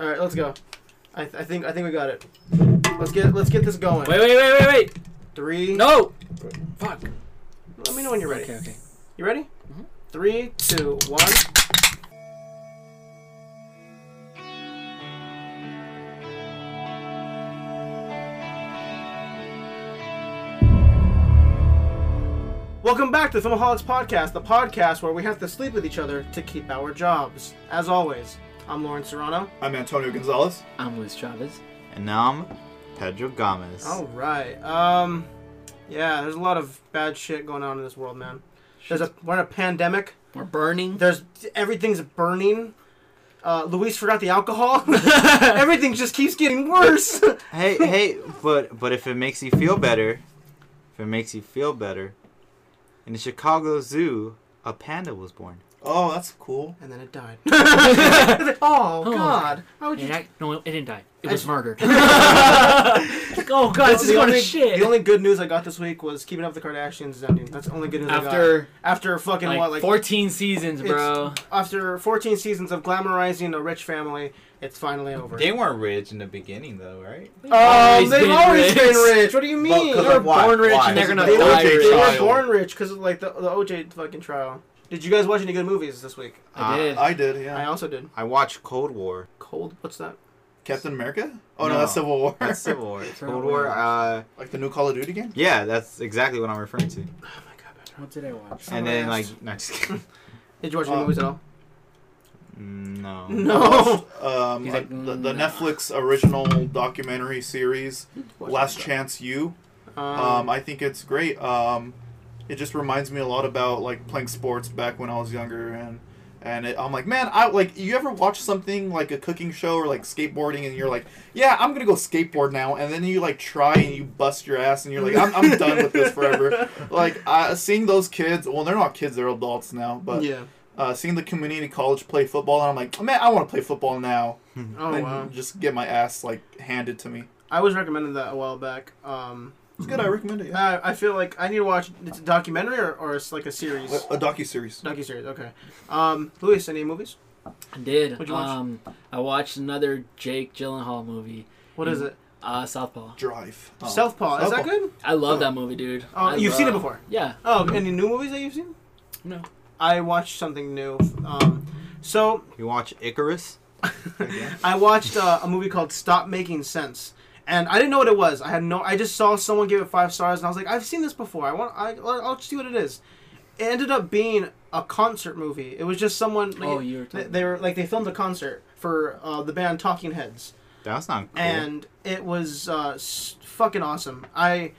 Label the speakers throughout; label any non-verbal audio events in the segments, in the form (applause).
Speaker 1: All right, let's go. I, th- I think I think we got it. Let's get let's get this going.
Speaker 2: Wait, wait, wait, wait, wait.
Speaker 1: Three.
Speaker 2: No. Fuck.
Speaker 1: Let me know when you're ready.
Speaker 2: Okay, Mm-hmm. okay.
Speaker 1: You ready? Three, two, one. Welcome back to Filmaholics Podcast, the podcast where we have to sleep with each other to keep our jobs. As always, I'm Lauren Serrano.
Speaker 3: I'm Antonio Gonzalez.
Speaker 2: I'm Luis Chavez.
Speaker 4: And now I'm Pedro Gomez.
Speaker 1: All right. Um, yeah, there's a lot of bad shit going on in this world, man. There's a we're in a pandemic.
Speaker 2: We're burning.
Speaker 1: There's everything's burning. Uh, Luis forgot the alcohol. (laughs) Everything just keeps getting worse. (laughs)
Speaker 4: Hey, hey, but but if it makes you feel better, if it makes you feel better, in the Chicago Zoo, a panda was born.
Speaker 3: Oh, that's cool.
Speaker 1: and then it
Speaker 2: (laughs)
Speaker 1: died. (laughs) oh, God! How would
Speaker 2: It
Speaker 1: you?
Speaker 2: died- no, it didn't die. It
Speaker 1: I
Speaker 2: was
Speaker 1: just-
Speaker 2: (laughs) murder. oh god, this is
Speaker 1: the
Speaker 2: going
Speaker 1: only,
Speaker 2: to shit.
Speaker 1: the only good news I got this week was Keeping Up with the Kardashians ending. That's the only good news I got.
Speaker 2: After
Speaker 1: After fucking
Speaker 2: like,
Speaker 1: what, like
Speaker 2: 14 seasons, bro.
Speaker 1: after 14 seasons of glamorizing a rich family, it's finally over.
Speaker 5: They weren't rich in the beginning, though, right?
Speaker 1: Oh,
Speaker 2: always
Speaker 1: they've
Speaker 2: been
Speaker 1: always
Speaker 2: rich.
Speaker 1: been rich. What do you
Speaker 3: Well,
Speaker 1: mean?
Speaker 3: 'cause
Speaker 2: They were
Speaker 3: Like, why?
Speaker 2: born rich
Speaker 3: Why?
Speaker 2: and they're gonna
Speaker 1: they,
Speaker 2: die
Speaker 1: were,
Speaker 3: OJ
Speaker 1: they were
Speaker 2: rich.
Speaker 3: trial.
Speaker 1: born rich because of like the, the OJ fucking trial. Did you guys watch any good movies this week?
Speaker 2: I did.
Speaker 3: I did, yeah.
Speaker 1: I also did.
Speaker 4: I watched Cold War.
Speaker 1: Cold. What's that?
Speaker 3: Captain America? Oh no,
Speaker 4: No.
Speaker 3: that's Civil War.
Speaker 4: (laughs) That's Civil War.
Speaker 2: It's
Speaker 4: Cold War. Uh,
Speaker 3: (laughs) like the new Call of Duty game?
Speaker 4: yeah, that's exactly what I'm referring to.
Speaker 1: Oh my god, Pedro.
Speaker 2: What did I watch?
Speaker 4: And then like, (laughs) no, just kidding.
Speaker 1: Did you watch any
Speaker 3: Um,
Speaker 1: movies at all?
Speaker 4: No.
Speaker 1: (laughs) No.
Speaker 3: Um,
Speaker 2: He's like,
Speaker 3: uh, the, the
Speaker 2: "Nah."
Speaker 3: Netflix original documentary series, Last Chance You. Um, I think it's great. Um, it just reminds me a lot about like playing sports back when I was younger, and and it, I'm like, man, I like. You ever watch something like a cooking show or like skateboarding, and you're like, yeah, I'm gonna go skateboard now, and then you like try and you bust your ass, and you're like, I'm, I'm done with this
Speaker 1: (laughs)
Speaker 3: forever. Like uh, seeing those kids. Well, they're not kids; they're adults now. But
Speaker 1: yeah.
Speaker 3: uh, seeing the community college play football, and I'm like, man, I want to play football now,
Speaker 1: Oh
Speaker 3: and
Speaker 1: wow.
Speaker 3: just get my ass like handed to me.
Speaker 1: I was recommended that a while back. Um,
Speaker 3: It's good. I recommend it. Yeah.
Speaker 1: I, I feel like I need to watch. It's a documentary or, or it's like a series.
Speaker 3: A docu series.
Speaker 1: Docu series. Okay. Um, Luis, any movies?
Speaker 2: I did.
Speaker 1: What'd you watch?
Speaker 2: Um, I watched another Jake Gyllenhaal movie,
Speaker 1: What is it?
Speaker 2: uh, Southpaw.
Speaker 3: Drive. Oh.
Speaker 1: Mm-hmm. Southpaw. Is that
Speaker 3: Southpaw.
Speaker 1: good?
Speaker 2: I love that movie, dude.
Speaker 1: Oh,
Speaker 2: I
Speaker 1: you've seen it
Speaker 2: love-
Speaker 1: before.
Speaker 2: Yeah.
Speaker 1: Oh, any new movies that you've seen?
Speaker 2: No.
Speaker 1: I watched something new. Um, so
Speaker 4: You watch Icarus?
Speaker 1: (laughs) I watched uh, a movie called Stop Making Sense, and I didn't know what it was. I had no. I just saw someone give it five stars, and I was like, I've seen this before. I want. I, I'll see what it is. It ended up being a concert movie. It was just someone. Like,
Speaker 2: Oh, you were
Speaker 1: they,
Speaker 2: talking.
Speaker 1: they were like they filmed a concert for uh, the band Talking Heads,
Speaker 4: That's not cool.
Speaker 1: and it was uh, s- fucking awesome. I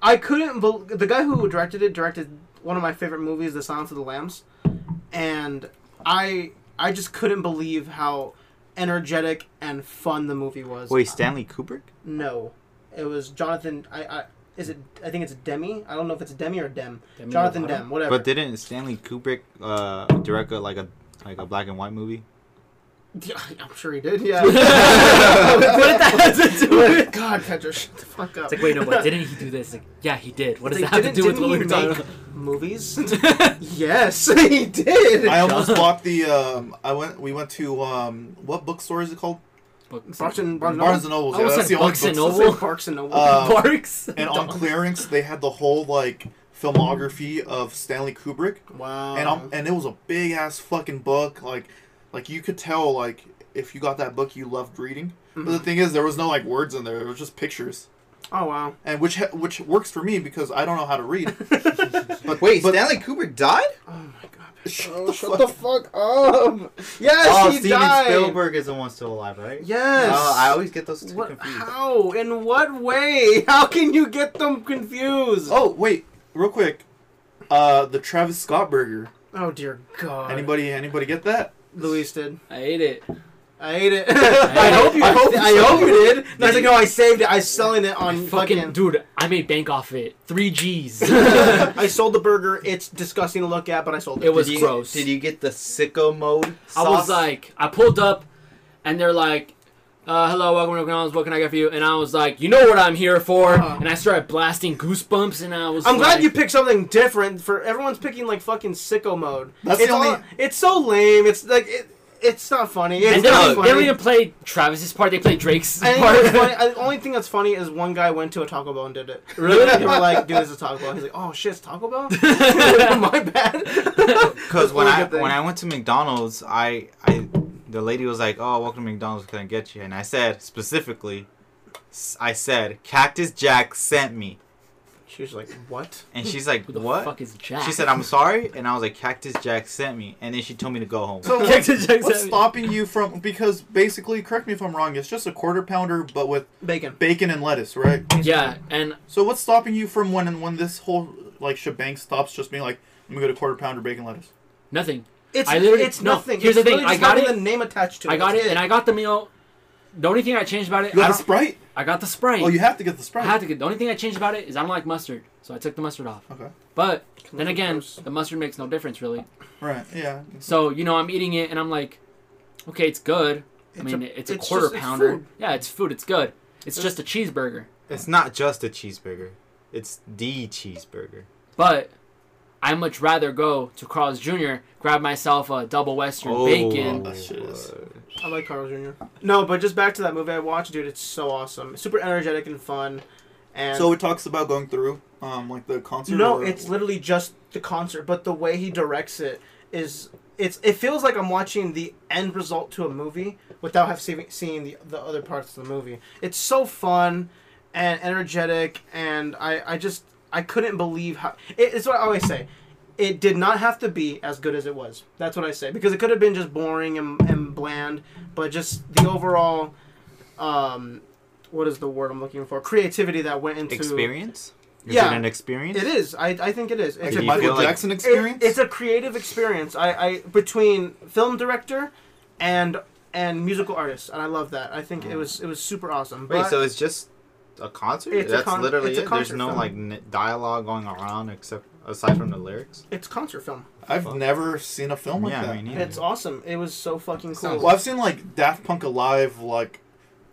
Speaker 1: I couldn't. Bel- the guy who directed it directed one of my favorite movies, The Silence of the Lambs, and I I just couldn't believe how energetic and fun the movie was.
Speaker 4: Wait, Stanley Kubrick?
Speaker 1: no, it was Jonathan. I, I is it? I think it's Demi. I don't know if it's Demi or Dem.
Speaker 2: Demi
Speaker 1: Jonathan
Speaker 2: Lovato?
Speaker 1: Dem. Whatever.
Speaker 4: But didn't Stanley Kubrick uh, direct a, like a like a black and white movie?
Speaker 1: Yeah, (laughs) I'm sure he did. Yeah. (laughs) what did that have to do with? God, Pedro, shut the fuck up.
Speaker 2: It's like, wait, no,
Speaker 1: (laughs)
Speaker 2: but didn't he do this? Like, yeah, he did. What does
Speaker 1: Like,
Speaker 2: that have to
Speaker 1: didn't-
Speaker 2: do
Speaker 1: didn't
Speaker 2: with what we
Speaker 1: he
Speaker 2: were talking
Speaker 1: make
Speaker 2: about?
Speaker 1: Movies? (laughs)
Speaker 2: (laughs)
Speaker 1: yes, (laughs) he did.
Speaker 3: I almost bought the. Um, I went. We went to um, what bookstore is it called?
Speaker 2: Books.
Speaker 1: Barnes and Barnes and
Speaker 3: Barnes
Speaker 1: Noble.
Speaker 3: and Noble.
Speaker 2: I
Speaker 3: Yeah,
Speaker 2: almost
Speaker 3: that's
Speaker 2: said
Speaker 3: the only
Speaker 2: Bucks and
Speaker 3: bookstore.
Speaker 1: Let's say (laughs) Barnes and Noble.
Speaker 3: Uh,
Speaker 2: Barks.
Speaker 1: (laughs)
Speaker 3: And on clearance, they had the whole like filmography of Stanley Kubrick,
Speaker 1: wow.
Speaker 3: and um, and it was a big ass fucking book. Like, like you could tell like if you got that book, you loved reading. But
Speaker 1: Mm-hmm.
Speaker 3: the thing is, there was no like words in there. It was just pictures,
Speaker 1: oh wow.
Speaker 3: and which ha- which works for me because I don't know how
Speaker 1: (laughs)
Speaker 3: to read.
Speaker 4: But wait, Stanley Kubrick died?
Speaker 1: Oh my god.
Speaker 3: Shut
Speaker 1: Oh,
Speaker 3: the
Speaker 1: shut
Speaker 3: fuck
Speaker 1: the fuck up. Yes,
Speaker 4: (laughs) oh,
Speaker 1: he
Speaker 4: Steven
Speaker 1: died.
Speaker 4: Spielberg is the one still alive, right?
Speaker 1: Yes.
Speaker 4: Oh, I always get those two
Speaker 1: what,
Speaker 4: confused.
Speaker 1: how? In what way? (laughs) How can you get them confused?
Speaker 3: Oh wait, real quick, uh, the Travis Scott burger.
Speaker 1: Oh, dear God.
Speaker 3: Anybody anybody get that?
Speaker 1: Luis did.
Speaker 2: I ate it.
Speaker 1: I ate it. (laughs) I hope you.
Speaker 3: I hope
Speaker 1: I
Speaker 3: so.
Speaker 1: hope you did. No, I was like, no, I saved it. I was selling it on
Speaker 2: Fucking,
Speaker 1: fucking
Speaker 2: dude, I made bank off it. Three G's.
Speaker 1: I sold the burger. It's disgusting to look at, but I sold it.
Speaker 2: (laughs) It was
Speaker 4: did you,
Speaker 2: gross.
Speaker 4: Did you get the sicko mode? Sauce?
Speaker 2: I was like, I pulled up, and they're like, uh, "Hello, welcome to McDonald's. What can I get for you?" And I was like, "You know what I'm here for."
Speaker 1: Uh-huh.
Speaker 2: And I started blasting goosebumps, and I was.
Speaker 1: I'm glad
Speaker 2: like-
Speaker 1: you picked something different. For everyone's picking like fucking sicko mode.
Speaker 3: That's
Speaker 1: it's
Speaker 3: the only-
Speaker 1: all- it's so lame. It's like it, it's not funny. It's
Speaker 2: and they
Speaker 1: not
Speaker 2: don't,
Speaker 1: funny.
Speaker 2: they don't even play Travis's part. They play Drake's
Speaker 1: I think
Speaker 2: part.
Speaker 1: what's
Speaker 2: (laughs)
Speaker 1: funny- I- the only thing that's funny is one guy went to a Taco Bell and did it. (laughs) They were like, dude, this is Taco Bell. He's like, oh shit, it's Taco Bell? (laughs) My bad.
Speaker 4: Because when
Speaker 1: That's one
Speaker 4: I
Speaker 1: good thing.
Speaker 4: when I went to McDonald's, I I the lady was like, "Oh, welcome to McDonald's. Can I get you?" And I said specifically, s- I said, "Cactus Jack sent me,"
Speaker 1: She was like, what?
Speaker 4: and she's like,
Speaker 2: (laughs) Who
Speaker 4: (laughs)
Speaker 2: the
Speaker 4: "What?"
Speaker 2: fuck is Jack?
Speaker 4: She said, "I'm sorry," and I was like, "Cactus Jack sent me," and then she told me to go home.
Speaker 3: So like,
Speaker 2: Cactus Jack
Speaker 3: what's
Speaker 2: said-
Speaker 3: stopping you from? Because basically, correct me if I'm wrong. It's just a quarter pounder, but with
Speaker 1: Bacon.
Speaker 3: bacon and lettuce, right?
Speaker 2: Yeah, and
Speaker 3: So what's stopping you from when and when this whole like shebang stops? Just being like, I'm gonna get a quarter pounder bacon lettuce.
Speaker 2: nothing.
Speaker 1: It's,
Speaker 2: I literally-
Speaker 1: it's
Speaker 2: no,
Speaker 1: nothing.
Speaker 2: here's
Speaker 1: It's
Speaker 2: the thing,
Speaker 1: literally
Speaker 2: I
Speaker 1: just
Speaker 2: got
Speaker 1: having
Speaker 2: it.
Speaker 1: the name attached to it.
Speaker 2: I got
Speaker 1: That's
Speaker 2: it, and I got the meal. The only thing I changed about it,
Speaker 3: You
Speaker 2: I,
Speaker 3: got the
Speaker 2: don't,
Speaker 3: sprite.
Speaker 2: I got the Sprite.
Speaker 3: Oh, you have to get the
Speaker 2: I
Speaker 3: sprite.
Speaker 2: had to get. The only thing I changed about it is I don't like mustard, so I took the mustard off.
Speaker 3: Okay.
Speaker 2: But then
Speaker 1: Mustard
Speaker 2: again,
Speaker 1: gross.
Speaker 2: the mustard makes no difference really.
Speaker 3: Right. Yeah.
Speaker 2: So you know, I'm eating it, and I'm like, okay, it's good. I mean, it's a
Speaker 1: it's
Speaker 2: quarter
Speaker 1: just- it's
Speaker 2: pounder.
Speaker 1: food.
Speaker 2: Yeah, it's food. It's good. It's just a cheeseburger.
Speaker 4: It's not just a cheeseburger; it's the cheeseburger.
Speaker 2: But I much rather go to Carl's Jr. grab myself a double western
Speaker 4: Oh,
Speaker 2: bacon.
Speaker 3: that shit is-
Speaker 4: word.
Speaker 1: I like Carl Jr. No, but just back to that movie I watched, dude. It's so awesome. It's super energetic and fun. And
Speaker 3: So it talks about going through, um, like the concert.
Speaker 1: no,
Speaker 3: or-
Speaker 1: it's literally just the concert, but the way he directs it is it's it feels like I'm watching the end result to a movie without have seen, seeing the the other parts of the movie. It's so fun and energetic, and I I just I couldn't believe how it, it's what I always say. It did not have to be as good as it was. That's what I say because it could have been just boring and, and bland, but just the overall. Um, what is the word I'm looking for? Creativity that went into
Speaker 4: Experience? Is
Speaker 1: Yeah.
Speaker 4: it an experience?
Speaker 1: It is. I, I think it is. It's
Speaker 3: Like
Speaker 4: Do
Speaker 3: a
Speaker 4: you
Speaker 1: a
Speaker 4: feel
Speaker 3: Michael
Speaker 4: like-
Speaker 3: Jackson
Speaker 1: it-
Speaker 3: experience.
Speaker 1: it's a creative experience. I, I between film director and and musical artist, and I love that. I think
Speaker 3: Mm.
Speaker 1: it was it was super awesome.
Speaker 4: Wait,
Speaker 1: But
Speaker 4: so it's just a concert?
Speaker 1: It's a
Speaker 4: That's
Speaker 1: con-
Speaker 4: literally
Speaker 1: it's a
Speaker 4: it. There's
Speaker 1: concert
Speaker 4: no
Speaker 1: film.
Speaker 4: like n- dialogue going around except aside from the lyrics.
Speaker 1: it's concert film.
Speaker 3: I've never seen a film like
Speaker 4: yeah,
Speaker 3: that.
Speaker 4: I mean, yeah.
Speaker 1: It's awesome. It was so fucking cool.
Speaker 4: Sounds-
Speaker 3: Well, I've seen like Daft Punk Alive, like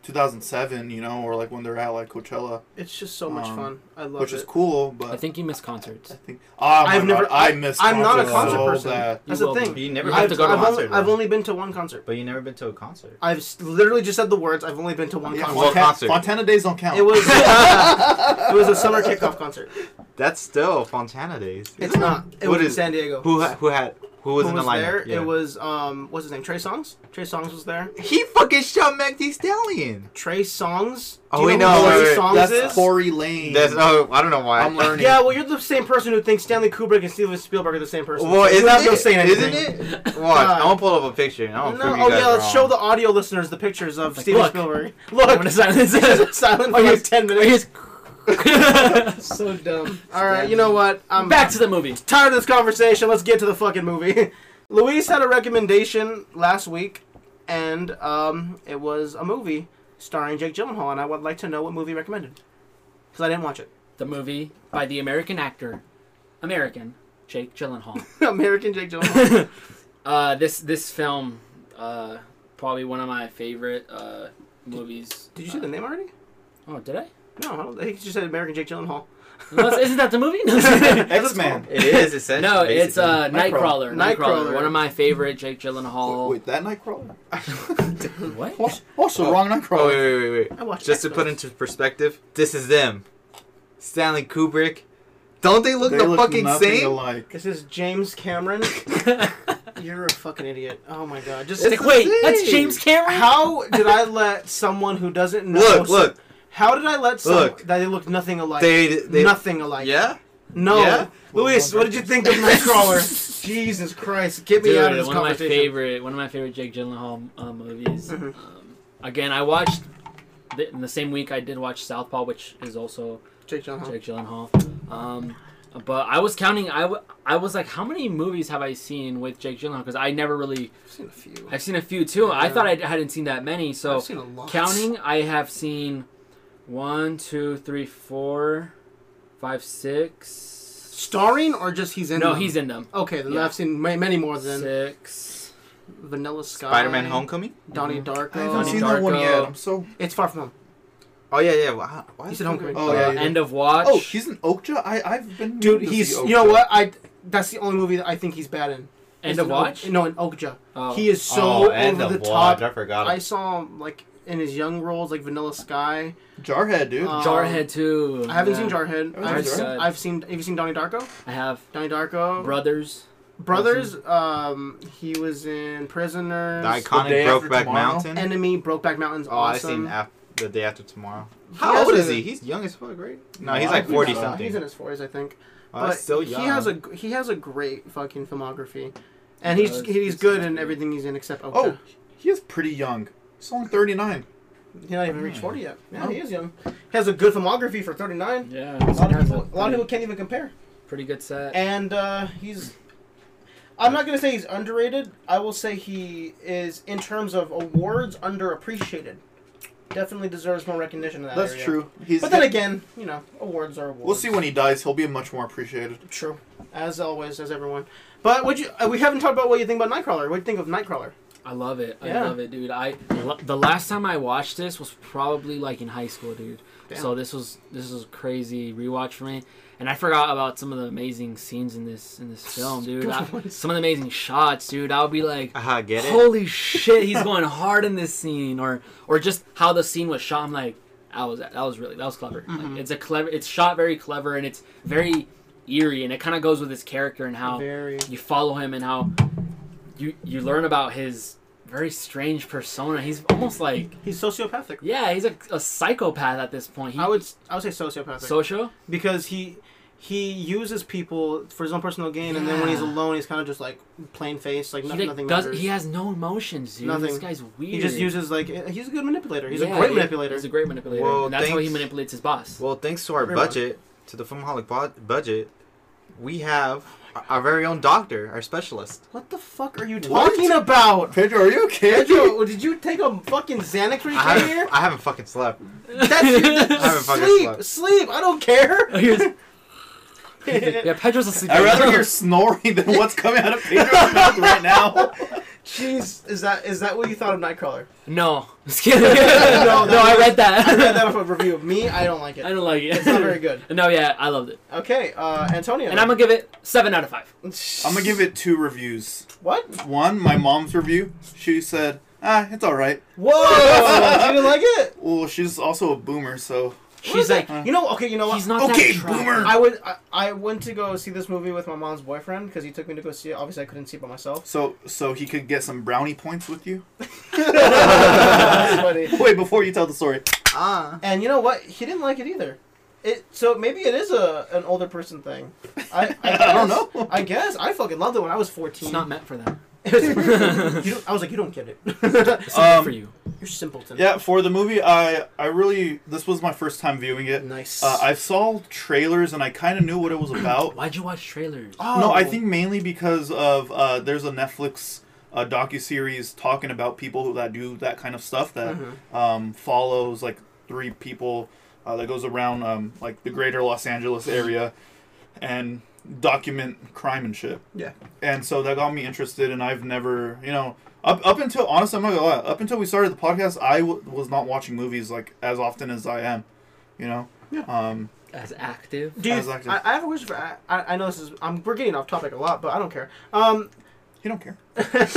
Speaker 3: 2007, you know, or like when they're at like Coachella,
Speaker 1: it's just so much
Speaker 3: Um,
Speaker 1: fun. I love
Speaker 3: which
Speaker 1: it.
Speaker 3: is cool. But
Speaker 2: I
Speaker 3: I think,
Speaker 2: think you miss concerts.
Speaker 3: ah, my
Speaker 1: I've
Speaker 3: God,
Speaker 1: never.
Speaker 3: I miss.
Speaker 1: I'm not a
Speaker 3: concerts
Speaker 1: concert
Speaker 3: so
Speaker 1: person.
Speaker 3: bad.
Speaker 1: That's
Speaker 2: You
Speaker 1: the
Speaker 2: will
Speaker 1: thing.
Speaker 2: be.
Speaker 4: You never
Speaker 2: You
Speaker 4: have
Speaker 1: I've,
Speaker 4: to go to a
Speaker 1: I've
Speaker 4: concert.
Speaker 1: Only, I've
Speaker 4: though.
Speaker 1: only been to one concert.
Speaker 4: But you never been to a concert.
Speaker 1: I've s- literally just said the words. I've only been to one
Speaker 3: Yeah,
Speaker 1: concert.
Speaker 4: Well,
Speaker 3: Fontana,
Speaker 4: concert.
Speaker 3: Fontana days don't count.
Speaker 1: It
Speaker 3: (laughs)
Speaker 1: was (laughs) it was a summer kickoff concert.
Speaker 4: That's still Fontana days.
Speaker 1: It's not. It
Speaker 4: What
Speaker 1: was in
Speaker 4: is-
Speaker 1: San Diego.
Speaker 4: Who ha- who had who was
Speaker 1: Who
Speaker 4: in the
Speaker 1: was
Speaker 4: lineup?
Speaker 1: there?
Speaker 4: Yeah.
Speaker 1: It was um, what's his name? Trey Songs. Trey Songs was there.
Speaker 4: he fucking shot Meg Thee Stallion.
Speaker 1: Trey Songs. Do
Speaker 4: Oh,
Speaker 1: you
Speaker 4: wait,
Speaker 1: know who
Speaker 4: no,
Speaker 1: Trey
Speaker 4: wait, wait.
Speaker 1: Songs
Speaker 3: That's
Speaker 1: is?
Speaker 3: Corey Lane.
Speaker 4: That's oh I don't know why.
Speaker 3: I'm learning.
Speaker 1: Yeah, well, you're the same person who thinks Stanley Kubrick and Steven Spielberg are the same person.
Speaker 4: Well,
Speaker 1: So
Speaker 4: isn't
Speaker 1: you have
Speaker 4: it?
Speaker 1: no say in anything.
Speaker 4: Isn't it? (laughs) Watch, I'm gonna pull up a picture. and I'm
Speaker 1: No.
Speaker 4: gonna prove you
Speaker 1: Oh
Speaker 4: guys
Speaker 1: yeah, let's
Speaker 4: wrong.
Speaker 1: show the audio listeners the pictures of Steven
Speaker 2: look.
Speaker 1: Spielberg. (laughs)
Speaker 2: I'm gonna
Speaker 1: Look,
Speaker 2: (laughs) silence it.
Speaker 1: silent
Speaker 2: Oh,
Speaker 1: for
Speaker 2: you-
Speaker 1: like ten minutes.
Speaker 2: (laughs) so dumb.
Speaker 1: (laughs)
Speaker 3: (laughs)
Speaker 1: All right, you know what? Um, I'm
Speaker 2: Back to the movie.
Speaker 1: tired of this conversation. Let's get to the fucking movie. (laughs) Luis had a recommendation last week, and um, it was a movie starring Jake Gyllenhaal, and I would like to know what movie he recommended because I didn't watch it. (laughs)
Speaker 2: The movie by the American actor, American Jake Gyllenhaal.
Speaker 1: American Jake Gyllenhaal.
Speaker 4: (laughs)
Speaker 2: Uh, this this film, uh, probably one of my favorite uh, movies.
Speaker 1: Did you say
Speaker 2: uh,
Speaker 1: the name already?
Speaker 2: Oh, did I?
Speaker 1: No, I don't, he just said American Jake Gyllenhaal.
Speaker 2: Unless- isn't that the (laughs) movie? No.
Speaker 3: X Man.
Speaker 4: It is essentially.
Speaker 2: No, it's uh, Nightcrawler.
Speaker 3: Nightcrawler.
Speaker 2: Nightcrawler.
Speaker 1: Nightcrawler.
Speaker 2: One of my favorite Jake Gyllenhaal.
Speaker 3: Wait, that Nightcrawler?
Speaker 2: What? (laughs)
Speaker 3: Also, also wrong
Speaker 4: Oh wait
Speaker 3: Nightcrawler.
Speaker 4: wait wait wait.
Speaker 1: I watched.
Speaker 4: Just to
Speaker 1: X-Men.
Speaker 4: put into perspective, this is them. Stanley Kubrick. Don't they Oh, look
Speaker 3: They
Speaker 4: the
Speaker 3: look
Speaker 4: fucking
Speaker 3: nothing
Speaker 4: same?
Speaker 1: (laughs)
Speaker 3: Alike.
Speaker 1: This is James Cameron. (laughs) You're a fucking idiot. Oh my god. Just
Speaker 4: It's-
Speaker 2: Wait, that's
Speaker 4: Hey.
Speaker 2: James Cameron.
Speaker 1: how did I let someone who doesn't know?
Speaker 4: (laughs) Look, look.
Speaker 1: How did I let someone
Speaker 4: Look.
Speaker 1: that they look nothing alike?
Speaker 4: They, they
Speaker 1: nothing alike.
Speaker 4: Yeah.
Speaker 1: No.
Speaker 4: Yeah?
Speaker 1: Luis, what did you think of
Speaker 4: (laughs)
Speaker 1: Nightcrawler? (laughs) Jesus Christ, get me
Speaker 2: Dude,
Speaker 1: out of this
Speaker 2: one of my
Speaker 1: conversation.
Speaker 2: favorite, one of my favorite Jake Gyllenhaal uh, movies. Um, again, I watched the, in the same week I did watch Southpaw, which is also
Speaker 1: Jake Gyllenhaal.
Speaker 2: Jake Gyllenhaal. Um, but I was counting. I, w- I was like, how many movies have I seen with Jake Gyllenhaal? Because I never really.
Speaker 1: I've seen a few.
Speaker 2: I've seen a few too. I
Speaker 1: Yeah.
Speaker 2: thought I hadn't seen that many. So
Speaker 1: I've seen a lot.
Speaker 2: Counting, I have seen one, two, three, four, five, six.
Speaker 1: Starring or just he's in?
Speaker 2: No,
Speaker 1: them?
Speaker 2: he's in them.
Speaker 1: Okay, then
Speaker 2: Yeah.
Speaker 1: I've seen ma- many more than
Speaker 2: Six.
Speaker 1: Vanilla Sky,
Speaker 4: Spider-Man: Homecoming.
Speaker 1: Donnie
Speaker 2: Mm-hmm.
Speaker 3: I haven't
Speaker 1: Darko.
Speaker 2: Donnie
Speaker 3: seen that one
Speaker 2: Darko.
Speaker 3: yet. I'm so.
Speaker 1: It's Far From Home.
Speaker 4: Oh yeah, yeah. Why, why
Speaker 1: He
Speaker 4: is
Speaker 1: said
Speaker 4: Kubrick-
Speaker 1: Homecoming.
Speaker 3: Oh
Speaker 2: uh,
Speaker 3: yeah. yeah.
Speaker 2: end of watch.
Speaker 3: Oh, he's in Okja. I I've been.
Speaker 1: Dude,
Speaker 3: meaning to
Speaker 1: he's
Speaker 3: see
Speaker 1: you know
Speaker 3: Okja.
Speaker 1: what I. That's the only movie that I think he's bad in.
Speaker 2: End
Speaker 1: It's
Speaker 2: of
Speaker 1: an
Speaker 2: watch.
Speaker 1: Oak, no, an Okja.
Speaker 2: Oh.
Speaker 1: He is so
Speaker 5: end
Speaker 1: over
Speaker 5: of
Speaker 1: the
Speaker 5: watch,
Speaker 1: top.
Speaker 5: I forgot.
Speaker 1: I saw him like in his young roles, like Vanilla Sky.
Speaker 3: Jarhead, dude.
Speaker 1: Uh,
Speaker 2: Jarhead too.
Speaker 1: I haven't
Speaker 2: yeah.
Speaker 1: seen Jarhead.
Speaker 3: Oh,
Speaker 1: I've,
Speaker 3: Jarhead.
Speaker 1: seen, I've seen. Have you seen Donnie Darko?
Speaker 2: I have
Speaker 1: Donnie Darko.
Speaker 2: brothers.
Speaker 1: Brothers. Um, he was in Prisoners.
Speaker 4: The
Speaker 3: Day
Speaker 4: iconic
Speaker 3: After
Speaker 4: Brokeback
Speaker 3: Tomorrow?
Speaker 4: Mountain.
Speaker 1: Enemy. Brokeback Mountain's
Speaker 4: oh, I
Speaker 1: awesome.
Speaker 4: seen af- the day after tomorrow.
Speaker 1: He
Speaker 4: How
Speaker 1: has
Speaker 4: old is
Speaker 1: a-
Speaker 4: he? He's young as fuck, right? No,
Speaker 3: No,
Speaker 4: he's
Speaker 3: I
Speaker 4: like
Speaker 3: think
Speaker 4: forty
Speaker 3: so.
Speaker 1: He's in
Speaker 4: something.
Speaker 1: his forties, I think.
Speaker 4: Oh, that's still young.
Speaker 1: he has a he has a great fucking filmography, and
Speaker 2: He
Speaker 1: he's
Speaker 2: does.
Speaker 1: he's good in everything he's in except Okja.
Speaker 3: Oh, he is pretty young. He's only 39.
Speaker 1: He's not even reached 40 yet. Yeah,
Speaker 4: Oh.
Speaker 1: he is young. He has a good filmography for 39.
Speaker 2: Yeah.
Speaker 1: A lot, of
Speaker 2: That's
Speaker 1: people, a lot of people
Speaker 2: pretty,
Speaker 1: can't even compare.
Speaker 2: pretty good set.
Speaker 1: And uh, he's. I'm not going to say he's underrated. I will say he is, in terms of awards, underappreciated. Definitely deserves more recognition in that
Speaker 3: That's
Speaker 1: area.
Speaker 3: true. He's
Speaker 1: But then again, you know, awards are awards.
Speaker 3: we'll see when he dies. He'll be much more appreciated.
Speaker 1: True. As always, as everyone. But what you uh, we haven't talked about what you think about Nightcrawler. What do you think of Nightcrawler?
Speaker 2: I love it.
Speaker 1: Yeah.
Speaker 2: I love it, dude. I the last time I watched this was probably like in high school, dude. So this was this was a crazy rewatch for me, and I forgot about some of the amazing scenes in this in this
Speaker 1: (laughs)
Speaker 2: film, dude. I- some of the amazing shots, dude. I'll be like,
Speaker 4: Aha, get it?
Speaker 2: holy shit, he's going hard in this scene, or or just how the scene was shot. I'm like, that was that was really that was clever.
Speaker 1: Mm-hmm.
Speaker 2: Like, it's a clever, it's shot very clever, and it's very eerie, and it kind of goes with his character and how
Speaker 1: Very.
Speaker 2: you follow him and how you you learn about his very strange persona. He's almost like
Speaker 1: He's sociopathic.
Speaker 2: yeah, he's a, a psychopath at this point. He,
Speaker 1: I would I would say sociopathic.
Speaker 2: social.
Speaker 1: because he he uses people for his own personal gain, and then when he's
Speaker 2: Yeah.
Speaker 1: alone, he's kind of just like plain face, like,
Speaker 2: He
Speaker 1: no,
Speaker 2: like,
Speaker 1: nothing
Speaker 2: does
Speaker 1: matters.
Speaker 2: he has no emotions, dude.
Speaker 1: Nothing.
Speaker 2: This guy's weird.
Speaker 1: he just uses like eh, he's a good manipulator. He's
Speaker 2: Yeah,
Speaker 1: a great
Speaker 2: he-
Speaker 1: manipulator.
Speaker 2: He's a great manipulator.
Speaker 4: Well,
Speaker 2: and that's how he
Speaker 4: thanks.
Speaker 2: manipulates his boss. (laughs)
Speaker 4: Well, thanks to our
Speaker 1: Very
Speaker 4: budget, to the Filmaholic bod- budget, we have our very own doctor, our specialist.
Speaker 1: what the fuck are you
Speaker 3: What?
Speaker 1: talking about?
Speaker 3: Pedro, are you okay?
Speaker 1: Pedro, (laughs) did you take a fucking Xanax when you
Speaker 4: I
Speaker 1: came
Speaker 4: haven't,
Speaker 1: here?
Speaker 4: I haven't fucking slept.
Speaker 2: (laughs)
Speaker 4: I
Speaker 1: That's
Speaker 4: haven't fucking
Speaker 1: sleep,
Speaker 4: slept.
Speaker 1: sleep. I don't care. (laughs)
Speaker 2: Here's- yeah, Pedro's asleep.
Speaker 3: (laughs) I'd
Speaker 2: right
Speaker 3: rather
Speaker 1: (laughs)
Speaker 2: now.
Speaker 3: hear snoring than what's coming out of Pedro's mouth right now.
Speaker 1: Jeez, is that is that what you thought of Nightcrawler?
Speaker 2: (laughs) No, just kidding. (laughs) no,
Speaker 1: (laughs) No,
Speaker 2: no, I read that.
Speaker 1: I read that off a review. Me, I don't like
Speaker 2: (laughs) I
Speaker 1: it.
Speaker 2: don't like it.
Speaker 1: It's not very good.
Speaker 2: (laughs) No, yeah, I loved it,
Speaker 1: Okay, uh, Antonio.
Speaker 2: and I'm gonna give it seven out of five.
Speaker 3: I'm gonna give it two reviews.
Speaker 1: What?
Speaker 3: One, my mom's review. She said, "Ah, it's all right."
Speaker 1: Whoa! you didn't like it?
Speaker 3: Well, she's also a boomer, so
Speaker 2: (laughs) She's like,
Speaker 1: you know, Uh, okay, you know what? Oh,
Speaker 2: he's not
Speaker 3: Okay,
Speaker 2: that attractive.
Speaker 3: boomer.
Speaker 1: I would. I, I went to go see this movie with my mom's boyfriend because he took me to go see it. Obviously, I couldn't see it by myself.
Speaker 3: so so he could get some brownie points with you. (laughs)
Speaker 1: That's funny.
Speaker 3: Wait, before you tell the story,
Speaker 4: Ah.
Speaker 1: (laughs) And you know what? He didn't like it either. It so maybe it is a an older person thing. I I,
Speaker 3: (laughs) I don't
Speaker 1: guess-
Speaker 3: know.
Speaker 1: I guess I fucking loved it when I was
Speaker 2: It's
Speaker 1: fourteen. (laughs)
Speaker 2: not meant for them.
Speaker 1: you
Speaker 2: (laughs)
Speaker 1: don't, I was like, you don't get it. (laughs) You're
Speaker 2: It's not meant
Speaker 3: Um,
Speaker 2: for you.
Speaker 1: simpleton.
Speaker 3: yeah, for the movie, I I really this was my first time viewing it.
Speaker 1: Nice.
Speaker 3: Uh, I saw trailers and I kind of knew what it was about.
Speaker 2: Why'd you watch trailers?
Speaker 1: Oh.
Speaker 3: No, I think mainly because of uh, there's a Netflix uh, docu series talking about people who that do that kind of stuff that
Speaker 1: Mm-hmm.
Speaker 3: um, follows like three people uh, that goes around um, like the greater Los Angeles area and document crime and shit.
Speaker 1: Yeah.
Speaker 3: And so that got me interested, and I've never, you know, up up until honestly, I'm not gonna lie, up until we started the podcast, I w- was not watching movies like as often as I am, you know.
Speaker 1: Yeah.
Speaker 3: Um,
Speaker 2: As active. (laughs)
Speaker 1: Do you,
Speaker 3: I was like-
Speaker 1: I, I have a question for. I, I I know this is. I'm, we're getting off topic a lot, but I don't care. Um,
Speaker 3: you don't care.
Speaker 2: this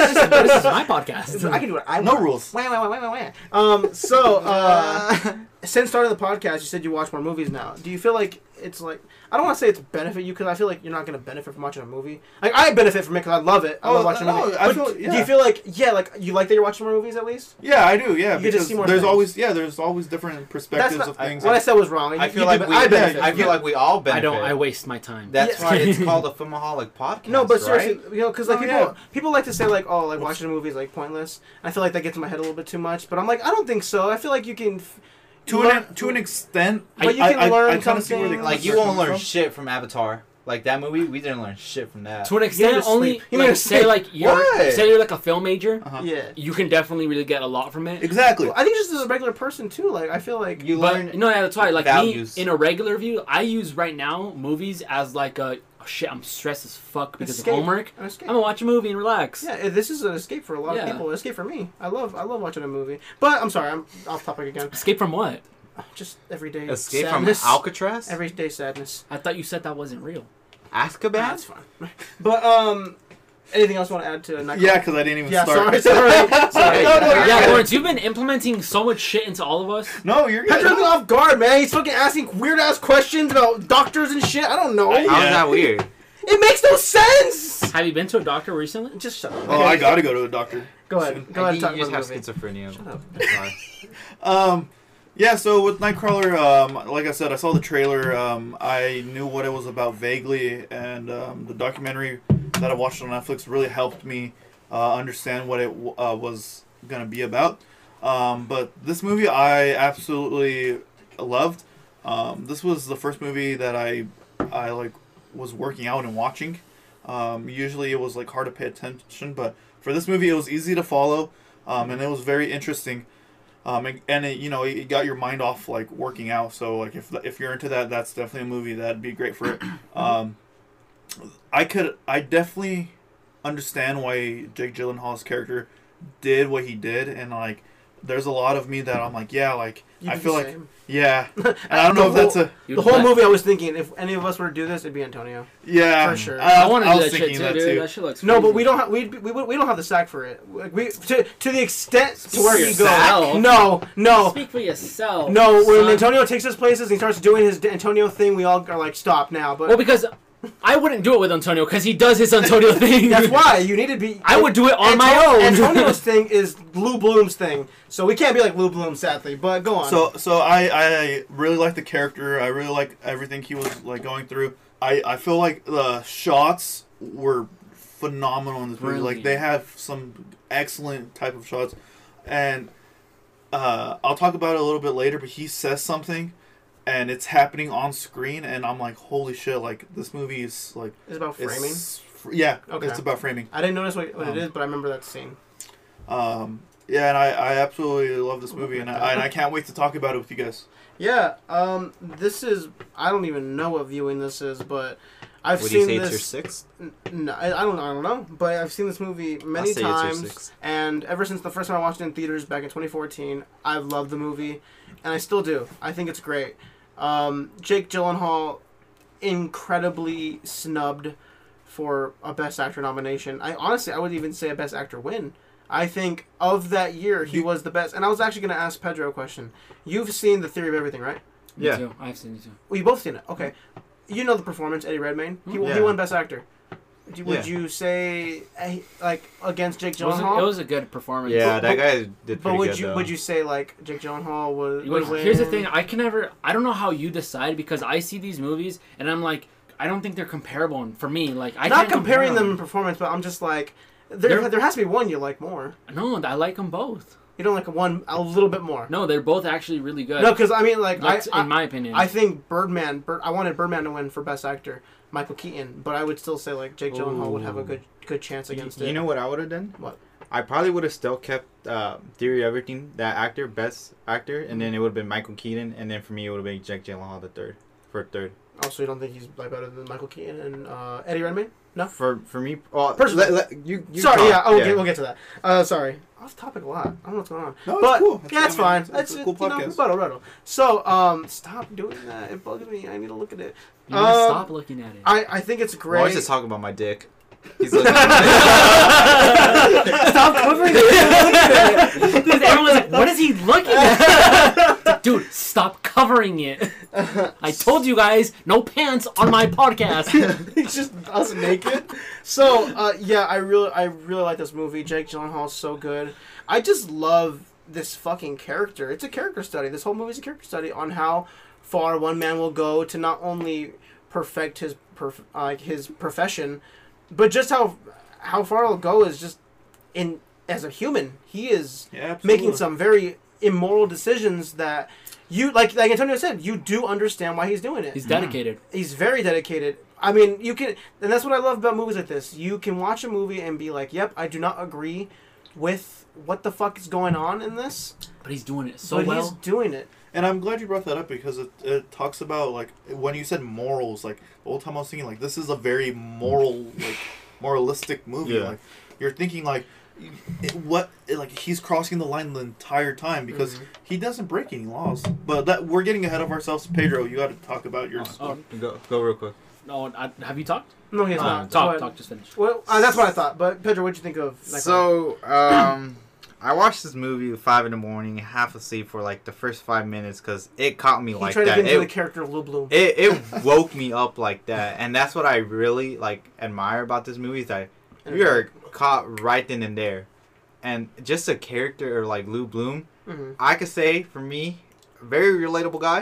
Speaker 2: is my podcast.
Speaker 1: I can do what I want.
Speaker 3: No rules.
Speaker 1: Wah, wah, wah, wah, wah. Um, so
Speaker 2: (laughs)
Speaker 1: uh, since starting the podcast, you said you watch more movies now. Do you feel like it's like I don't want to say it's benefit you because I feel like you're not going to benefit from watching a movie. Like I benefit from it because I love it. I love
Speaker 3: Oh,
Speaker 1: watching
Speaker 3: no,
Speaker 1: a movie.
Speaker 3: I
Speaker 1: But
Speaker 3: feel-
Speaker 1: Do
Speaker 3: yeah.
Speaker 1: you feel like yeah, like you like that you're watching more movies at least?
Speaker 3: Yeah, I do. Yeah,
Speaker 1: You get to
Speaker 3: because
Speaker 1: see more
Speaker 3: there's
Speaker 1: things.
Speaker 3: always yeah, there's always different
Speaker 1: That's
Speaker 3: perspectives
Speaker 1: not,
Speaker 3: of things.
Speaker 1: what I said was wrong.
Speaker 4: I
Speaker 1: You-
Speaker 4: feel
Speaker 1: you
Speaker 4: like
Speaker 1: did-
Speaker 4: we.
Speaker 1: I
Speaker 4: I,
Speaker 1: benefit.
Speaker 4: I feel like we all
Speaker 2: I
Speaker 4: benefit.
Speaker 2: don't. I waste my time.
Speaker 4: That's
Speaker 1: Yeah.
Speaker 2: (laughs)
Speaker 4: why it's called a Filmaholic podcast.
Speaker 1: no, but seriously,
Speaker 4: right?
Speaker 1: you know, because like
Speaker 3: No,
Speaker 1: people
Speaker 3: Oh, yeah.
Speaker 1: people like to say like oh like watching a movie is like pointless. I feel like that gets in my head a little bit too much. But I'm like I don't think so. I feel like you can. f-
Speaker 3: to
Speaker 1: learn-
Speaker 3: an e, to an extent,
Speaker 1: But you can learn something.
Speaker 4: like you
Speaker 1: Where
Speaker 4: won't learn
Speaker 3: from.
Speaker 4: shit from Avatar. Like that movie, we didn't learn shit from that.
Speaker 2: to an extent,
Speaker 1: to
Speaker 2: only
Speaker 1: sleep. You need
Speaker 2: like,
Speaker 1: to
Speaker 2: say
Speaker 1: sleep.
Speaker 2: like you're
Speaker 4: Why?
Speaker 2: say you're like a film major.
Speaker 3: Uh-huh.
Speaker 1: Yeah.
Speaker 2: You can definitely really get a lot from it.
Speaker 3: exactly.
Speaker 1: I think just as a regular person too. Like I feel like
Speaker 4: You learn.
Speaker 2: But no, yeah, that's why. Like
Speaker 4: values.
Speaker 2: me, in a regular view, I use right now movies as like a oh, shit. I'm stressed as fuck because
Speaker 1: Escape.
Speaker 2: of homework.
Speaker 1: An escape.
Speaker 2: I'm gonna watch a movie and relax.
Speaker 1: Yeah, eh, this is an escape for a lot of
Speaker 2: Yeah.
Speaker 1: people. An escape for me. I love I love watching a movie. But I'm sorry, I'm off topic again.
Speaker 2: Escape from what?
Speaker 1: Just everyday
Speaker 4: escape
Speaker 1: sadness.
Speaker 4: from Alcatraz,
Speaker 1: everyday sadness.
Speaker 2: I thought you said that wasn't real.
Speaker 1: That's
Speaker 4: Azkaban.
Speaker 1: fine. (laughs) But um Anything else you want to add to Nightcrawler?
Speaker 3: Yeah, because I didn't even
Speaker 1: Yeah,
Speaker 3: start.
Speaker 1: sorry, sorry, (laughs) sorry.
Speaker 3: No, no, you're
Speaker 2: yeah,
Speaker 3: good.
Speaker 2: Lawrence, you've been implementing so much shit into all of us.
Speaker 3: No,
Speaker 1: (laughs)
Speaker 3: you're
Speaker 1: That threw me
Speaker 3: good.
Speaker 1: off guard, man. He's fucking asking weird ass questions about doctors and shit. I don't know.
Speaker 3: I-
Speaker 4: How is
Speaker 3: Yeah.
Speaker 4: that weird?
Speaker 1: It makes no sense.
Speaker 2: Have you been to a doctor recently?
Speaker 1: Just shut up.
Speaker 3: Oh, I gotta go to the doctor.
Speaker 1: Go ahead. Go
Speaker 4: I
Speaker 1: ahead.
Speaker 4: think
Speaker 1: and Talk
Speaker 4: you just
Speaker 1: about
Speaker 4: have
Speaker 1: the movie.
Speaker 4: schizophrenia.
Speaker 1: Shut up.
Speaker 4: That's (laughs) why.
Speaker 3: Um, yeah. So with Nightcrawler, um, like I said, I saw the trailer. Um, I knew what it was about vaguely, and um, the documentary that I watched on Netflix really helped me uh, understand what it w- uh, was gonna be about. Um, but this movie, I absolutely loved. Um, this was the first movie that I, I like, was working out and watching. Um, usually it was like hard to pay attention, but for this movie, it was easy to follow, um, and it was very interesting. Um, and, and it, you know, it got your mind off like working out. So like, if if you're into that, that's definitely a movie that'd be
Speaker 1: (coughs)
Speaker 3: great for it. Um, I could, I definitely understand why Jake Gyllenhaal's character did what he did, and like, there's a lot of me that I'm like, yeah, like
Speaker 1: You
Speaker 3: I
Speaker 1: do
Speaker 3: feel
Speaker 1: the
Speaker 3: like,
Speaker 1: same. (laughs)
Speaker 3: yeah, and I don't know if
Speaker 1: The
Speaker 3: that's a
Speaker 2: You
Speaker 1: the whole
Speaker 2: what?
Speaker 1: movie, I was thinking if any of us were to do this, it'd be Antonio.
Speaker 3: yeah.
Speaker 1: For sure.
Speaker 3: I,
Speaker 2: I want
Speaker 3: want to. I
Speaker 2: do
Speaker 3: was
Speaker 2: that shit
Speaker 3: thinking
Speaker 2: too,
Speaker 3: that
Speaker 2: dude.
Speaker 3: too.
Speaker 2: That shit looks
Speaker 1: No, but
Speaker 2: crazy.
Speaker 1: we don't. Ha- we'd be, we would- we don't have the sack for it. Like we to to the extent to where he
Speaker 2: Sack?
Speaker 1: goes. No, no,
Speaker 2: Speak for yourself.
Speaker 1: no. When
Speaker 2: son.
Speaker 1: Antonio takes his places and he starts doing his D- Antonio thing, we all are like, stop now. But
Speaker 2: Well, because I wouldn't do it with Antonio because he does
Speaker 1: (laughs)
Speaker 2: his Antonio thing.
Speaker 1: that's why you need to be.
Speaker 2: I would do it on my
Speaker 1: Anto-
Speaker 2: own. (laughs)
Speaker 1: Antonio's thing is Lou Bloom's thing, so we can't be like Lou Bloom, sadly. But go on.
Speaker 3: So so I I really like the character. I really like everything he was like going through. I I feel like the shots were phenomenal in this movie. Like
Speaker 2: Brilliant.
Speaker 3: they have some excellent type of shots, and uh, I'll talk about it a little bit later. But he says something, and it's happening on screen, and I'm like, holy shit! Like this movie is like
Speaker 1: it's about
Speaker 3: it's-
Speaker 1: framing.
Speaker 3: yeah,
Speaker 1: Okay.
Speaker 3: it's about framing.
Speaker 1: I didn't notice what, what
Speaker 3: Um,
Speaker 1: it is, but I remember that scene.
Speaker 3: Um, yeah, and I, I absolutely love this movie, and I, and I can't wait to talk about it with you guys.
Speaker 1: Yeah. Um. This is. I don't even know what viewing this is, but I've
Speaker 4: Would
Speaker 1: seen
Speaker 4: you say
Speaker 1: this.
Speaker 4: it's your sixth?
Speaker 1: N- No, I, I don't. I don't know. But I've seen this movie many
Speaker 4: say it's your
Speaker 1: times,
Speaker 4: sixth.
Speaker 1: and ever since the first time I watched it in theaters back in 2014, I've loved the movie, and I still do. I think it's great. Um, Jake Gyllenhaal, incredibly snubbed for a Best Actor nomination. I honestly, I would even say a Best Actor win. I think of that year, he
Speaker 3: You-
Speaker 1: was the best. And I was actually going to ask Pedro a question. You've seen The Theory of Everything, right?
Speaker 2: Me
Speaker 4: Yeah.
Speaker 2: too. I've seen you too.
Speaker 1: We both seen it. Okay. You know the performance, Eddie Redmayne. He,
Speaker 4: Hmm? Yeah.
Speaker 1: he won Best Actor. Do- Would
Speaker 4: Yeah.
Speaker 1: you say eh, like against Jake
Speaker 2: It was, a,
Speaker 1: Gyllenhaal?
Speaker 2: it was a good performance.
Speaker 4: Yeah,
Speaker 1: But-
Speaker 4: that
Speaker 1: but-
Speaker 4: guy did pretty
Speaker 1: but would
Speaker 4: good
Speaker 1: you
Speaker 4: though.
Speaker 1: would you say like Jake Gyllenhaal would,
Speaker 2: Like,
Speaker 1: would win?
Speaker 2: here's the thing. I can never. I don't know how you decide because I see these movies and I'm like, I don't think they're comparable. And for me, like, I
Speaker 1: Not
Speaker 2: can't
Speaker 1: comparing
Speaker 2: compare
Speaker 1: them in performance, but I'm just like there
Speaker 2: They're-
Speaker 1: there has to be one you like more.
Speaker 2: No, I like them both.
Speaker 1: You don't like one a little bit more.
Speaker 2: No, they're both actually really good.
Speaker 1: No, because I mean like I,
Speaker 2: That's
Speaker 1: I,
Speaker 2: in my opinion.
Speaker 1: I think Birdman. Bir- I wanted Birdman to win for Best Actor, Michael Keaton, but I would still say like Jake Gyllenhaal would have a
Speaker 4: Ooh.
Speaker 1: good good chance against
Speaker 4: You
Speaker 1: it.
Speaker 4: know what I would have done?
Speaker 1: What?
Speaker 4: I probably would have still kept uh, Theory of Everything, that actor, best actor, and then it would have been Michael Keaton, and then for me it would have been Jack Gyllenhaal the third for third.
Speaker 1: Also, you don't think he's like better than Michael Keaton and uh, Eddie Redmayne? No.
Speaker 4: For for me, well,
Speaker 1: Personally.
Speaker 4: let- let- you, you
Speaker 1: sorry,
Speaker 4: talk.
Speaker 1: yeah, oh, Get, we'll get to that. Uh, sorry, off topic a lot. I don't know what's going on.
Speaker 3: No,
Speaker 1: but yeah, that's fine. It's,
Speaker 3: Oh, That's a cool
Speaker 1: you know,
Speaker 3: podcast.
Speaker 1: rebuttal, rebuttal. So, um, stop doing that. It bugs me. I need to look at it.
Speaker 2: you need to
Speaker 1: um,
Speaker 2: stop looking at it.
Speaker 1: I, I think it's
Speaker 4: I
Speaker 1: great.
Speaker 4: always just talk about my
Speaker 1: (laughs)
Speaker 4: dick. He's like,
Speaker 1: stop covering it.
Speaker 2: Dude, everyone's like, what is he looking at? Dude, stop covering it. I told you guys, no pants on my podcast.
Speaker 1: (laughs) it's just us naked. So uh, yeah, I really I really like this movie. Jake Gyllenhaal's so good. I just love this fucking character. It's a character study. This whole movie's a character study on how far one man will go to not only perfect his perf- uh, like his profession, but just how how far he'll go is just in as a human. He is
Speaker 3: Yeah, absolutely.
Speaker 1: making some very immoral decisions that you like like Antonio said, you do understand why he's doing it
Speaker 2: He's dedicated.
Speaker 1: he's very dedicated. I mean, you can, and that's what I love about movies like this. You can watch a movie and be like, "Yep, I do not agree with what the fuck is going on in this,"
Speaker 2: But he's doing it so
Speaker 1: but he's
Speaker 2: well.
Speaker 1: doing it.
Speaker 3: And I'm glad you brought that up because it, it talks about like when you said morals, like the whole time I was thinking like this is a very moral, like moralistic movie.
Speaker 4: Yeah.
Speaker 3: Like you're thinking like it- what like he's crossing the line the entire time because he doesn't
Speaker 1: (laughs)
Speaker 3: break any laws. But that we're getting ahead of ourselves. Pedro, you got to talk about yours.
Speaker 2: Oh,
Speaker 4: go, go real quick.
Speaker 2: No, I, have you talked?
Speaker 1: No, he has
Speaker 2: Uh,
Speaker 1: not.
Speaker 2: talk,
Speaker 1: but-
Speaker 2: talk, just finish.
Speaker 1: Well, uh, that's what I thought. But Pedro, what'd you think of? Nightcrawler?
Speaker 4: So, um, I watched this movie at five in the morning, half asleep for like the first five minutes because it caught me
Speaker 1: he
Speaker 4: like
Speaker 1: tried to
Speaker 4: that.
Speaker 1: get into
Speaker 4: It-
Speaker 1: the character of Lou Bloom.
Speaker 4: it, it woke me up like that and that's what i really like admire about this movie is that you are caught right then and there and just a character like lou bloom
Speaker 1: hmm
Speaker 4: i could say for me very relatable guy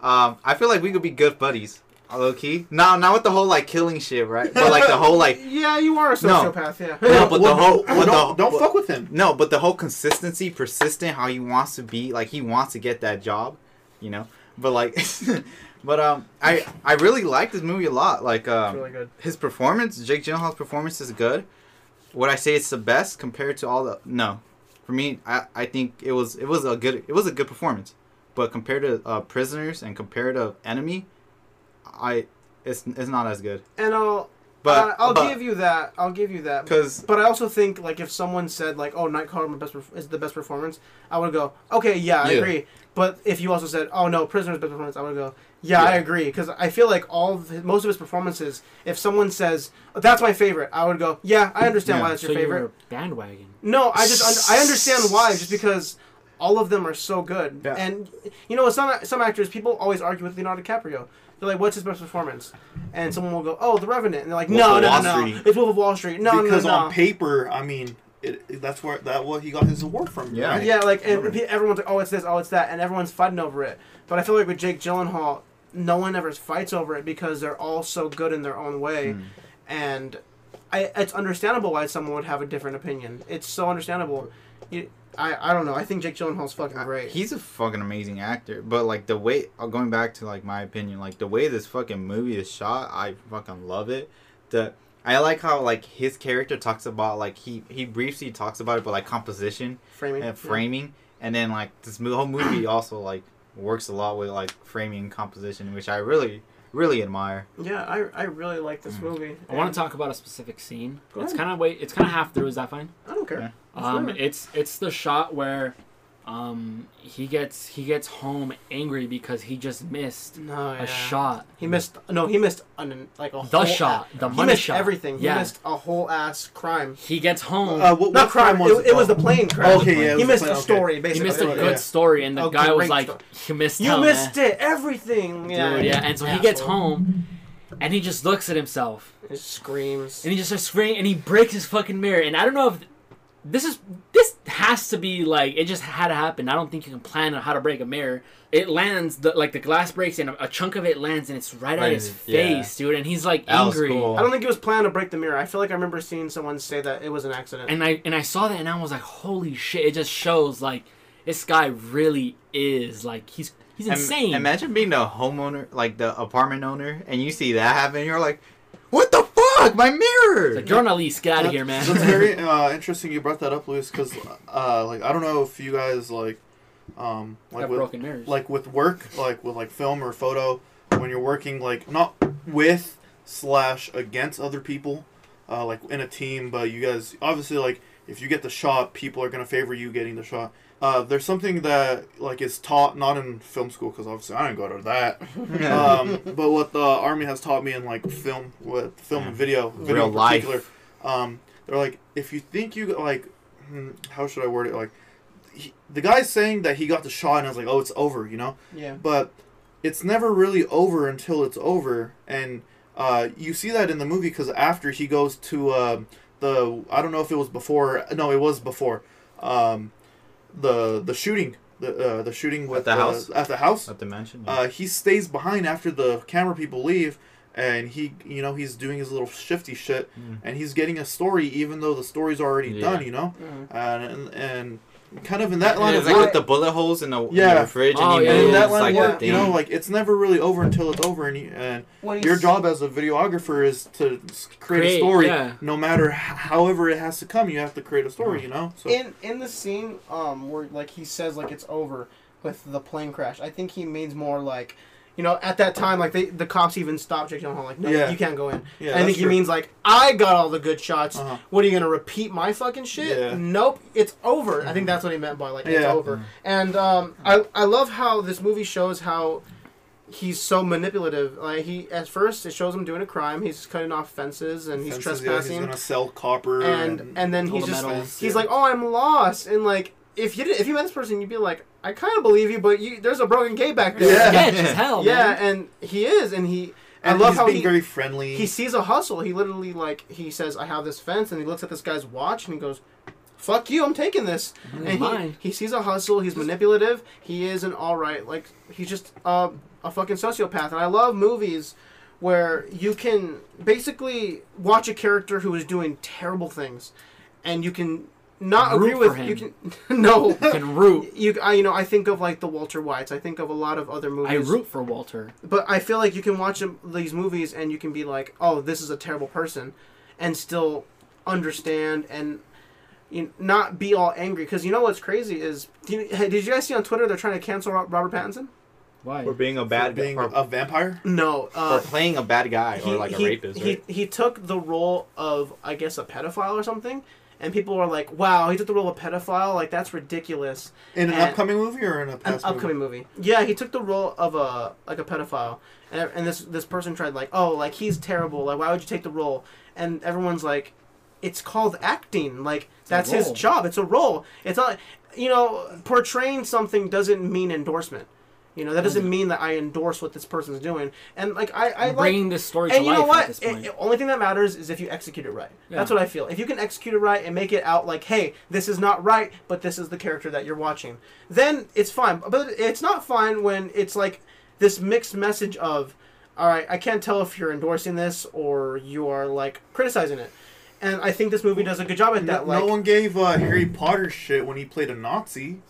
Speaker 4: um, i feel like we could be good buddies low key no not with the whole like killing shit right but like the whole like
Speaker 1: yeah, you are a
Speaker 4: No.
Speaker 1: sociopath. Yeah.
Speaker 4: No, but the
Speaker 3: Well,
Speaker 4: whole-
Speaker 3: well,
Speaker 4: but
Speaker 3: don't,
Speaker 4: the-
Speaker 3: don't
Speaker 4: but-
Speaker 3: fuck with him.
Speaker 4: no but the whole consistency persistent how he wants to be like he wants to get that job you know but like (laughs) but um i i really like this movie a lot like um
Speaker 1: It's really good.
Speaker 4: his performance, Jake Gyllenhaal's performance is good. Would I say it's the best compared to all the? No, for me, I, I think it was it was a good it was a good performance, but compared to uh, Prisoners and compared to Enemy, I it's it's not as good.
Speaker 1: And I'll,
Speaker 4: But
Speaker 1: uh, I'll give you that. I'll give you that.
Speaker 4: because
Speaker 1: But I also think like if someone said like, "Oh, Nightcrawler my best perf- is the best performance," I would go, "Okay, yeah, I
Speaker 4: Yeah.
Speaker 1: agree." But if you also said, "Oh no, Prisoner's best performance," I would go, "Yeah, I
Speaker 4: Yeah.
Speaker 1: agree," because I feel like all of his, most of his performances. If someone says that's my favorite, I would go, "Yeah, I understand
Speaker 4: Yeah.
Speaker 1: why that's
Speaker 2: so
Speaker 1: your favorite."
Speaker 2: you were bandwagon.
Speaker 1: No, I just un- I understand why, just because all of them are so good.
Speaker 4: Yeah.
Speaker 1: And you know, some some actors people always argue with Leonardo DiCaprio. They're like, "What's his best performance?" And someone will go, "Oh, The Revenant." And they're like,
Speaker 4: Wolf
Speaker 1: "No,
Speaker 4: of
Speaker 1: no,
Speaker 4: Wall
Speaker 1: no,
Speaker 4: Street."
Speaker 1: it's Wolf of Wall Street." No,
Speaker 3: because
Speaker 1: no, no.
Speaker 3: on paper, I mean, it, it- that's where that what he got his award from.
Speaker 4: Yeah.
Speaker 3: right?
Speaker 1: yeah, like and pe- everyone's like, "Oh, it's this, oh, it's that," and everyone's fighting over it. But I feel like with Jake Gyllenhaal, no one ever fights over it because they're all so good in their own way, and I, it's understandable why someone would have a different opinion. It's so understandable. You, I, I don't know. I think Jake Gyllenhaal's fucking great.
Speaker 4: Uh, he's a fucking amazing actor, but like the way uh, going back to like my opinion, like the way this fucking movie is shot, I fucking love it. The I like how like his character talks about like he he briefly talks about it, but like composition.
Speaker 1: framing.
Speaker 4: and framing, and then like this mo- whole movie (clears throat) also like works a lot with like framing and composition, which I really really admire.
Speaker 1: Yeah, I, I really like this movie.
Speaker 2: I want to talk about a specific scene.
Speaker 1: Go
Speaker 2: it's
Speaker 1: ahead.
Speaker 2: kind of wait. It's kind of half through. Is that fine?
Speaker 1: I don't care.
Speaker 4: Yeah.
Speaker 2: Um,
Speaker 1: Sure.
Speaker 2: it's it's the shot where, um, he gets he gets home angry because he just missed
Speaker 1: No, yeah.
Speaker 2: a shot.
Speaker 1: He missed. No, he missed an like a
Speaker 2: The
Speaker 1: whole
Speaker 2: shot, the
Speaker 1: he
Speaker 2: money
Speaker 1: missed
Speaker 2: shot.
Speaker 1: everything.
Speaker 2: Yeah.
Speaker 1: He missed a whole ass crime.
Speaker 2: He gets home.
Speaker 3: Uh, what,
Speaker 1: Not
Speaker 3: what
Speaker 1: crime. it, it was the
Speaker 3: though? Oh,
Speaker 1: plane crash.
Speaker 3: Okay, yeah, it
Speaker 1: he
Speaker 3: was
Speaker 1: missed
Speaker 3: the plane,
Speaker 1: a
Speaker 3: okay.
Speaker 1: story.
Speaker 2: he
Speaker 1: Basically,
Speaker 2: missed a
Speaker 1: Yeah.
Speaker 2: good story, and the
Speaker 1: A
Speaker 2: guy was
Speaker 1: great
Speaker 2: like,
Speaker 1: story.
Speaker 2: "You missed
Speaker 1: You
Speaker 2: out,
Speaker 1: missed
Speaker 2: man."
Speaker 1: it. Everything. Yeah.
Speaker 2: Dude, yeah, and so he gets home, and he just looks at himself,
Speaker 1: It screams.
Speaker 2: and he just starts screaming, and he breaks his fucking mirror. And I don't know if this is this has to be like it just had to happen. I don't think you can plan on how to break a mirror. It lands the, like the glass breaks, and a, a chunk of it lands, and it's right at
Speaker 4: Right,
Speaker 2: his
Speaker 4: yeah.
Speaker 2: face, dude. And he's like
Speaker 4: That was
Speaker 2: angry.
Speaker 4: cool.
Speaker 1: I don't think it was planned to break the mirror. I feel like I remember seeing someone say that it was an accident.
Speaker 2: And I and I saw that, and I was like, "Holy shit!" It just shows like this guy really is like he's he's
Speaker 4: Im-
Speaker 2: insane.
Speaker 4: imagine being the homeowner, like the apartment owner, and you see that happen. You're like, what the fuck, my mirror.
Speaker 2: Like, you're on a lease. Get out of
Speaker 3: That-
Speaker 2: here, man.
Speaker 1: (laughs)
Speaker 3: That's very uh, interesting. You brought that up, Luis, because uh, like I don't know if you guys like, um,
Speaker 2: (laughs)
Speaker 3: like
Speaker 2: Got
Speaker 3: with,
Speaker 2: broken nerves.
Speaker 3: like with work, like with like film or photo, when you're working like not with slash against other people, uh, like in a team, but you guys obviously like if you get the shot, people are gonna favor you getting the shot. Uh, there's something that like is taught not in film school because obviously I didn't go to that,
Speaker 4: (laughs)
Speaker 3: (laughs) um, but what the army has taught me in like film, with film and video, video
Speaker 4: Real
Speaker 3: in
Speaker 4: life.
Speaker 3: particular, um, they're like, if you think you like, hmm, how should I word it? Like, he, the guy's saying that he got the shot, and I was like, oh, it's over, you know.
Speaker 1: yeah.
Speaker 3: But it's never really over until it's over, and uh, you see that in the movie because after he goes to uh, the, I don't know if it was before, no, it was before, um, the the shooting, the uh, the shooting with
Speaker 4: the house?
Speaker 3: at the house.
Speaker 4: Not to mention. yeah.
Speaker 3: Uh, he stays behind after the camera people leave, and he, you know, he's doing his little shifty shit,
Speaker 4: Mm.
Speaker 3: and he's getting a story even though the story's already
Speaker 4: Yeah.
Speaker 3: done, you know,
Speaker 1: Mhm.
Speaker 3: and, and and kind of in that line
Speaker 4: And
Speaker 3: of
Speaker 4: it's like
Speaker 3: work,
Speaker 4: with the bullet holes in the, in
Speaker 3: Yeah.
Speaker 4: the fridge,
Speaker 2: Oh,
Speaker 4: and he
Speaker 2: yeah,
Speaker 3: and
Speaker 4: moves
Speaker 3: in
Speaker 2: yeah,
Speaker 3: that
Speaker 2: yeah.
Speaker 3: line
Speaker 4: like
Speaker 3: of
Speaker 4: that
Speaker 3: work,
Speaker 4: thing.
Speaker 3: you know, like it's never really over until it's over, and you, and
Speaker 1: What
Speaker 3: your
Speaker 1: he's-
Speaker 3: job as a videographer is to s- create,
Speaker 2: Create,
Speaker 3: a story,
Speaker 2: yeah.
Speaker 3: no matter h- however it has to come. You have to create a story, you know. So
Speaker 1: in in the scene um where like he says like it's over with the plane crash i think he means more like you know at that time like they, the cops even stopped jake Gyllenhaal, like no
Speaker 3: Yeah.
Speaker 1: you can't go in
Speaker 3: Yeah,
Speaker 1: i think
Speaker 3: that's
Speaker 1: he
Speaker 3: true.
Speaker 1: means like i got all the good shots
Speaker 3: Uh-huh.
Speaker 1: what are you gonna repeat my fucking shit
Speaker 3: Yeah. Mm-hmm.
Speaker 1: nope it's over i think that's what he meant by like it's
Speaker 3: Yeah.
Speaker 1: over and um I, I love how this movie shows how he's so manipulative. Like he at first it shows him doing a crime. He's cutting off fences and he's
Speaker 3: Fences, yeah,
Speaker 1: trespassing.
Speaker 3: He's gonna sell copper
Speaker 1: and and then
Speaker 2: All
Speaker 1: he's
Speaker 2: the
Speaker 1: just
Speaker 2: metals,
Speaker 1: he's
Speaker 3: yeah.
Speaker 1: like, oh, I'm lost, and like if you did, if you met this person, you'd be like, I kind of believe you, but you there's a broken gay back there.
Speaker 2: Yeah, as hell.
Speaker 1: yeah,
Speaker 2: man.
Speaker 1: and he is, and he. I
Speaker 3: and
Speaker 1: love
Speaker 3: he's
Speaker 1: how
Speaker 3: being
Speaker 1: he,
Speaker 3: very friendly.
Speaker 1: he sees a hustle. He literally like he says, "I have this fence," and he looks at this guy's watch and he goes, "Fuck you! I'm taking this." And
Speaker 2: mine.
Speaker 1: he, he sees a hustle. He's manipulative. He is an all right. Like he's just uh, a fucking sociopath. And I love movies where you can basically watch a character who is doing terrible things, and you can not
Speaker 2: Root
Speaker 1: agree with
Speaker 2: for
Speaker 1: you
Speaker 2: him.
Speaker 1: can (laughs) no.
Speaker 2: Can root.
Speaker 1: You, I, you know, I think of like the Walter Whites. I think of a lot of other movies
Speaker 2: I root for Walter.
Speaker 1: but I feel like you can watch them- these movies and you can be like, "Oh, this is a terrible person," and still understand and you know, not be all angry. Because you know what's crazy is, do you, hey, did you guys see on Twitter they're trying to cancel Ro- Robert Pattinson?
Speaker 2: Why?
Speaker 4: Or being a
Speaker 3: for
Speaker 4: bad guy.
Speaker 3: being
Speaker 4: Or,
Speaker 3: a vampire.
Speaker 1: No,
Speaker 4: or
Speaker 1: uh,
Speaker 4: playing a bad guy
Speaker 1: he,
Speaker 4: or like a
Speaker 1: he,
Speaker 4: rapist.
Speaker 1: he
Speaker 4: right?
Speaker 1: he took the role of I guess a pedophile or something, and people were like, "Wow, he took the role of pedophile. Like that's ridiculous."
Speaker 3: In an
Speaker 1: And-
Speaker 3: upcoming movie or in a
Speaker 1: an
Speaker 3: past
Speaker 1: upcoming movie. Yeah, he took the role of a like a pedophile, and, and this this person tried like, oh, like he's terrible. Like, why would you take the role? And everyone's like, it's called acting. Like
Speaker 2: a
Speaker 1: that's his
Speaker 2: role.
Speaker 1: job. It's a role. It's not, you know, portraying something doesn't mean endorsement. You know, that doesn't mean that I endorse what this person's doing. And like I, I
Speaker 2: I'm
Speaker 1: like
Speaker 2: bringing this story to
Speaker 1: and you
Speaker 2: life
Speaker 1: know
Speaker 2: at
Speaker 1: what?
Speaker 2: this
Speaker 1: It-
Speaker 2: point.
Speaker 1: it- only thing that matters is if you execute it right. That's
Speaker 2: Yeah.
Speaker 1: what I feel. If you can execute it right and make it out like, hey, this is not right, but this is the character that you're watching, then it's fine. But it's not fine when it's like this mixed message of, all right, I can't tell if you're endorsing this or you are like criticizing it. And I think this movie does a good job at
Speaker 3: No,
Speaker 1: that. Like,
Speaker 3: no one gave uh, Harry Potter shit when he played a Nazi.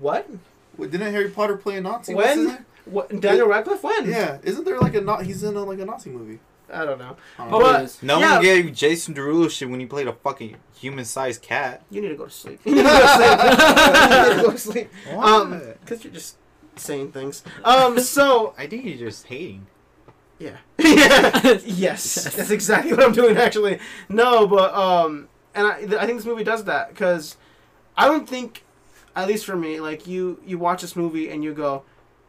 Speaker 1: what?
Speaker 3: Wait, Didn't Harry Potter play a Nazi? What's his
Speaker 1: (laughs) When?
Speaker 3: name?
Speaker 1: What, Daniel Radcliffe? When?
Speaker 3: Yeah, isn't there like a Na- he's in a, like a Nazi movie?
Speaker 1: I don't know.
Speaker 3: I don't
Speaker 2: Probably
Speaker 3: know.
Speaker 1: But-
Speaker 2: is.
Speaker 4: no
Speaker 1: yeah.
Speaker 4: one gave Jason Derulo shit when he played a fucking human-sized cat.
Speaker 1: You need to go to sleep. (laughs) You need to go to sleep. you need to go to sleep. Um,
Speaker 4: What?
Speaker 1: because you're just saying things. Um, so
Speaker 4: I think you're just hating.
Speaker 1: yeah, (laughs) yeah, (laughs) yes, that's exactly what I'm doing actually. No, but um, and I, th- I think this movie does that because I don't think, at least for me, like you, you watch this movie and you go,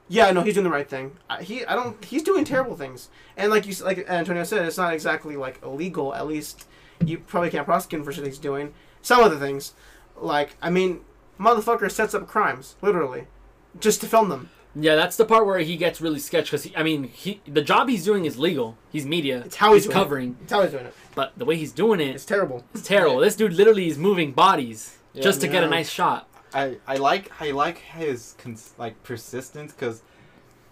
Speaker 1: yeah, no, he's doing the right thing. I, he, I don't, he's doing terrible things. And like you, s- like Antonio said, it's not exactly like illegal. At least you probably can't prosecute him for shit he's doing. Some of the things, like I mean, motherfucker sets up crimes literally, just to film them.
Speaker 2: Yeah, that's the part where he gets really sketched because I mean, he the job he's doing is legal. He's media.
Speaker 1: It's how he's doing it.
Speaker 2: covering,
Speaker 1: That's how he's doing it.
Speaker 2: but the way he's doing it,
Speaker 1: It's terrible.
Speaker 2: it's terrible. This dude literally is moving bodies
Speaker 4: Yeah.
Speaker 2: just to get a
Speaker 1: Yeah.
Speaker 2: nice shot.
Speaker 4: I, I like I like his cons- like persistence because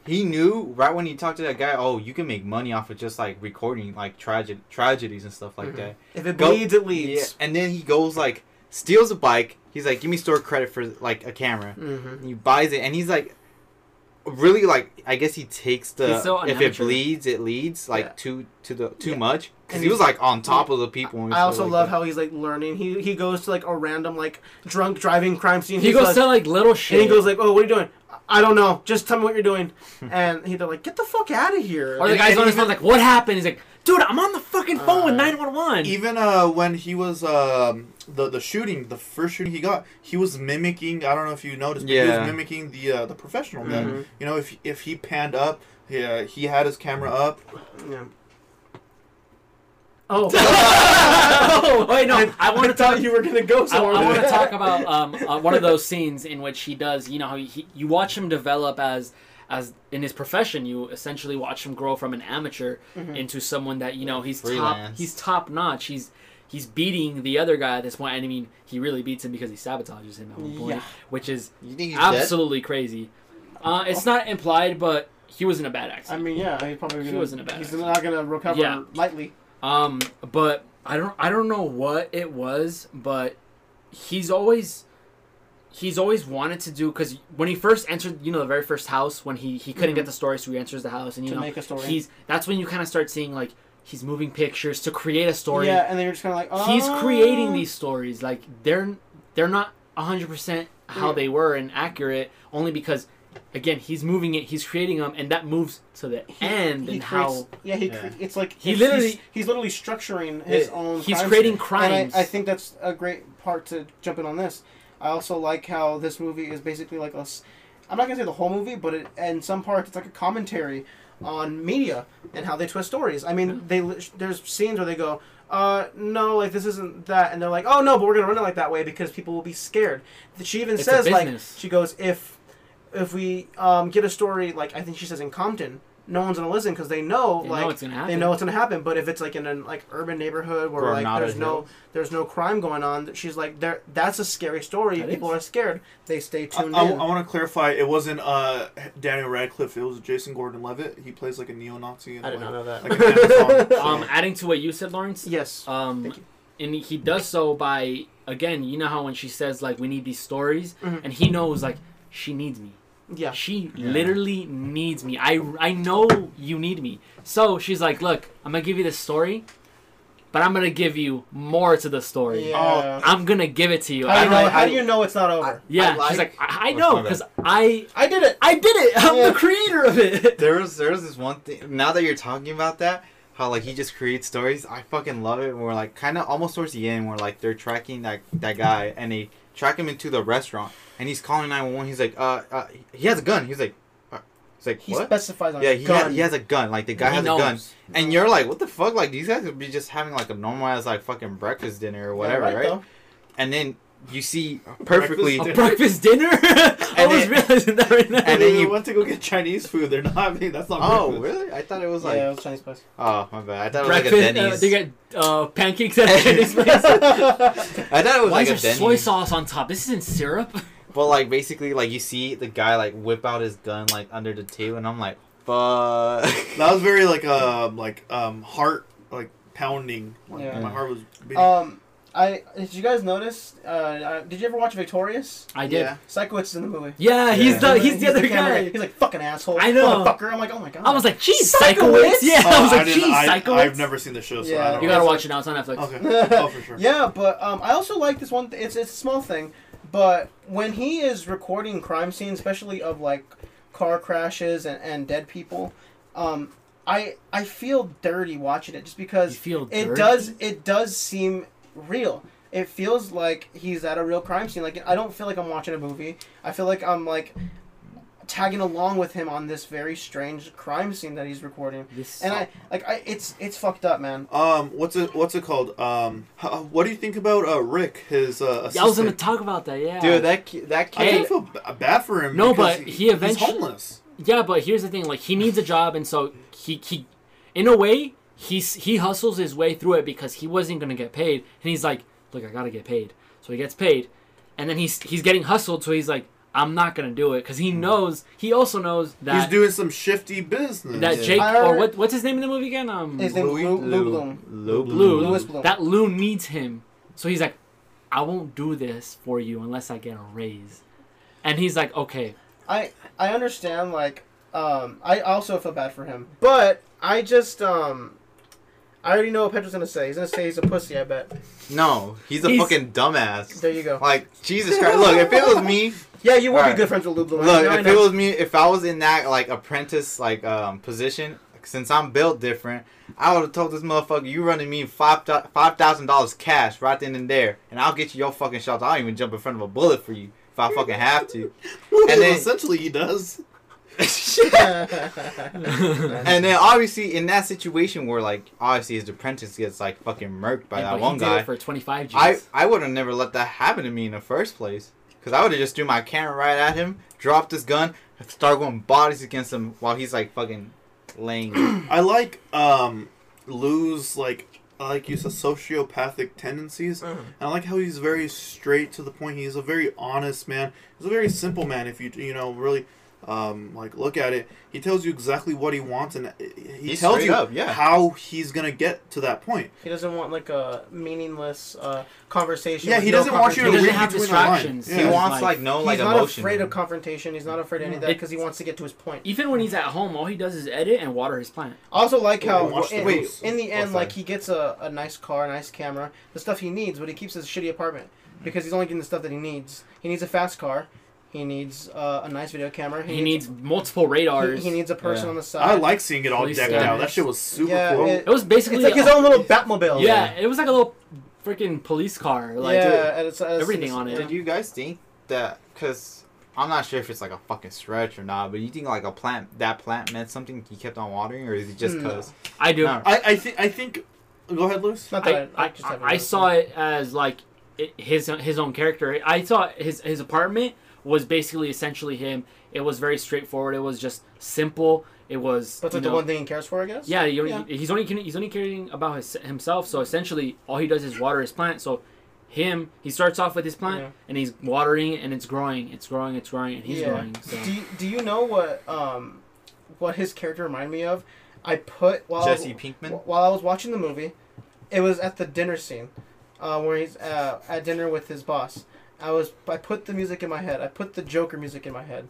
Speaker 4: he knew right when he talked to that guy. Oh, you can make money off of just like recording like tragedy tragedies and stuff like that.
Speaker 1: If it
Speaker 4: Go-
Speaker 1: bleeds, it leads.
Speaker 4: Yeah, and then he goes like steals a bike. He's like, give me store credit for like a camera.
Speaker 1: Mm-hmm.
Speaker 4: And he buys it, and he's like, really like I guess he takes the
Speaker 2: He's so an
Speaker 4: if it
Speaker 2: amateur.
Speaker 4: bleeds, it leads like
Speaker 1: Yeah.
Speaker 4: too to the too
Speaker 1: Yeah.
Speaker 4: much because
Speaker 1: And
Speaker 4: he was
Speaker 1: he's-
Speaker 4: like on top of the people. and
Speaker 1: I
Speaker 4: stuff
Speaker 1: also
Speaker 4: like
Speaker 1: love
Speaker 4: that.
Speaker 1: how he's like learning. He he goes to like a random like drunk driving crime scene.
Speaker 2: He
Speaker 1: He's
Speaker 2: goes
Speaker 1: like,
Speaker 2: to like little shit.
Speaker 1: and he goes like, "Oh, what are you doing? "I- I don't know. Just tell me what you're doing." and he's like, "Get the fuck out of here!"
Speaker 2: or the
Speaker 3: and-
Speaker 2: guy's
Speaker 3: and
Speaker 2: on his
Speaker 3: even-
Speaker 2: phone like, "What happened?" He's like, "Dude, I'm on the fucking phone with
Speaker 1: Uh,
Speaker 2: 911."
Speaker 3: Even uh, when he was um, the the shooting, the first shooting he got, he was mimicking. I don't know if you noticed, but he
Speaker 4: Yeah.
Speaker 3: was mimicking the uh, the professional man.
Speaker 1: Mhm.
Speaker 3: You know, if if he panned up, he, uh, he had his camera up.
Speaker 1: Yeah. Oh,
Speaker 2: (laughs) Oh wait, no, I want to talk.
Speaker 1: you were gonna go
Speaker 2: I,
Speaker 1: somewhere.
Speaker 2: want
Speaker 1: (laughs)
Speaker 2: to talk about um, uh, one of those scenes in which he does. You know how he, you watch him develop as as in his profession. You essentially watch him grow from an amateur into someone that you know he's top.
Speaker 4: Freelance.
Speaker 2: He's top notch. He's he's beating the other guy at this point. And I mean, he really beats him because he sabotages him at one point,
Speaker 1: Yeah.
Speaker 2: which is
Speaker 4: you think he's dead?
Speaker 2: absolutely crazy. Uh, it's not implied, but he was in a bad accident.
Speaker 1: I mean, yeah, he probably
Speaker 2: He
Speaker 1: gonna,
Speaker 2: wasn't a bad
Speaker 1: He's
Speaker 2: actor.
Speaker 1: not gonna recover
Speaker 2: Yeah.
Speaker 1: lightly.
Speaker 2: Um, but I don't I don't know what it was, but he's always he's always wanted to do because when he first entered, you know, the very first house when he he couldn't
Speaker 1: Mhm.
Speaker 2: get the story, so he enters the house and you
Speaker 1: To
Speaker 2: know
Speaker 1: make a story.
Speaker 2: he's that's when you kind of start seeing like he's moving pictures to create a story.
Speaker 1: Yeah, and then you're just kind of like, oh.
Speaker 2: He's creating these stories like they're they're not hundred percent how
Speaker 1: Yeah.
Speaker 2: they were and accurate only because. Again, he's moving it. He's creating them, and that moves to the end.
Speaker 1: He creates-
Speaker 2: and how
Speaker 1: yeah, he
Speaker 5: Yeah.
Speaker 1: Cre- it's like
Speaker 2: He
Speaker 1: it's-
Speaker 2: literally-
Speaker 1: he's, he's literally structuring his
Speaker 4: Yeah,
Speaker 1: own.
Speaker 2: he's
Speaker 1: crime
Speaker 2: creating
Speaker 1: scene.
Speaker 2: crimes.
Speaker 1: And I, I think that's a great part to jump in on this. I also like how this movie is basically like us. I'm not gonna say the whole movie, but it, in some parts, it's like a commentary on media and how they twist stories. I mean, they lit- there's scenes where they go, uh, no, like this isn't that, and they're like, oh no, but we're gonna run it like that way because people will be scared. She even
Speaker 2: It's a
Speaker 1: says like,
Speaker 2: business.
Speaker 1: she goes, if if we um, get a story like I think she says in Compton, no one's gonna listen because they know
Speaker 2: They know
Speaker 1: like
Speaker 2: it's gonna
Speaker 1: they
Speaker 2: happen.
Speaker 1: know it's gonna happen. But if it's like in an like urban neighborhood where like
Speaker 4: Coronado
Speaker 1: there's no there's no crime going on, that she's like there that's a scary story.
Speaker 2: That
Speaker 1: people
Speaker 2: is.
Speaker 1: are scared. They stay
Speaker 3: I,
Speaker 1: tuned in.
Speaker 3: want to clarify. It wasn't uh, Daniel Radcliffe. It was Jason Gordon-Levitt. He plays like a neo-Nazi. And
Speaker 1: I did not know that.
Speaker 3: Like an Amazon. So,
Speaker 2: Um, adding to what you said,
Speaker 1: (laughs)
Speaker 2: Lawrence.
Speaker 1: yes.
Speaker 2: Um,
Speaker 1: Thank you.
Speaker 2: and he does so by again, you know how when she says like we need these stories,
Speaker 1: Mhm.
Speaker 2: and he knows like she needs me.
Speaker 1: Yeah.
Speaker 2: She literally needs me. I I know you need me. So she's like, look, I'm gonna give you this story, but I'm gonna give you more to the story.
Speaker 1: Yeah.
Speaker 2: I'm gonna give it to you.
Speaker 1: How, do you
Speaker 2: Oh, I,
Speaker 1: know,
Speaker 4: I-
Speaker 1: how do you know it's not over?
Speaker 2: yeah,
Speaker 4: I
Speaker 2: she's like,
Speaker 4: like-
Speaker 2: I, I
Speaker 4: Oh,
Speaker 2: know
Speaker 4: my bad.
Speaker 2: because I
Speaker 1: I, did it.
Speaker 2: I did it. I'm
Speaker 1: Yeah.
Speaker 2: the creator of
Speaker 4: (laughs)
Speaker 2: it.
Speaker 4: There was there was this one thing. Now that you're talking about that, how like he just creates stories. I fucking love it. When we're like kind of almost towards the end, where like they're tracking that that guy and they track him into the restaurant and he's calling nine one one. He's like, uh, uh, he has a gun. He's like, uh, he's like
Speaker 1: He
Speaker 4: what?
Speaker 1: specifies on
Speaker 4: yeah, he,
Speaker 1: gun.
Speaker 4: Has, he has a gun. Like the guy
Speaker 2: He
Speaker 4: has a gun,
Speaker 2: knows.
Speaker 4: and you're like, what the fuck? Like these guys would be just having like a normalized like fucking breakfast dinner or whatever,
Speaker 1: Yeah,
Speaker 4: right?
Speaker 1: though.
Speaker 4: And then you see perfectly,
Speaker 2: A breakfast
Speaker 3: Breakfast
Speaker 2: dinner. (laughs) I
Speaker 4: And
Speaker 2: was
Speaker 4: then-
Speaker 2: realizing that right now.
Speaker 4: and then
Speaker 3: and then
Speaker 4: you-
Speaker 3: you went to go get Chinese food. They're not (laughs) having. That's not.
Speaker 4: (laughs) oh
Speaker 3: breakfast.
Speaker 4: really? I thought it was like,
Speaker 1: yeah, it was Chinese place.
Speaker 4: oh my bad. I thought it was
Speaker 2: breakfast.
Speaker 4: like a Denny's.
Speaker 2: uh, they got uh, pancakes at Denny's
Speaker 4: (laughs)
Speaker 2: place.
Speaker 4: I thought it was
Speaker 2: Why
Speaker 4: like
Speaker 2: is
Speaker 4: a
Speaker 2: there
Speaker 4: Denny's.
Speaker 2: soy sauce on top? This isn't syrup.
Speaker 4: But like basically, like you see the guy like whip out his gun like under the table, and I'm like, fuck.
Speaker 3: That was very like um like um heart like pounding. Like,
Speaker 1: Yeah.
Speaker 3: My heart was
Speaker 1: (laughs)
Speaker 3: beating.
Speaker 2: Uh,
Speaker 1: Um, I did you guys notice? Uh, uh, did you ever watch Victorious?
Speaker 2: I did.
Speaker 3: Yeah.
Speaker 1: Psychowitz is in the movie.
Speaker 2: Yeah, he's
Speaker 4: Yeah.
Speaker 2: the he's the other
Speaker 1: camera
Speaker 2: guy.
Speaker 1: He's like fucking asshole.
Speaker 2: I know.
Speaker 1: Motherfucker. I'm like, oh my god.
Speaker 2: I was like, geez,
Speaker 1: Psychowitz?
Speaker 2: Psychowitz. Yeah, (laughs) I was like, geez,
Speaker 3: Oh, I,
Speaker 2: Psychowitz.
Speaker 3: I've never seen the show, so
Speaker 1: Yeah.
Speaker 3: I don't.
Speaker 2: You gotta watch it now. It's on Netflix.
Speaker 3: Okay.
Speaker 2: (laughs)
Speaker 3: oh, for sure.
Speaker 1: Yeah, but um, I also like this one. Th- it's it's a small thing, but when he is recording crime scenes, especially of like car crashes and, and dead people, um, I I feel dirty watching it just because
Speaker 2: You feel
Speaker 1: it
Speaker 2: dirty?
Speaker 1: does it does seem real. It feels like he's at a real crime scene. Like I don't feel like I'm watching a movie. I feel like I'm like tagging along with him on this very strange crime scene that he's recording.
Speaker 2: This
Speaker 1: And I like I it's it's fucked up, man.
Speaker 3: Um, what's it? What's it called? Um, how, what do you think about uh Rick? His uh, assistant?
Speaker 2: Yeah, I was gonna talk about that. Yeah.
Speaker 4: Dude, that ki- that
Speaker 3: I
Speaker 4: kid.
Speaker 3: don't feel b- uh, bad for him.
Speaker 2: No,
Speaker 3: because
Speaker 2: but he eventually-
Speaker 3: he's homeless.
Speaker 2: Yeah, but here's the thing. Like he needs a job, and so he he, in a way, he's he hustles his way through it because he wasn't gonna get paid, and he's like, look, I gotta get paid. So he gets paid, and then he's he's getting hustled. So he's like, I'm not gonna do it because he knows. He also knows
Speaker 3: He's
Speaker 2: that
Speaker 3: doing some shifty business.
Speaker 2: that Jake
Speaker 1: I
Speaker 2: or
Speaker 1: already-
Speaker 2: what what's his name in the movie again? Um,
Speaker 1: His name is Lou, Lou Bloom.
Speaker 4: Lou
Speaker 2: Lou.
Speaker 1: Louis Bloom.
Speaker 2: That Lou needs him. So he's like, I won't do this for you unless I get a raise. And he's like, okay,
Speaker 1: I I understand like um I also feel bad for him. But I just um I already know what Petra's gonna say. He's gonna say he's a pussy, I bet.
Speaker 4: No, he's a
Speaker 2: He's-
Speaker 4: fucking dumbass.
Speaker 1: There you go.
Speaker 4: Like Jesus Christ! Look, if it was me,
Speaker 1: Yeah, you would be
Speaker 4: Alright.
Speaker 1: good friends with Lou Bloom.
Speaker 4: look,
Speaker 1: Now I
Speaker 4: if
Speaker 1: know.
Speaker 4: it was me, if I was in that like apprentice like um position, since I'm built different, I would have told this motherfucker, "You running me five five thousand dollars cash right then and there, and I'll get you your fucking shots. I'll even jump in front of a bullet for you if I fucking have
Speaker 2: (laughs)
Speaker 4: to."
Speaker 3: Well,
Speaker 4: and then-
Speaker 3: essentially he does.
Speaker 2: (laughs)
Speaker 4: And then obviously in that situation where like obviously his apprentice gets like fucking murked by
Speaker 2: Yeah, but
Speaker 4: that
Speaker 2: he
Speaker 4: one
Speaker 2: did
Speaker 4: guy,
Speaker 2: it for 25 G's.
Speaker 4: I I would have never let that happen to me in the first place because I would have just threw my camera right at him, dropped his gun, and start going bodies against him while he's like fucking laying.
Speaker 3: I like um Lou's like I like his sociopathic tendencies.
Speaker 2: Uh-huh.
Speaker 3: And I like how he's very straight to the point. He's a very honest man. He's a very simple man. If you you know really um like look at it, he tells you exactly what he wants and uh, he
Speaker 4: He's
Speaker 3: tells
Speaker 4: straight
Speaker 3: you
Speaker 4: up, yeah.
Speaker 3: how he's gonna get to that point.
Speaker 1: (laughs) he doesn't want like a meaningless uh conversation.
Speaker 3: Yeah,
Speaker 1: with
Speaker 3: he
Speaker 1: no
Speaker 3: doesn't want you to
Speaker 2: he
Speaker 1: confrontation.
Speaker 2: doesn't
Speaker 3: read
Speaker 2: have
Speaker 3: between the lines.
Speaker 2: distractions.
Speaker 3: Yeah.
Speaker 4: he
Speaker 3: He's
Speaker 4: wants like no like
Speaker 1: He's not
Speaker 4: emotion.
Speaker 1: afraid of confrontation. He's not afraid of any of that
Speaker 2: It-
Speaker 1: because he wants to get to his point.
Speaker 2: even when he's at home, all he does is edit and water his plant.
Speaker 1: I also like
Speaker 3: Wait,
Speaker 1: how
Speaker 3: watch the
Speaker 1: in,
Speaker 3: rules.
Speaker 1: in the
Speaker 4: Oh,
Speaker 1: end,
Speaker 4: sorry.
Speaker 1: like he gets a, a nice car, a nice camera, the stuff he needs, but he keeps his shitty apartment because he's only getting the stuff that he needs. He needs a fast car. He needs uh, a nice video camera.
Speaker 2: He needs multiple radars.
Speaker 1: he, he needs a person
Speaker 4: Yeah.
Speaker 1: on the side.
Speaker 3: I like seeing it all
Speaker 2: Police
Speaker 3: decked
Speaker 2: scanners.
Speaker 3: out. That shit was super
Speaker 1: Yeah,
Speaker 3: cool.
Speaker 1: it-
Speaker 2: it was basically
Speaker 1: It's like his
Speaker 2: a-
Speaker 1: own little Batmobile.
Speaker 2: Yeah, it was like a little freaking police car. Like
Speaker 1: yeah, and it's, it's-
Speaker 2: everything
Speaker 1: it's-
Speaker 2: on it.
Speaker 4: Did you guys think that because I'm not sure if it's like a fucking stretch or not, but you think like a plant that plant meant something he kept on watering, or is it just
Speaker 6: No.
Speaker 4: cause?
Speaker 2: I do.
Speaker 4: No.
Speaker 3: I I think I think. Go ahead, Luis.
Speaker 2: I, I, I, I saw it as like it, his his own character. I saw his his apartment was basically essentially him. It was very straightforward. It was just simple. It was.
Speaker 1: That's
Speaker 2: you
Speaker 1: like the
Speaker 2: know-
Speaker 1: one thing he cares for, I guess.
Speaker 2: Yeah, you
Speaker 1: Yeah.
Speaker 2: he's only caring- he's only caring about his, himself. So essentially, all he does is water his plant. So him, he starts off with his plant
Speaker 1: Yeah.
Speaker 2: and he's watering it, and it's growing, it's growing, it's growing, and he's
Speaker 1: Yeah.
Speaker 2: growing. So
Speaker 1: Do you, Do you know what um, what his character reminded me of? I put while
Speaker 4: Jesse Pinkman.
Speaker 1: while I was watching the movie, it was at the dinner scene, uh, where he's uh, at dinner with his boss. I was I put the music in my head. I put the Joker music in my head,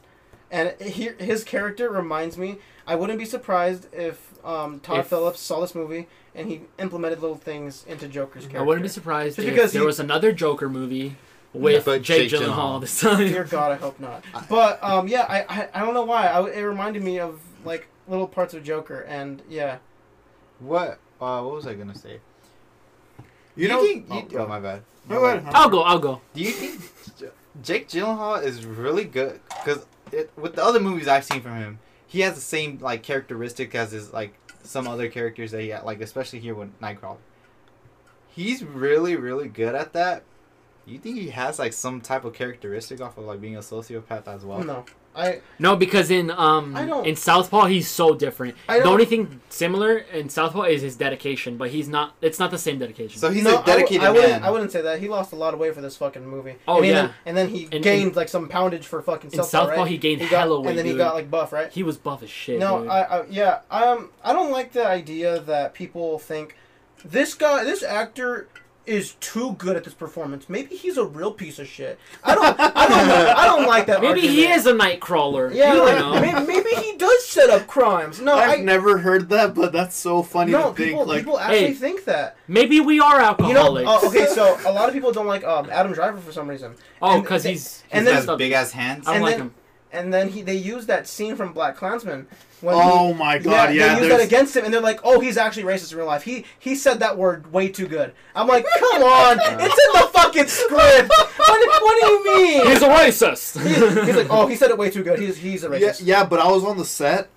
Speaker 1: and he, his character reminds me. I wouldn't be surprised if um, Todd
Speaker 2: If-
Speaker 1: Phillips saw this movie and he implemented little things into Joker's character.
Speaker 2: I wouldn't be surprised
Speaker 1: Just
Speaker 2: if
Speaker 1: because
Speaker 2: there
Speaker 1: he-
Speaker 2: was another Joker movie with
Speaker 4: But
Speaker 2: Jake,
Speaker 4: Jake
Speaker 2: Gyllenhaal
Speaker 4: Gyllenhaal.
Speaker 2: this time.
Speaker 1: Dear God, I hope not. But um, yeah, I, I I don't know why. I, it reminded me of like little parts of Joker, and yeah,
Speaker 4: What? Uh, what was I gonna say?
Speaker 3: You know-
Speaker 4: think?
Speaker 3: oh,
Speaker 4: You, oh, my bad.
Speaker 3: Go ahead.
Speaker 2: I'll go. I'll go.
Speaker 4: Do you think J- Jake Gyllenhaal is really good? Because with the other movies I've seen from him, he has the same like characteristic as his like some other characters that he had, like especially here with Nightcrawler. He's really really good at that. You think he has like some type of characteristic off of like being a sociopath as well?
Speaker 1: no, I
Speaker 2: No, because in um
Speaker 1: I don't-
Speaker 2: in Southpaw he's so different.
Speaker 1: I don't-
Speaker 2: The only thing similar in Southpaw is his dedication, but he's not. It's not the same dedication.
Speaker 4: So he's
Speaker 1: no,
Speaker 4: a dedicated
Speaker 1: I, wou- I
Speaker 4: man.
Speaker 1: wouldn't, I wouldn't say that. He lost a lot of weight for this fucking movie.
Speaker 2: Oh,
Speaker 1: and he-
Speaker 2: yeah.
Speaker 1: and then he
Speaker 2: in-
Speaker 1: gained like some poundage for fucking
Speaker 2: in
Speaker 1: Southpaw.
Speaker 2: Southpaw
Speaker 1: right?
Speaker 2: he gained
Speaker 1: got,
Speaker 2: hella weight.
Speaker 1: and then he
Speaker 2: dude.
Speaker 1: got like buff, right?
Speaker 2: He was buff as shit.
Speaker 1: No, uh,
Speaker 2: dude.
Speaker 1: I, I yeah, um, I don't like the idea that people think this guy, this actor, is too good at this performance. Maybe he's a real piece of shit. I don't, I don't, like, I don't like that.
Speaker 2: (laughs) Maybe he
Speaker 1: argument.
Speaker 2: is a nightcrawler.
Speaker 1: Yeah,
Speaker 2: you
Speaker 1: like,
Speaker 2: don't know.
Speaker 1: may- maybe, he does set up crimes. No,
Speaker 3: I've
Speaker 1: I,
Speaker 3: never heard that, but that's so funny
Speaker 1: no,
Speaker 3: to think.
Speaker 1: people,
Speaker 3: like,
Speaker 1: people actually
Speaker 2: Hey,
Speaker 1: think that.
Speaker 2: Maybe we are
Speaker 1: You know,
Speaker 2: alcoholics.
Speaker 1: oh, okay, so a lot of people don't like um, Adam Driver for some reason.
Speaker 2: oh,
Speaker 1: and-
Speaker 2: because he's,
Speaker 1: and then-
Speaker 2: he's
Speaker 4: has
Speaker 2: messed up.
Speaker 4: big ass hands.
Speaker 2: I don't
Speaker 1: and
Speaker 2: like
Speaker 1: then-
Speaker 2: him.
Speaker 1: And then he they use that scene from Black Klansman. When he-
Speaker 3: oh my god, yeah.
Speaker 1: they use that
Speaker 3: there's-
Speaker 1: against him, and they're like, "Oh, he's actually racist in real life. He he said that word way too good." I'm like, "Come on, it's in the fucking script. What, what do you mean?"
Speaker 2: He's
Speaker 1: He's,
Speaker 2: a racist. (laughs)
Speaker 1: he's like, "Oh, (laughs) he said it way too good. He's he's a
Speaker 3: yeah,
Speaker 1: racist."
Speaker 3: yeah, but I was on the set.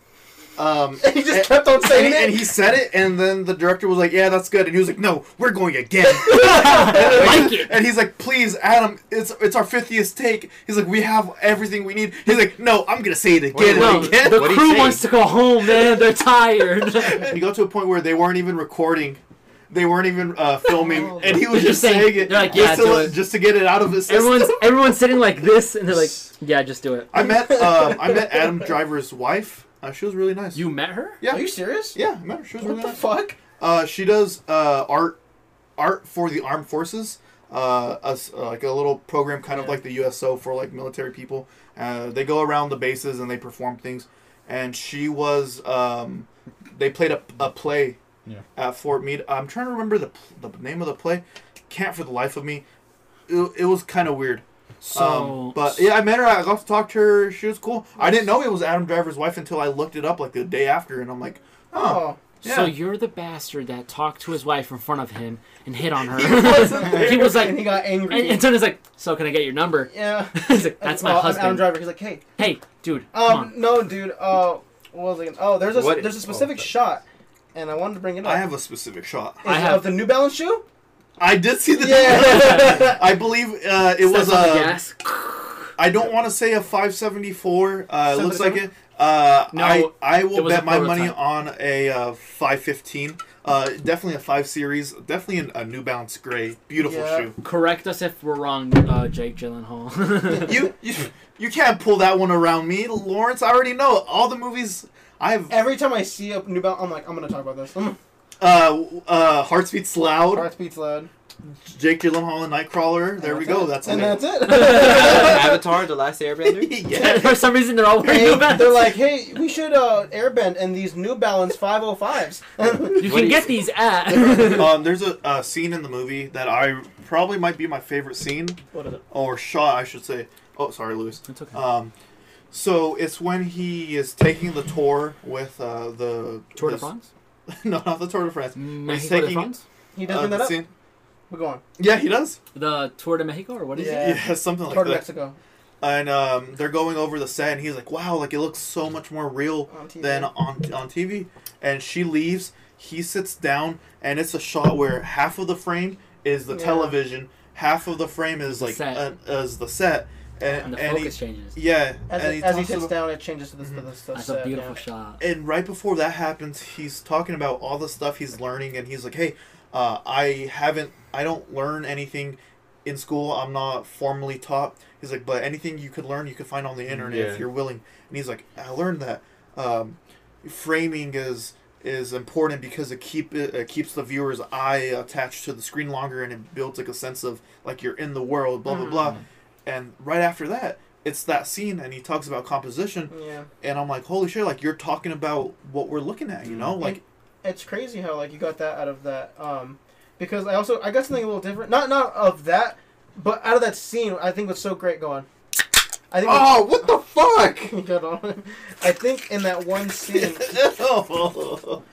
Speaker 3: Um,
Speaker 1: And (laughs) he just
Speaker 3: and-
Speaker 1: kept on saying
Speaker 3: and,
Speaker 1: it.
Speaker 3: and he said it, and then the director was like, "Yeah, that's good," and he was like, "No, we're
Speaker 1: (laughs)
Speaker 3: going again."
Speaker 2: like it.
Speaker 3: And he's like, "Please, Adam, it's it's our fiftieth take." He's like, "We have everything we need." He's like, "No, I'm gonna say it again."
Speaker 4: Wait,
Speaker 2: No,
Speaker 3: and again.
Speaker 2: the
Speaker 4: What'd he
Speaker 2: crew
Speaker 4: say?
Speaker 2: wants to go home, man.
Speaker 1: (laughs)
Speaker 2: They're tired.
Speaker 3: (laughs) And he got to a point where they weren't even recording. They weren't even uh, filming,
Speaker 1: Oh.
Speaker 3: and he was
Speaker 2: They're
Speaker 3: just saying it
Speaker 2: they're like, yeah,
Speaker 3: just, to,
Speaker 2: do
Speaker 3: let-
Speaker 2: it.
Speaker 3: just to get it out of his system.
Speaker 2: (laughs) Everyone's everyone's sitting like this, and they're like, "Yeah, just do it."
Speaker 3: I met um, I met Adam Driver's wife. Uh, she was really nice.
Speaker 2: You met her?
Speaker 3: yeah,
Speaker 1: Are you serious?
Speaker 3: yeah, I met her. She was
Speaker 1: What
Speaker 3: really
Speaker 1: the
Speaker 3: nice.
Speaker 1: fuck?
Speaker 3: Uh, she does uh, art art for the armed forces. Uh, us uh, like a little program, kind of
Speaker 1: Yeah.
Speaker 3: like the USO for like military people. Uh, they go around the bases and they perform things. And she was um, they played a, a play
Speaker 4: Yeah.
Speaker 3: at Fort Meade. I'm trying to remember the pl- the name of the play. Can't for the life of me. It, it was kind of weird.
Speaker 2: So,
Speaker 3: um, but yeah, I met her. I got to talk to her. She was cool. I didn't know it was Adam Driver's wife until I looked it up like the day after, and I'm like, oh,
Speaker 1: Oh,
Speaker 2: so
Speaker 3: yeah.
Speaker 2: you're the bastard that talked to his wife in front of him and
Speaker 1: (laughs)
Speaker 2: hit on her.
Speaker 3: wasn't
Speaker 2: (laughs)
Speaker 3: there.
Speaker 2: he was
Speaker 1: Oh.
Speaker 2: like,
Speaker 1: and he got
Speaker 2: and,
Speaker 1: angry.
Speaker 2: and Tony's like, "So can I get your number?"
Speaker 1: yeah,
Speaker 2: (laughs) He's like, "That's my
Speaker 1: Uh, I'm Adam
Speaker 2: husband."
Speaker 1: Driver. He's like, "Hey,
Speaker 2: Hey, dude, come
Speaker 1: um,
Speaker 2: on.
Speaker 1: no, dude. Uh, what was it? Oh, there's a
Speaker 4: What-
Speaker 1: there's a
Speaker 4: oh,
Speaker 1: specific
Speaker 4: fuck.
Speaker 1: shot, and I wanted to bring it up.
Speaker 3: I have a specific shot.
Speaker 1: Is
Speaker 2: I
Speaker 1: it
Speaker 2: have-
Speaker 1: of the New Balance shoe.
Speaker 3: I did see the.
Speaker 1: Yeah.
Speaker 3: (laughs) I believe uh, it was
Speaker 2: Steps on the
Speaker 3: a.
Speaker 2: gas.
Speaker 3: I don't want to say a 574. Uh, it looks like
Speaker 1: 77?
Speaker 3: it. Uh,
Speaker 2: No,
Speaker 3: I I
Speaker 2: it
Speaker 3: will
Speaker 2: was a
Speaker 3: bet my money
Speaker 2: prototype.
Speaker 3: on a uh, 515. Uh, definitely a five series. Definitely an, a New Balance gray. Beautiful
Speaker 1: Yeah.
Speaker 3: shoe.
Speaker 2: Correct us if we're wrong, uh, Jake Gyllenhaal.
Speaker 3: You you you can't pull that one around me, Lawrence. I already know all the movies. I've
Speaker 1: Every time I see a New Balance, I'm like, I'm gonna talk about this. I'm
Speaker 3: uh uh Hearts Beats Loud,
Speaker 1: Heart beats loud.
Speaker 3: Jake Gyllenhaal and Nightcrawler. There we
Speaker 1: That's
Speaker 3: go.
Speaker 1: it.
Speaker 3: That's
Speaker 1: and
Speaker 3: (laughs)
Speaker 1: (laughs)
Speaker 2: (laughs)
Speaker 3: it.
Speaker 1: that's it.
Speaker 4: Avatar: The Last Airbender.
Speaker 3: yeah.
Speaker 2: For some reason, they're all wearing
Speaker 1: Hey,
Speaker 2: New Balance.
Speaker 1: they're like, hey, we should uh, airbend in these New Balance 505s.
Speaker 2: you
Speaker 4: what
Speaker 2: can
Speaker 4: do
Speaker 2: get these (laughs) at.
Speaker 3: um, there's a, a scene in the movie that I probably might be my favorite scene
Speaker 1: what is it?
Speaker 3: or shot, I should say. Oh, sorry, Lewis.
Speaker 2: it's okay.
Speaker 3: Um, so it's when he is taking the tour with uh, the
Speaker 2: Tour de
Speaker 3: the-
Speaker 2: France.
Speaker 3: (laughs)
Speaker 2: Mm,
Speaker 3: No, not the Tour de France.
Speaker 2: Mexico de
Speaker 3: Mm, taking-
Speaker 2: France.
Speaker 1: He
Speaker 3: Uh,
Speaker 1: does bring
Speaker 3: the
Speaker 1: that up.
Speaker 3: scene-
Speaker 1: We're going.
Speaker 3: Yeah, he does.
Speaker 2: The Tour de Mexico, or what is
Speaker 1: Yeah.
Speaker 2: it?
Speaker 3: (laughs) Yeah, something like
Speaker 1: Toward
Speaker 3: that.
Speaker 1: Mexico.
Speaker 3: and um, they're going over the set, and he's like, "Wow, like it looks so much more real
Speaker 1: On TV.
Speaker 3: than on on TV." And she leaves. He sits down, and it's a shot where half of the frame is the
Speaker 1: Yeah.
Speaker 3: television, half of the frame is like
Speaker 2: Set.
Speaker 3: uh, is the set, and,
Speaker 2: and the
Speaker 3: and he-
Speaker 2: focus changes.
Speaker 3: yeah,
Speaker 1: As,
Speaker 3: and
Speaker 1: it, as he
Speaker 3: talks
Speaker 1: sits
Speaker 3: about-
Speaker 1: down, it changes to this. To this, to
Speaker 2: Mm-hmm. That's
Speaker 1: set,
Speaker 2: a beautiful
Speaker 1: yeah.
Speaker 2: shot.
Speaker 3: and right before that happens, he's talking about all the stuff he's learning, and he's like, "Hey, uh, I haven't, I don't learn anything in school. I'm not formally taught." He's like, "But anything you could learn, you could find on the internet
Speaker 4: Yeah.
Speaker 3: if you're willing." And he's like, "I learned that um, framing is is important because it keep it, it keeps the viewer's eye attached to the screen longer, and it builds like a sense of like you're in the world, blah blah blah." And right after that, it's that scene, and he talks about composition
Speaker 1: Yeah,
Speaker 3: and I'm like, holy shit! Like you're talking about what we're looking at, you know? Like
Speaker 1: it's crazy how like you got that out of that. Um, because I also I got something a little different. Not not of that, but out of that scene, I think was so great going. I think. (laughs)
Speaker 4: Oh, what the fuck?
Speaker 1: Hold on. I think in that one scene,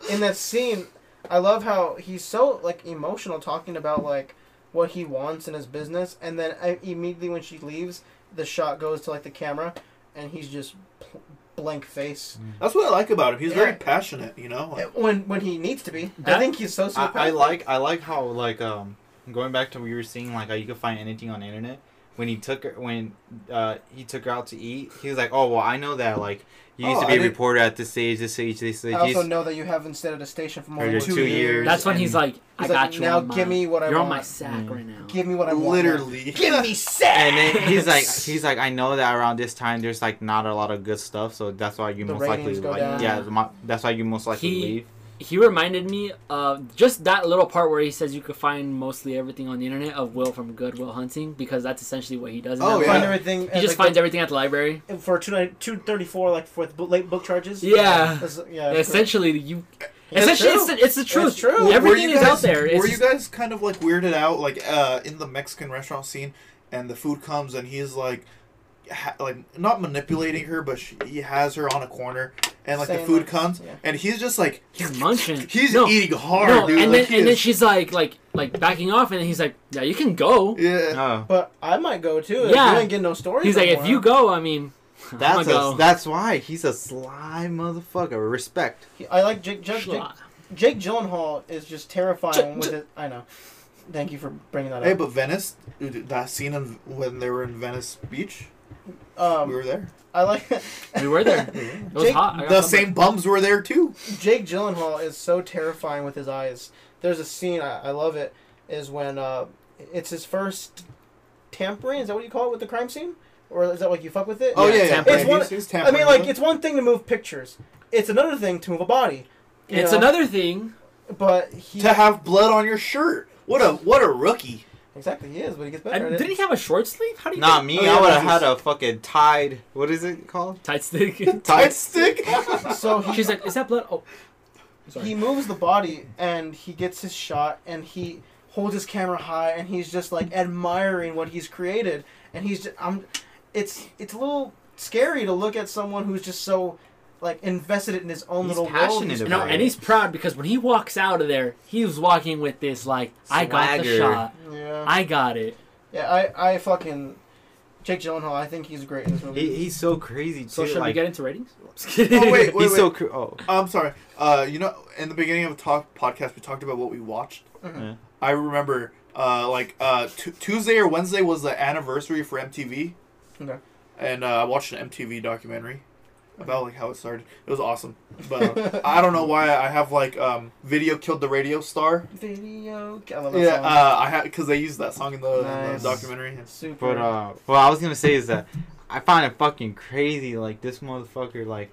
Speaker 1: in that scene, I love how he's so like emotional talking about like what he wants in his business, and then I, immediately when she leaves, the shot goes to like the camera, and he's just pl- blank face.
Speaker 3: (laughs) that's what I like about him. He's very
Speaker 1: Yeah.
Speaker 3: passionate, you know. Like,
Speaker 1: When when he needs to be, I
Speaker 2: That-
Speaker 1: think he's so
Speaker 4: I, I like I like how like um going back to what you were saying like how you could find anything on the internet. When he took her when uh he took her out to eat, he was like, Oh well I know that like you used
Speaker 3: Oh,
Speaker 4: to be
Speaker 3: I
Speaker 4: a
Speaker 3: didn't-
Speaker 4: reporter at this age, this age, this age.
Speaker 1: I
Speaker 4: You
Speaker 1: also
Speaker 4: used-
Speaker 1: know that you haven't stayed at a station for more
Speaker 4: Or
Speaker 1: than
Speaker 4: your
Speaker 1: two,
Speaker 4: two
Speaker 1: years.
Speaker 4: years.
Speaker 2: That's when
Speaker 4: and-
Speaker 2: he's like, I
Speaker 1: He's
Speaker 2: got
Speaker 1: like,
Speaker 2: you.
Speaker 1: now
Speaker 2: on my,
Speaker 1: give me what I
Speaker 2: You're on
Speaker 1: want.
Speaker 2: my sack
Speaker 4: Mm.
Speaker 2: right now.
Speaker 1: Give me what I want.
Speaker 3: (laughs) literally.
Speaker 1: Give me sex.
Speaker 4: and then he's
Speaker 3: (laughs)
Speaker 1: (laughs)
Speaker 4: like he's like I know that around this time there's like not a lot of good stuff, so that's why you
Speaker 1: The
Speaker 4: most likely
Speaker 1: ratings go
Speaker 4: like
Speaker 1: down.
Speaker 4: yeah, the mo- that's why you most likely
Speaker 2: He- (laughs)
Speaker 4: leave.
Speaker 2: he reminded me of just that little part where he says you could find mostly everything on the internet of Will from Good Will Hunting because that's essentially what he does. in
Speaker 3: Oh,
Speaker 2: that
Speaker 3: yeah.
Speaker 2: book.
Speaker 1: Find everything.
Speaker 2: He
Speaker 1: at,
Speaker 2: just
Speaker 1: like,
Speaker 2: finds everything at the library.
Speaker 1: the- for two two thirty four like for the book, late book charges.
Speaker 2: Yeah.
Speaker 1: That's- yeah. it's great.
Speaker 2: essentially, you.
Speaker 1: It's
Speaker 2: essentially,
Speaker 1: true.
Speaker 2: it's the, it's the truth.
Speaker 1: true. Were
Speaker 2: Everything
Speaker 3: you
Speaker 2: is
Speaker 3: guys-
Speaker 2: out there. It's
Speaker 3: were you
Speaker 2: just-
Speaker 3: guys kind of like weirded out, like uh, in the Mexican restaurant scene, and the food comes and he's like, ha- like not manipulating her, but she, he has her on a corner, and like the
Speaker 1: Saying,
Speaker 3: food
Speaker 1: like,
Speaker 3: comes,
Speaker 1: yeah.
Speaker 3: and he's just like,
Speaker 2: he's munching.
Speaker 3: he's
Speaker 2: Mm. no,
Speaker 3: eating hard,
Speaker 2: no,
Speaker 3: dude.
Speaker 2: and
Speaker 3: like,
Speaker 2: then
Speaker 3: he
Speaker 2: and then
Speaker 3: is-
Speaker 2: she's like like like backing off, and then he's like, yeah, you can go.
Speaker 3: yeah.
Speaker 4: Oh.
Speaker 1: But I might go too. If
Speaker 2: Yeah.
Speaker 1: You ain't getting no stories.
Speaker 2: He's like,
Speaker 1: no
Speaker 2: if
Speaker 1: more."
Speaker 2: you go, I mean, I'm gonna
Speaker 4: That's a,
Speaker 2: go.
Speaker 4: that's why he's a sly motherfucker.
Speaker 3: (laughs)
Speaker 4: Respect.
Speaker 1: He- I like Jake. Jake, Jake, Jake Gyllenhaal is just terrifying with it. I know. Thank you for bringing that
Speaker 3: Hey,
Speaker 1: up.
Speaker 3: but Venice, dude, that scene in, when they were in Venice Beach, we
Speaker 1: um,
Speaker 3: were there.
Speaker 1: I like (laughs)
Speaker 2: we were
Speaker 3: (laughs)
Speaker 2: there. It was
Speaker 1: Jake-
Speaker 2: hot. I got
Speaker 3: The
Speaker 2: sunburned.
Speaker 3: same bums were there too.
Speaker 1: Jake Gyllenhaal is so terrifying with his eyes. There's a scene I, I love it. Is when uh, it's his first tampering. Is that what you call it with the crime scene, or is that like you fuck with it?
Speaker 3: Oh yeah, yeah.
Speaker 2: tampering.
Speaker 1: It's one-
Speaker 3: He's- he's
Speaker 1: I
Speaker 3: tampering
Speaker 1: mean, like
Speaker 3: with
Speaker 1: it's one thing to move pictures. It's another thing to move a body. you
Speaker 2: It's
Speaker 1: know?
Speaker 2: another thing.
Speaker 1: But
Speaker 3: it.
Speaker 1: he
Speaker 3: to have blood on your shirt. What a what a rookie.
Speaker 1: exactly he is, but he gets better.
Speaker 2: And
Speaker 1: at it.
Speaker 2: didn't he have a short sleeve? How do you?
Speaker 4: Not me.
Speaker 3: Oh, yeah,
Speaker 4: I would
Speaker 3: this
Speaker 4: have
Speaker 3: is-
Speaker 4: had a fucking tied. What is it called?
Speaker 2: tight stick. (laughs)
Speaker 3: Tight stick. (laughs) Oh,
Speaker 1: So he
Speaker 2: She's like, is that blood? Oh,
Speaker 1: he
Speaker 2: sorry.
Speaker 1: moves the body and he gets his shot and he holds his camera high and he's just like admiring what he's created and he's just, I'm it's it's a little scary to look at someone who's just so like invested in his own
Speaker 4: He's
Speaker 1: little world.
Speaker 4: passionate
Speaker 1: He's-
Speaker 4: about
Speaker 2: no, and he's proud because when he walks out of there, he was walking with this like, I got the
Speaker 4: Swagger.
Speaker 2: shot,
Speaker 1: Yeah,
Speaker 2: I got it.
Speaker 1: yeah. I I fucking Jake Gyllenhaal. I think he's great in this movie.
Speaker 4: He, he's so crazy too.
Speaker 2: So should we
Speaker 4: like,
Speaker 2: get
Speaker 1: (laughs)
Speaker 2: into ratings?
Speaker 3: Oh, wait, wait.
Speaker 4: he's so cr- oh.
Speaker 3: I'm sorry. Uh, you know, in the beginning of the talk podcast, we talked about what we watched.
Speaker 1: Mm-hmm.
Speaker 4: Yeah.
Speaker 3: I remember, uh, like uh, Tu Tuesday or Wednesday was the anniversary for MTV.
Speaker 1: Okay.
Speaker 3: And uh, I watched an MTV documentary about like how it started. It was awesome,
Speaker 1: (laughs)
Speaker 3: but uh, I don't know why I have like um, "Video Killed the Radio Star."
Speaker 1: Video. I love that
Speaker 3: Yeah,
Speaker 1: song.
Speaker 3: uh, I had because they used that song in the, in the
Speaker 1: Nice.
Speaker 3: documentary.
Speaker 1: Super.
Speaker 4: But uh, what I was gonna say is that I find it fucking crazy. Like this motherfucker, like,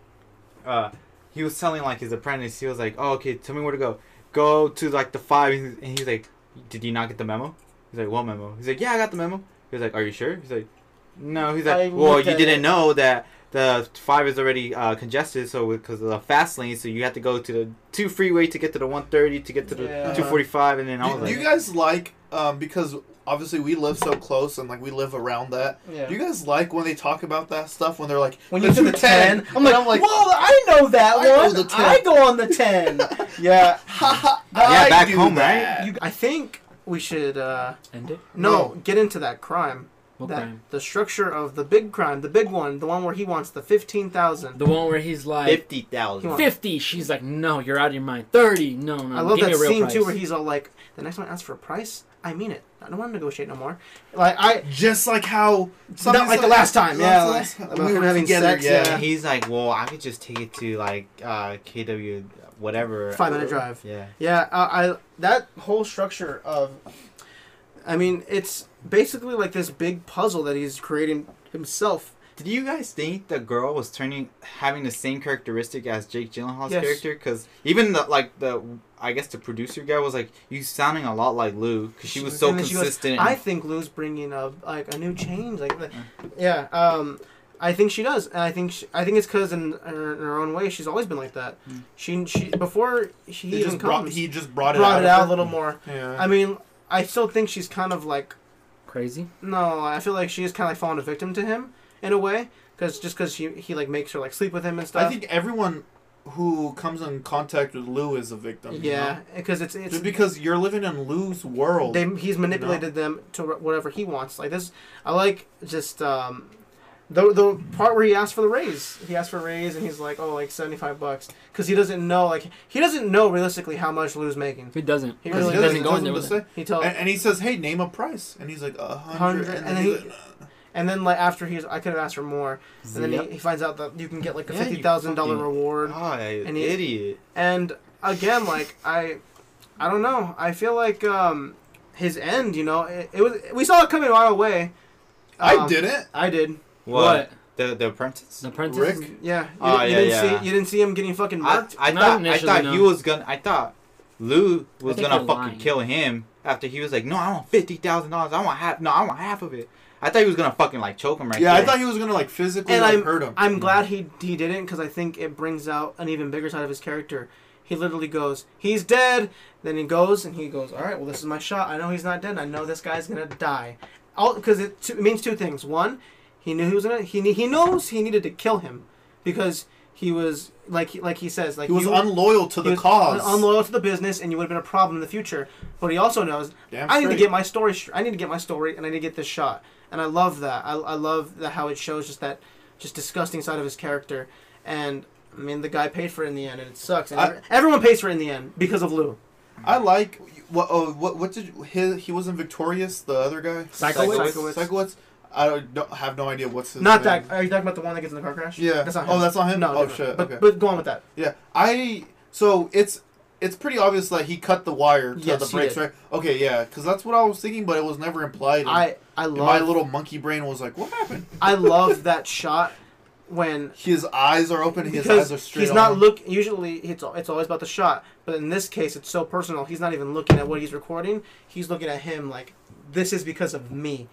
Speaker 4: uh, he was telling like his apprentice, he was like, "Oh, okay, tell me where to go. Go to like the five. And he's like, "Did you not get the memo?" He's like, "What memo?" He's like, "Yeah, I got the memo." He was like, "Are you sure?" He's like, "No." He's
Speaker 1: I
Speaker 4: like, "Well,
Speaker 1: looked
Speaker 4: you
Speaker 1: at
Speaker 4: didn't
Speaker 1: it."
Speaker 4: know that." The five is already uh, congested, so because of the fast lane, so you have to go to the two freeway to get to the one thirty to get to the
Speaker 1: Yeah.
Speaker 4: two forty five, and then I was
Speaker 3: Do, do
Speaker 4: like,
Speaker 3: you guys like um, because obviously we live so close and like we live around that.
Speaker 1: yeah.
Speaker 3: Do you guys like when they talk about that stuff when they're like
Speaker 1: when you do the 10, I'm
Speaker 3: And
Speaker 1: like,
Speaker 3: I'm like,
Speaker 1: whoa, I know that
Speaker 3: I know
Speaker 1: one.
Speaker 3: the 10.
Speaker 1: I go on the
Speaker 3: (laughs)
Speaker 1: 10. yeah.
Speaker 4: yeah,
Speaker 3: I
Speaker 4: back
Speaker 3: do
Speaker 4: home,
Speaker 3: that.
Speaker 4: right?
Speaker 1: You,
Speaker 7: I think we should uh,
Speaker 2: (laughs) End it.
Speaker 7: no get into that crime.
Speaker 2: What
Speaker 1: that
Speaker 2: crime?
Speaker 1: the structure of the big crime, the big one, the one where he wants the fifteen thousand.
Speaker 2: The one where he's like
Speaker 4: Fifty thousand.
Speaker 1: Come on.
Speaker 2: fifty. She's like, no, you're out of your mind. Thirty. No, no.
Speaker 1: I love
Speaker 2: give
Speaker 1: that
Speaker 2: me a real
Speaker 1: scene
Speaker 2: price.
Speaker 1: too, where he's all like, "The next one asks for a price. I mean it. I don't want to negotiate no more." Like I,
Speaker 3: Just like how
Speaker 1: not like, the last time.
Speaker 3: not
Speaker 1: Yeah,
Speaker 3: the
Speaker 1: like,
Speaker 3: last time.
Speaker 1: about him having sex. Yeah,
Speaker 4: He's like, well, I could just take it to like uh, KW, whatever.
Speaker 1: five minute drive.
Speaker 4: Yeah.
Speaker 1: Yeah, I, I that whole structure of, I mean, it's basically like this big puzzle that he's creating himself.
Speaker 4: Did you guys think the girl was turning having the same characteristic as Jake Gyllenhaal's
Speaker 1: Yes.
Speaker 4: character? Because even the like the I guess the producer guy was like, you sounding a lot like Lou because she was so
Speaker 1: And then she goes,
Speaker 4: consistent.
Speaker 1: I think Lou's bringing a like a new change. Like, the-
Speaker 3: Mm.
Speaker 1: yeah, um, I think she does, and I think she, I think it's because in, her- in her own way she's always been like that. She she before she
Speaker 3: He
Speaker 1: even
Speaker 3: Mm. just
Speaker 1: comes,
Speaker 3: brought he just brought it
Speaker 1: brought
Speaker 3: out,
Speaker 1: it out a
Speaker 3: of her.
Speaker 1: little more.
Speaker 3: Yeah.
Speaker 1: I mean, I still think she's kind of like
Speaker 2: crazy.
Speaker 1: no. I feel like she's kind of like fallen a victim to him in a way because just because she he like makes her like sleep with him and stuff.
Speaker 3: I think everyone who comes in contact with Lou is a victim. you
Speaker 1: yeah,
Speaker 3: know?
Speaker 1: because it's it's
Speaker 3: Just because you're living in Lou's world.
Speaker 1: they, he's manipulated them to wh- whatever he wants. Like this, I like just um, the the part where he asked for the raise. He asked for a raise and he's like, oh, like seventy five bucks, because he doesn't know like he doesn't know realistically how much Lou's making.
Speaker 2: He doesn't.
Speaker 1: He
Speaker 2: He
Speaker 1: really
Speaker 2: doesn't,
Speaker 1: doesn't.
Speaker 2: go in there
Speaker 3: Doesn't
Speaker 2: with it.
Speaker 3: say-
Speaker 1: He tells
Speaker 3: And, and he says, "Hey, name a price." And he's like, "A
Speaker 1: Hundred,
Speaker 3: hundred. And,
Speaker 1: and
Speaker 3: then
Speaker 1: then
Speaker 3: he's
Speaker 1: he-
Speaker 3: like,
Speaker 1: and then like after he's, I could have asked for more, and then
Speaker 4: Yep.
Speaker 1: he, he finds out that you can get like a
Speaker 4: Yeah, you
Speaker 1: fifty thousand dollar
Speaker 4: fucking-
Speaker 1: reward.
Speaker 4: Ah,
Speaker 1: And he-
Speaker 4: idiot.
Speaker 1: And again, like I, I don't know. I feel like um, his end. You know, it, it was we saw it coming our way.
Speaker 3: I
Speaker 1: Um,
Speaker 3: didn't.
Speaker 1: I did.
Speaker 4: What? The the apprentice.
Speaker 2: The apprentice.
Speaker 3: Rick?
Speaker 1: Yeah. You,
Speaker 4: Oh,
Speaker 1: you
Speaker 4: yeah,
Speaker 1: didn't
Speaker 4: yeah.
Speaker 1: see you didn't see him getting fucking
Speaker 4: I,
Speaker 1: murked.
Speaker 4: I
Speaker 2: Not
Speaker 4: thought I
Speaker 2: initially,
Speaker 4: thought he
Speaker 2: no.
Speaker 4: was gonna. I thought Lou was
Speaker 2: think
Speaker 4: gonna fucking
Speaker 2: they're lying.
Speaker 4: kill him after he was like, no, I want fifty thousand dollars. I want half. No, I want half of it. I thought he was gonna fucking like choke him right
Speaker 3: yeah,
Speaker 4: there.
Speaker 3: I thought he was gonna like physically
Speaker 1: And
Speaker 3: like,
Speaker 1: I'm-
Speaker 3: hurt him.
Speaker 1: I'm glad
Speaker 4: Mm-hmm.
Speaker 1: he he didn't because I think it brings out an even bigger side of his character. He literally goes, "He's dead." Then he goes and he goes, "All right, well, this is my shot. I know he's not dead. and I know this guy's gonna die." All because it, two- it means two things. One, he knew he was gonna. He knew- he knows he needed to kill him because he was like he- like he says like
Speaker 3: he was
Speaker 1: you-
Speaker 3: unloyal to
Speaker 1: he
Speaker 3: the
Speaker 1: was
Speaker 3: cause.
Speaker 1: un- unloyal to the business, and you would have been a problem in the future. But he also knows
Speaker 3: Damn
Speaker 1: I need to
Speaker 3: straight.
Speaker 1: get my story. str- I need to get my story, and I need to get this shot. And I love that. I, I love the, how it shows just that just disgusting side of his character. And I mean, the guy paid for it in the end, and it sucks. And
Speaker 3: I-
Speaker 1: every- everyone pays for it in the end because of Lou.
Speaker 3: I like what. Oh, what? What did his, he wasn't victorious? The other guy,
Speaker 2: Psychowitz?
Speaker 3: Psychowitz. Psychowitz? I don't, don't- have no idea what's his.
Speaker 1: Not
Speaker 3: name.
Speaker 1: that. Are you talking about the one that gets in the car crash?
Speaker 3: Yeah.
Speaker 1: That's not him.
Speaker 3: oh, that's not him.
Speaker 1: no.
Speaker 3: Oh
Speaker 1: different.
Speaker 3: shit.
Speaker 1: But
Speaker 3: okay.
Speaker 1: but go on with that.
Speaker 3: Yeah, I. So it's it's pretty obvious that he cut the wire to
Speaker 1: Yes,
Speaker 3: the
Speaker 1: he
Speaker 3: brakes,
Speaker 1: did.
Speaker 3: right? Okay, yeah, because that's what I was thinking, but it was never implied. and-
Speaker 1: I I
Speaker 3: and my
Speaker 1: love
Speaker 3: little monkey brain was like, "What happened?"
Speaker 1: I love that shot when
Speaker 3: His eyes are open. His
Speaker 1: because
Speaker 3: eyes are straight.
Speaker 1: he's
Speaker 3: on
Speaker 1: not
Speaker 3: him.
Speaker 1: look. Usually, it's al- it's always about the shot, but in this case, it's so personal. He's not even looking at what he's recording. He's looking at him like, "This is because of me."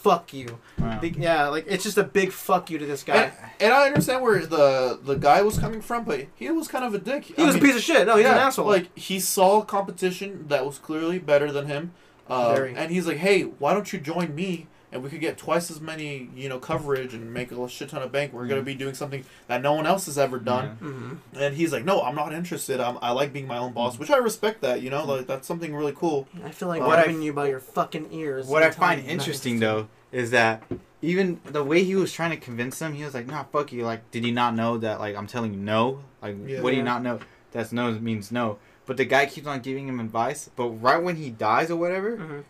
Speaker 1: Fuck you.
Speaker 4: Wow.
Speaker 1: Big, yeah, like it's just a big fuck you to this guy.
Speaker 3: And, and I understand where the the guy was coming from, but he was kind of a dick.
Speaker 1: he
Speaker 3: I
Speaker 1: was
Speaker 3: mean,
Speaker 1: a piece of shit. No, Oh, he's an asshole.
Speaker 3: Like he saw competition that was clearly better than him, uh,
Speaker 1: Very.
Speaker 3: and he's like, "Hey, why don't you join me?" And we could get twice as many, you know, coverage and make a shit ton of bank. We're
Speaker 1: Mm-hmm.
Speaker 3: gonna be doing something that no one else has ever done.
Speaker 1: hmm
Speaker 3: And he's like, "No, I'm not interested. I'm, I like being my own
Speaker 1: Mm-hmm.
Speaker 3: boss, which I respect. That you know, like that's something really cool."
Speaker 1: I feel like
Speaker 4: What I-
Speaker 1: grabbing you by your fucking ears.
Speaker 4: What
Speaker 1: and
Speaker 4: I find
Speaker 1: telling you
Speaker 4: interesting
Speaker 1: nothing.
Speaker 4: though is that even the way he was trying to convince him, he was like, "Nah, fuck you." Like, did he not know that? Like, I'm telling you, no. Like,
Speaker 3: Yeah.
Speaker 4: what do
Speaker 1: Yeah.
Speaker 4: you not know? That's no means no. But the guy keeps on giving him advice. But right when he dies or whatever,
Speaker 1: Mhm.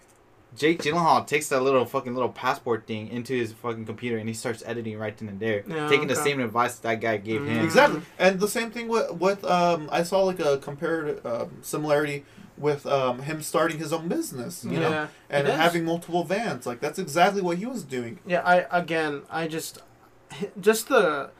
Speaker 4: Jake Gyllenhaal takes that little fucking little passport thing into his fucking computer and he starts editing right then and there,
Speaker 1: Yeah,
Speaker 4: taking the
Speaker 1: okay.
Speaker 4: same advice that guy gave
Speaker 1: Mm.
Speaker 4: him.
Speaker 3: Exactly, and the same thing with with um, I saw like a comparative um, similarity with um, him starting his own business, you know,
Speaker 1: Mm-hmm. Yeah.
Speaker 3: and
Speaker 1: It is.
Speaker 3: having multiple vans. Like that's exactly what he was doing.
Speaker 1: Yeah, I again, I just, just the,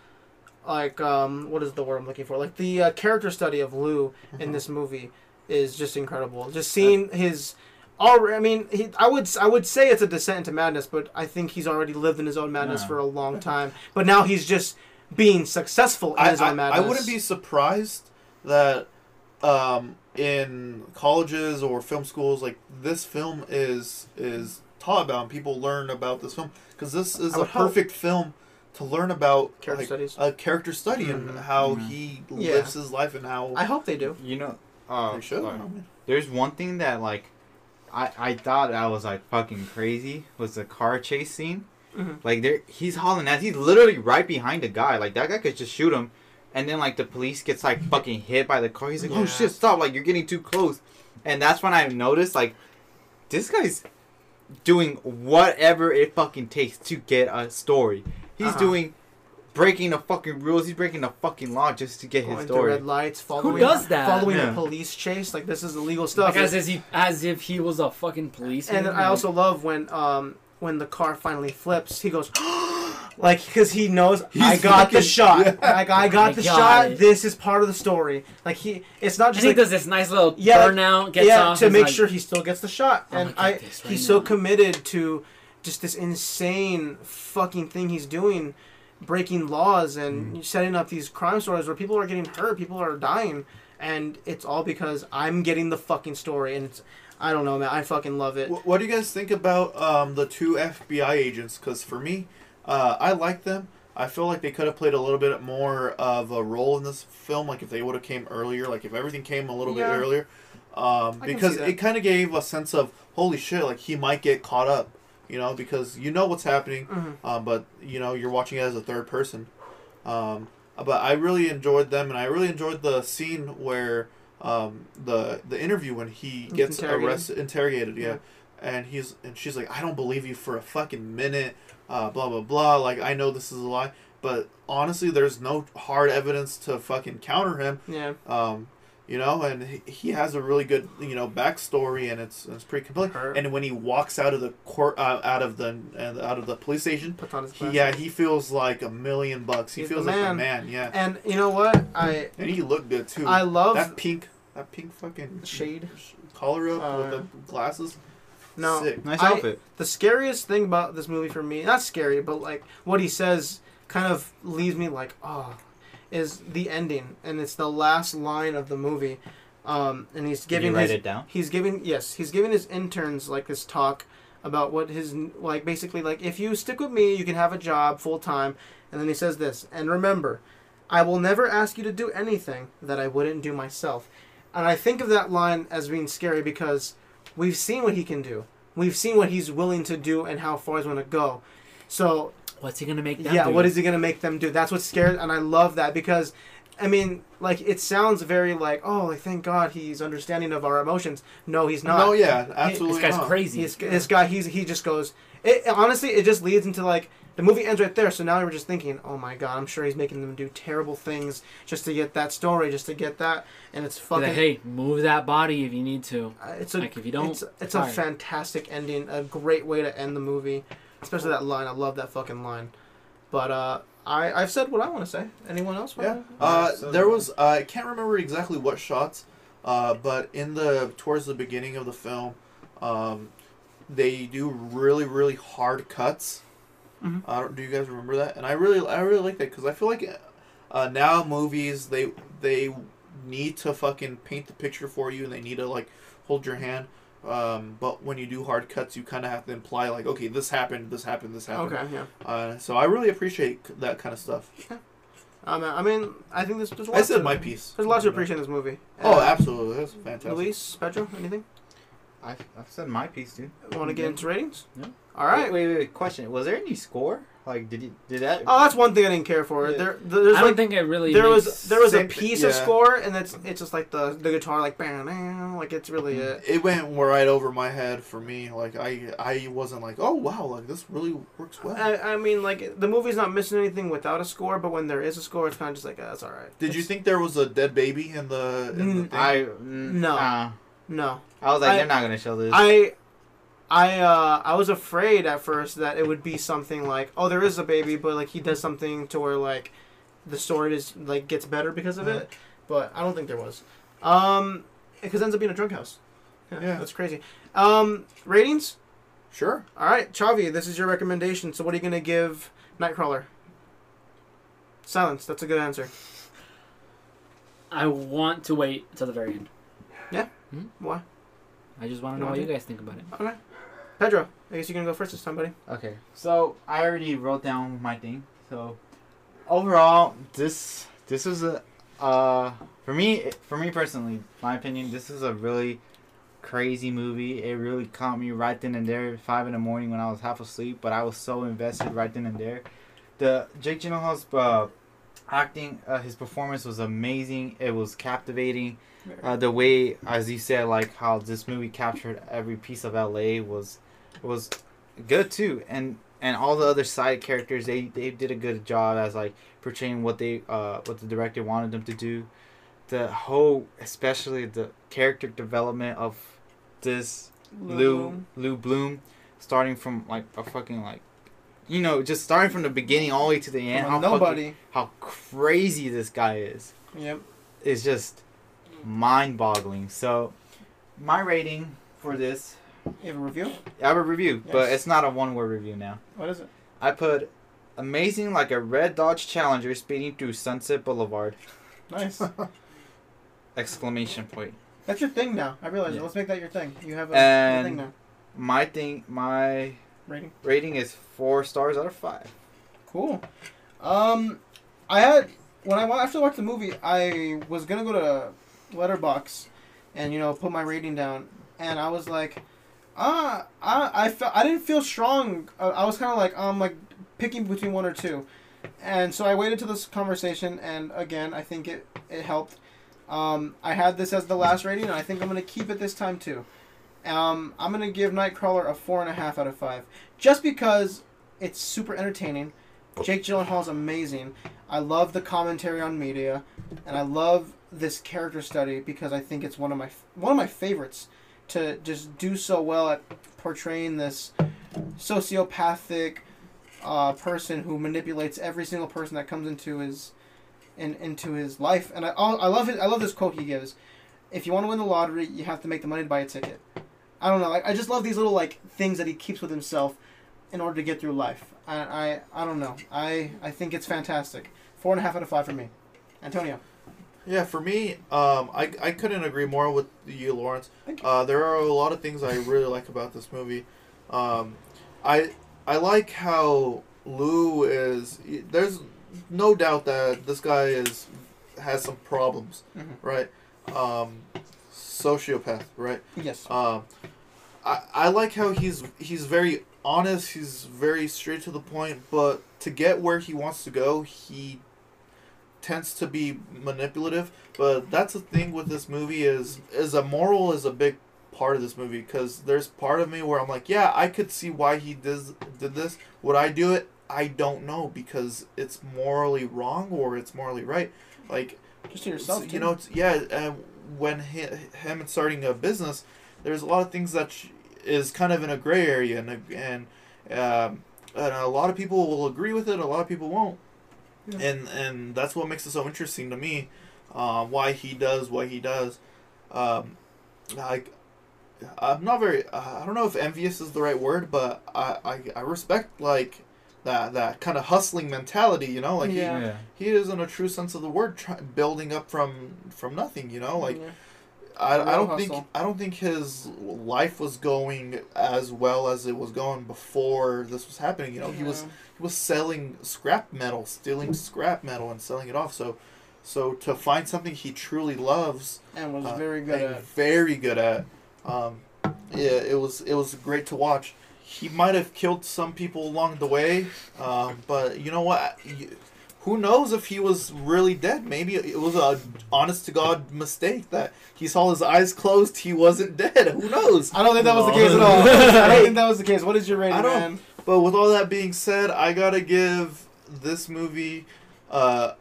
Speaker 1: like, um, what is the word I'm looking for? Like the uh, character study of Lou
Speaker 3: Mm-hmm.
Speaker 1: in this movie is just incredible. Just seeing his, already, I mean, he, I would, s- I would say it's a descent into madness, but I think he's already lived in his own madness
Speaker 4: Yeah.
Speaker 1: for a long time. But now he's just being successful in
Speaker 3: I,
Speaker 1: his
Speaker 3: I,
Speaker 1: own
Speaker 3: I
Speaker 1: madness.
Speaker 3: wouldn't be surprised that um, in colleges or film schools, like this film is is taught about, and people learn about this film because this is
Speaker 1: I
Speaker 3: a
Speaker 1: would hope.
Speaker 3: perfect film to learn about
Speaker 1: Character
Speaker 3: like,
Speaker 1: studies.
Speaker 3: a character study and
Speaker 1: Mhm.
Speaker 3: how
Speaker 4: Mhm.
Speaker 3: he
Speaker 1: Yeah.
Speaker 3: lives his life and how
Speaker 1: I hope they do.
Speaker 4: You know, uh,
Speaker 3: They should.
Speaker 4: like, there's one thing that like I, I thought I was like fucking crazy was the car chase scene.
Speaker 1: Mhm.
Speaker 4: Like there, he's hauling ass. He's literally right behind the guy. Like that guy could just shoot him, and then like the police gets like fucking hit by the car. He's like,
Speaker 8: Yeah.
Speaker 4: oh shit, stop! Like you're getting too close, and that's when I noticed like this guy's doing whatever it fucking takes to get a story. He's
Speaker 1: Uh-huh.
Speaker 4: doing breaking the fucking rules. He's breaking the fucking law just to get his
Speaker 1: Going through
Speaker 4: story.
Speaker 1: red lights, following
Speaker 2: does that?
Speaker 1: following
Speaker 4: Yeah.
Speaker 1: a police chase. Like this is illegal
Speaker 2: Like,
Speaker 1: stuff.
Speaker 2: as, as, he, as if he was a fucking policeman.
Speaker 1: and then I also love when um when the car finally flips, he goes (gasps) like because he knows I got the
Speaker 3: fucking-
Speaker 1: shot. Like I got
Speaker 2: I
Speaker 1: the
Speaker 2: got
Speaker 1: shot.
Speaker 2: it."
Speaker 1: This is part of the story. Like he, it's not
Speaker 2: And
Speaker 1: just
Speaker 2: he
Speaker 1: like
Speaker 2: does this nice little
Speaker 1: Yeah, like-
Speaker 2: burnout, gets
Speaker 1: yeah
Speaker 2: off
Speaker 1: to
Speaker 2: he's
Speaker 1: make
Speaker 2: like-
Speaker 1: sure he still gets the shot.
Speaker 2: I'm
Speaker 1: and
Speaker 2: gonna
Speaker 1: I
Speaker 2: get this right
Speaker 1: he's so
Speaker 2: now.
Speaker 1: committed to just this insane fucking thing he's doing, breaking laws and setting up these crime stories where people are getting hurt, people are dying, and it's all because I'm getting the fucking story. And it's I don't know, man. I fucking love it.
Speaker 3: What, what do you guys think about um, the two FBI agents? Because for me, uh, I like them. I feel like they could have played a little bit more of a role in this film. Like if they would have came earlier, like if everything came a little
Speaker 1: Yeah.
Speaker 3: bit earlier, um,
Speaker 1: I can
Speaker 3: because
Speaker 1: see that.
Speaker 3: it kind of gave a sense of holy shit, like he might get caught up, you know, because you know what's happening,
Speaker 1: Mhm.
Speaker 3: um, but you know you're watching it as a third person. Um, but I really enjoyed them, and I really enjoyed the scene where um, the the interview when he gets
Speaker 1: interrogated.
Speaker 3: arrested, interrogated, yeah.
Speaker 1: Yeah.
Speaker 3: and he's and she's like, I don't believe you for a fucking minute, uh, blah blah blah. Like I know this is a lie, but honestly, there's no hard evidence to fucking counter him.
Speaker 1: Yeah.
Speaker 3: Um, you know, and he, he has a really good you know backstory, and it's it's pretty compelling.
Speaker 1: Her-
Speaker 3: And when he walks out of the court, uh, out of the uh, out of the police station,
Speaker 1: Puts on his
Speaker 3: he,
Speaker 1: glasses.
Speaker 3: yeah, he feels like a million bucks. He
Speaker 1: He's
Speaker 3: feels
Speaker 1: the
Speaker 3: like a
Speaker 1: man. (laughs)
Speaker 3: man, yeah.
Speaker 1: And you know what? I
Speaker 3: And he looked good too.
Speaker 1: I love
Speaker 3: that pink, that pink fucking
Speaker 1: shade.
Speaker 3: collar up with
Speaker 1: Uh,
Speaker 3: the glasses.
Speaker 1: No.
Speaker 3: Sick.
Speaker 4: Nice
Speaker 1: I-
Speaker 4: outfit.
Speaker 1: The scariest thing about this movie for me, not scary, but like what he says kind of leaves me like, oh, is the ending. And it's the last line of the movie. Um, and he's
Speaker 4: Did you
Speaker 1: giving
Speaker 4: write
Speaker 1: his,
Speaker 4: it down?
Speaker 1: he's giving yes he's giving his interns like this talk about what his like basically like if you stick with me you can have a job full time and then he says this and remember i will never ask you to do anything that i wouldn't do myself and i think of that line as being scary because we've seen what he can do we've seen what he's willing to do and how far he's going to go so
Speaker 2: What's he gonna make that?
Speaker 1: yeah,
Speaker 2: do?
Speaker 1: what is he gonna make them do? That's what's scared, and I love that because, I mean, like it sounds very like, oh, like thank God he's understanding of our emotions. No, he's not.
Speaker 3: no, yeah,
Speaker 2: This
Speaker 3: absolutely.
Speaker 2: guy's
Speaker 3: not.
Speaker 2: crazy.
Speaker 1: he's, this guy. He's he just goes. It honestly, it just leads into like the movie ends right there. So now we're just thinking, oh my God, I'm sure he's making them do terrible things just to get that story, just to get that, and it's
Speaker 2: Be
Speaker 1: fucking.
Speaker 2: like, hey, move that body if you need to.
Speaker 1: uh, it's a
Speaker 2: like, if you don't,
Speaker 1: it's, it's a
Speaker 2: sorry.
Speaker 1: fantastic ending, a great way to end the movie, especially that line. I love that fucking line. But uh, I I've said what I want to say. Anyone else? wanna-
Speaker 3: Yeah. Uh,
Speaker 5: so-
Speaker 3: there was uh, I can't remember exactly what shots, uh, but in the towards the beginning of the film, um, they do really really hard cuts.
Speaker 1: Mhm.
Speaker 3: I don't. Do you guys remember that? And I really I really like that because I feel like uh, now movies they they need to fucking paint the picture for you and they need to like hold your hand. Um, but when you do hard cuts, you kind of have to imply like, okay, this happened, this happened, this happened.
Speaker 1: Okay, yeah.
Speaker 3: Uh, so I really appreciate c- that kind of stuff.
Speaker 1: Um, I mean, I think there's, there's a lot.
Speaker 3: I said
Speaker 1: to,
Speaker 3: my piece.
Speaker 1: There's a lot to appreciate in this movie.
Speaker 3: Oh,
Speaker 1: Uh,
Speaker 3: absolutely. That's fantastic.
Speaker 1: Luis, Pedro, anything?
Speaker 4: I, I've said my piece, dude.
Speaker 1: Want to get into ratings?
Speaker 4: No.
Speaker 1: All right.
Speaker 4: Wait, wait, wait. Question: Was there any score? Like, did you did that?
Speaker 1: Oh, that's one thing I didn't care for.
Speaker 4: Yeah.
Speaker 1: There,
Speaker 2: I
Speaker 1: there's
Speaker 2: don't
Speaker 1: like
Speaker 2: think it really.
Speaker 1: there
Speaker 2: makes-
Speaker 1: was there was a
Speaker 3: Same thing,
Speaker 1: piece of
Speaker 3: yeah.
Speaker 1: score, and that's it's just like the the guitar like bam, bam like it's really
Speaker 2: Mm-hmm.
Speaker 1: it.
Speaker 3: It went right over my head for me. Like I, I wasn't like, oh wow, like this really works well.
Speaker 1: I, I mean, like the movie's not missing anything without a score, but when there is a score, it's kind of just like uh, that's all right.
Speaker 3: Did you
Speaker 1: It's-
Speaker 3: think there was a dead baby in the? In the
Speaker 1: Mm,
Speaker 3: thing?
Speaker 4: I mm,
Speaker 1: No.
Speaker 4: nah.
Speaker 1: No,
Speaker 4: I was like,
Speaker 1: I-
Speaker 4: they're not gonna show this.
Speaker 1: I, I, uh, I was afraid at first that it would be something like, oh, there is a baby, but like he does something to where like the story is like gets better because of it. But I don't think there was, um, because it ends up being a drug house. Yeah,
Speaker 3: Yeah.
Speaker 1: that's crazy. Um, ratings.
Speaker 3: sure.
Speaker 1: All right, Chavi, this is your recommendation. So what are you gonna give Nightcrawler? Silence. That's a good answer.
Speaker 2: I want to wait till the very end.
Speaker 1: Why?
Speaker 2: I just want to know what you guys think about it.
Speaker 1: Okay. Pedro, I guess you're gonna go first this time, buddy.
Speaker 4: Okay, so I already wrote down my thing. So overall, this this was a uh for me for me personally, my opinion. This is a really crazy movie. It really caught me right then and there, five in the morning when I was half asleep. But I was so invested right then and there. The Jake Gyllenhaal's uh, acting, uh, his performance was amazing. It was captivating. Uh, the way, as you said, like how this movie captured every piece of LA was was good too. And and all the other side characters, they they did a good job as like portraying what they uh what the director wanted them to do the whole, especially the character development of this Lou Lou, Bloom, starting from like a fucking like, you know, just starting from the beginning all the way to the end.
Speaker 1: From
Speaker 4: How
Speaker 1: a
Speaker 4: fucking-
Speaker 1: nobody.
Speaker 4: how crazy this guy is
Speaker 1: Yep.
Speaker 4: is just mind-boggling. So, my rating for this,
Speaker 1: You have a review?
Speaker 4: I have a review, but
Speaker 1: Yes.
Speaker 4: it's not a one-word review now.
Speaker 1: What (laughs) is it?
Speaker 4: I put amazing like a red Dodge Challenger speeding through Sunset Boulevard!
Speaker 1: Nice.
Speaker 4: Exclamation point.
Speaker 1: That's your thing now. I realize. it.
Speaker 4: Yeah.
Speaker 1: Let's make that your thing. You have a,
Speaker 4: And-
Speaker 1: a thing now.
Speaker 4: My thing, my
Speaker 1: Rating.
Speaker 4: rating is four stars out of five.
Speaker 1: Cool. Um, I had when I wa- after I watched the movie, I was gonna go to Letterbox, and you know put my rating down, and I was like, ah, I I felt I didn't feel strong. Uh, I was kind of like um like picking between one or two, and so I waited till this conversation, and again I think it it helped. Um, I had this as the last rating, and I think I'm gonna keep it this time too. Um, I'm gonna give Nightcrawler a four and a half out of five, just because it's super entertaining. Jake Gyllenhaal's amazing. I love the commentary on media, and I love this character study because I think it's one of my one of my favorites to just do so well at portraying this sociopathic uh, person who manipulates every single person that comes into his in, into his life. And I I love it. I love this quote he gives. If you want to win the lottery, you have to make the money to buy a ticket. I don't know. Like I just love these little like things that he keeps with himself in order to get through life. I, I, I don't know. I, I think it's fantastic. Four and a half out of five for me. Antonio.
Speaker 3: Yeah, for me, um, I, I couldn't agree more with you, Lawrence.
Speaker 1: Thank
Speaker 3: Uh, there are a lot of things I really like about this movie. Um, I I like how Lou is. There's no doubt that this guy is has some problems,
Speaker 1: Mhm.
Speaker 3: right? Um, sociopath, right?
Speaker 1: Yes.
Speaker 3: Um, I, I like how he's he's very honest. He's very straight to the point. But to get where he wants to go, he tends to be manipulative. But that's the thing with this movie is is a moral is a big part of this movie because there's part of me where I'm like, yeah, I could see why he does did this. Would I do it? I don't know because it's morally wrong or it's morally right. Like
Speaker 1: Just to
Speaker 3: so,
Speaker 1: yourself.
Speaker 3: you
Speaker 1: too.
Speaker 3: know, it's- yeah. Uh, when he, him starting a business, there's a lot of things that sh- is kind of in a gray area, and and um, and a lot of people will agree with it, a lot of people won't,
Speaker 1: Yeah.
Speaker 3: and and that's what makes it so interesting to me, uh, why he does what he does, um, like. I'm not very. Uh, I don't know if envious is the right word, but I, I, I respect like that that kind of hustling mentality. You know, like he-
Speaker 1: Yeah.
Speaker 3: he is in a true sense of the word try, building up from from nothing you know like
Speaker 1: Yeah.
Speaker 3: I, I
Speaker 1: Mm-hmm. Real
Speaker 3: don't think
Speaker 1: hustle.
Speaker 3: i don't think his life was going as well as it was going before this was happening you know he was he was selling scrap metal stealing scrap metal and selling it off so so to find something he truly loves
Speaker 1: and was
Speaker 3: uh,
Speaker 1: very good
Speaker 3: and
Speaker 1: at.
Speaker 3: very good at um yeah it was it was great to watch he might have killed some people along the way um, but you know what You- who knows if he was really dead maybe it was a honest to god mistake that he saw his eyes closed he wasn't dead who knows
Speaker 1: I don't think that was the
Speaker 3: No.
Speaker 1: case at all. I don't think that was the case. What is your rating,
Speaker 3: I don't-
Speaker 1: man?
Speaker 3: but with all that being said i gotta give this movie uh,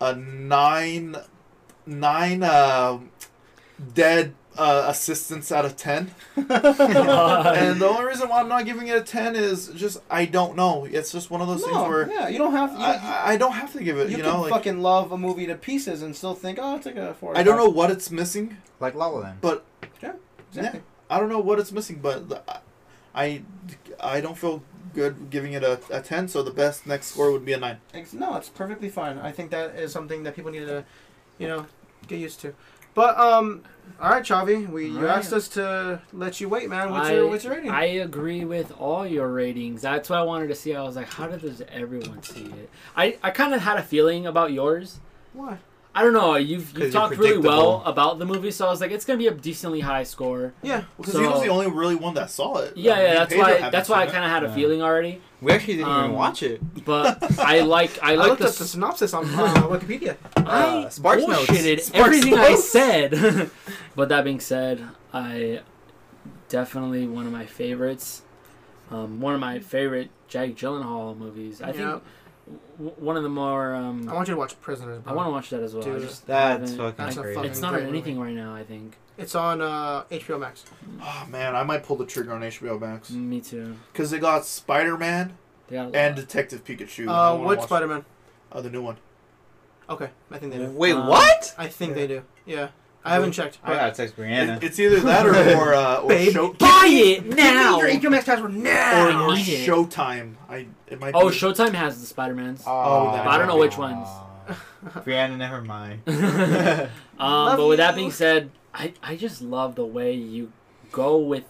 Speaker 3: a nine nine uh, dead uh, assistants out of
Speaker 1: (laughs)
Speaker 3: ten and the only reason why I'm not giving it a ten is just I don't know. It's just one of those things
Speaker 1: No,
Speaker 3: where
Speaker 1: yeah, you don't have to. You,
Speaker 3: I, I- I don't have to give it.
Speaker 1: you
Speaker 3: You,
Speaker 1: can
Speaker 3: know, like
Speaker 1: fucking love a movie to pieces and still think, oh, it's like a four.
Speaker 3: I don't know what it's missing.
Speaker 4: Like La La Land.
Speaker 1: Exactly.
Speaker 3: I don't know what it's missing, but the, I I don't feel good giving it a, a ten. So the best next score would be a nine.
Speaker 1: Ex- No, it's perfectly fine. I think that is something that people need to, you know,
Speaker 9: Get used to. But um, all right, Chavi, we you
Speaker 2: All right.
Speaker 9: asked us to let you wait, man. What's your what's your rating?
Speaker 2: I agree with all your ratings. That's what I wanted to see. I was like, how did does everyone see it? I, I kind of had a feeling about yours.
Speaker 9: what?
Speaker 2: I don't know. You've you
Speaker 4: 'Cause you're
Speaker 2: talked really well
Speaker 4: predictable.
Speaker 2: about the movie, so I was like, it's gonna be a decently high score.
Speaker 1: Yeah.
Speaker 3: Because
Speaker 2: So-
Speaker 3: he was the only really one that saw it.
Speaker 2: Yeah,
Speaker 3: I mean,
Speaker 2: yeah. That's
Speaker 3: Pedro
Speaker 2: why.
Speaker 3: hadn't
Speaker 2: That's why I
Speaker 3: seen it.
Speaker 2: kind of had a
Speaker 4: Yeah.
Speaker 2: feeling already.
Speaker 4: We actually didn't
Speaker 2: Um,
Speaker 4: even watch it.
Speaker 2: But I like. I
Speaker 1: I,
Speaker 2: like
Speaker 1: looked
Speaker 2: the.
Speaker 1: up the synopsis
Speaker 2: (laughs)
Speaker 1: on uh, Wikipedia.
Speaker 2: I
Speaker 4: Uh, Sparks Notes.
Speaker 2: bullshitted
Speaker 4: Sparks
Speaker 2: everything I
Speaker 4: Notes. (laughs)
Speaker 2: said. (laughs) but that being said, I definitely one of my favorites. Um, one of my favorite Jack Gyllenhaal movies. I
Speaker 1: Yeah.
Speaker 2: think w- one of the more. Um,
Speaker 1: I want you to watch Prisoners.
Speaker 2: I
Speaker 1: Bro.
Speaker 2: want to watch that as well. I
Speaker 1: Dude,
Speaker 2: just
Speaker 4: That's
Speaker 2: haven't-
Speaker 4: fucking
Speaker 1: That's a
Speaker 4: crazy.
Speaker 1: fucking-
Speaker 2: It's not
Speaker 1: great
Speaker 2: on anything right now. I think.
Speaker 1: It's on uh, HBO Max.
Speaker 3: Oh man, I might pull the trigger on HBO Max
Speaker 2: Me too.
Speaker 3: because they got Spider Man
Speaker 2: They got uh, a lot.
Speaker 3: and Detective Pikachu. and I
Speaker 1: Uh,
Speaker 3: wanna
Speaker 1: what
Speaker 3: watch-
Speaker 1: Spider Man?
Speaker 3: Oh, the new one.
Speaker 1: Okay, I think they do.
Speaker 4: Wait,
Speaker 2: Um,
Speaker 4: what?
Speaker 1: I think
Speaker 8: Yeah.
Speaker 1: they do. Yeah, I haven't checked.
Speaker 5: I gotta text Brianna.
Speaker 3: It- it's either that or
Speaker 2: (laughs)
Speaker 3: or, uh, or,
Speaker 1: Babe,
Speaker 3: show,
Speaker 2: Buy it now.
Speaker 1: Give me your HBO Max password
Speaker 3: or,
Speaker 1: now.
Speaker 3: or
Speaker 2: Need it.
Speaker 3: Showtime. I it might.
Speaker 2: Oh,
Speaker 3: be, (laughs)
Speaker 2: Showtime has the Spider Mans.
Speaker 3: Oh, that
Speaker 2: I don't
Speaker 3: might
Speaker 2: know
Speaker 3: be-
Speaker 2: which
Speaker 4: (laughs)
Speaker 2: ones.
Speaker 5: Brianna, never mind.
Speaker 2: um,
Speaker 1: Love
Speaker 2: but with that
Speaker 1: you.
Speaker 2: being said, I, I just love the way you go with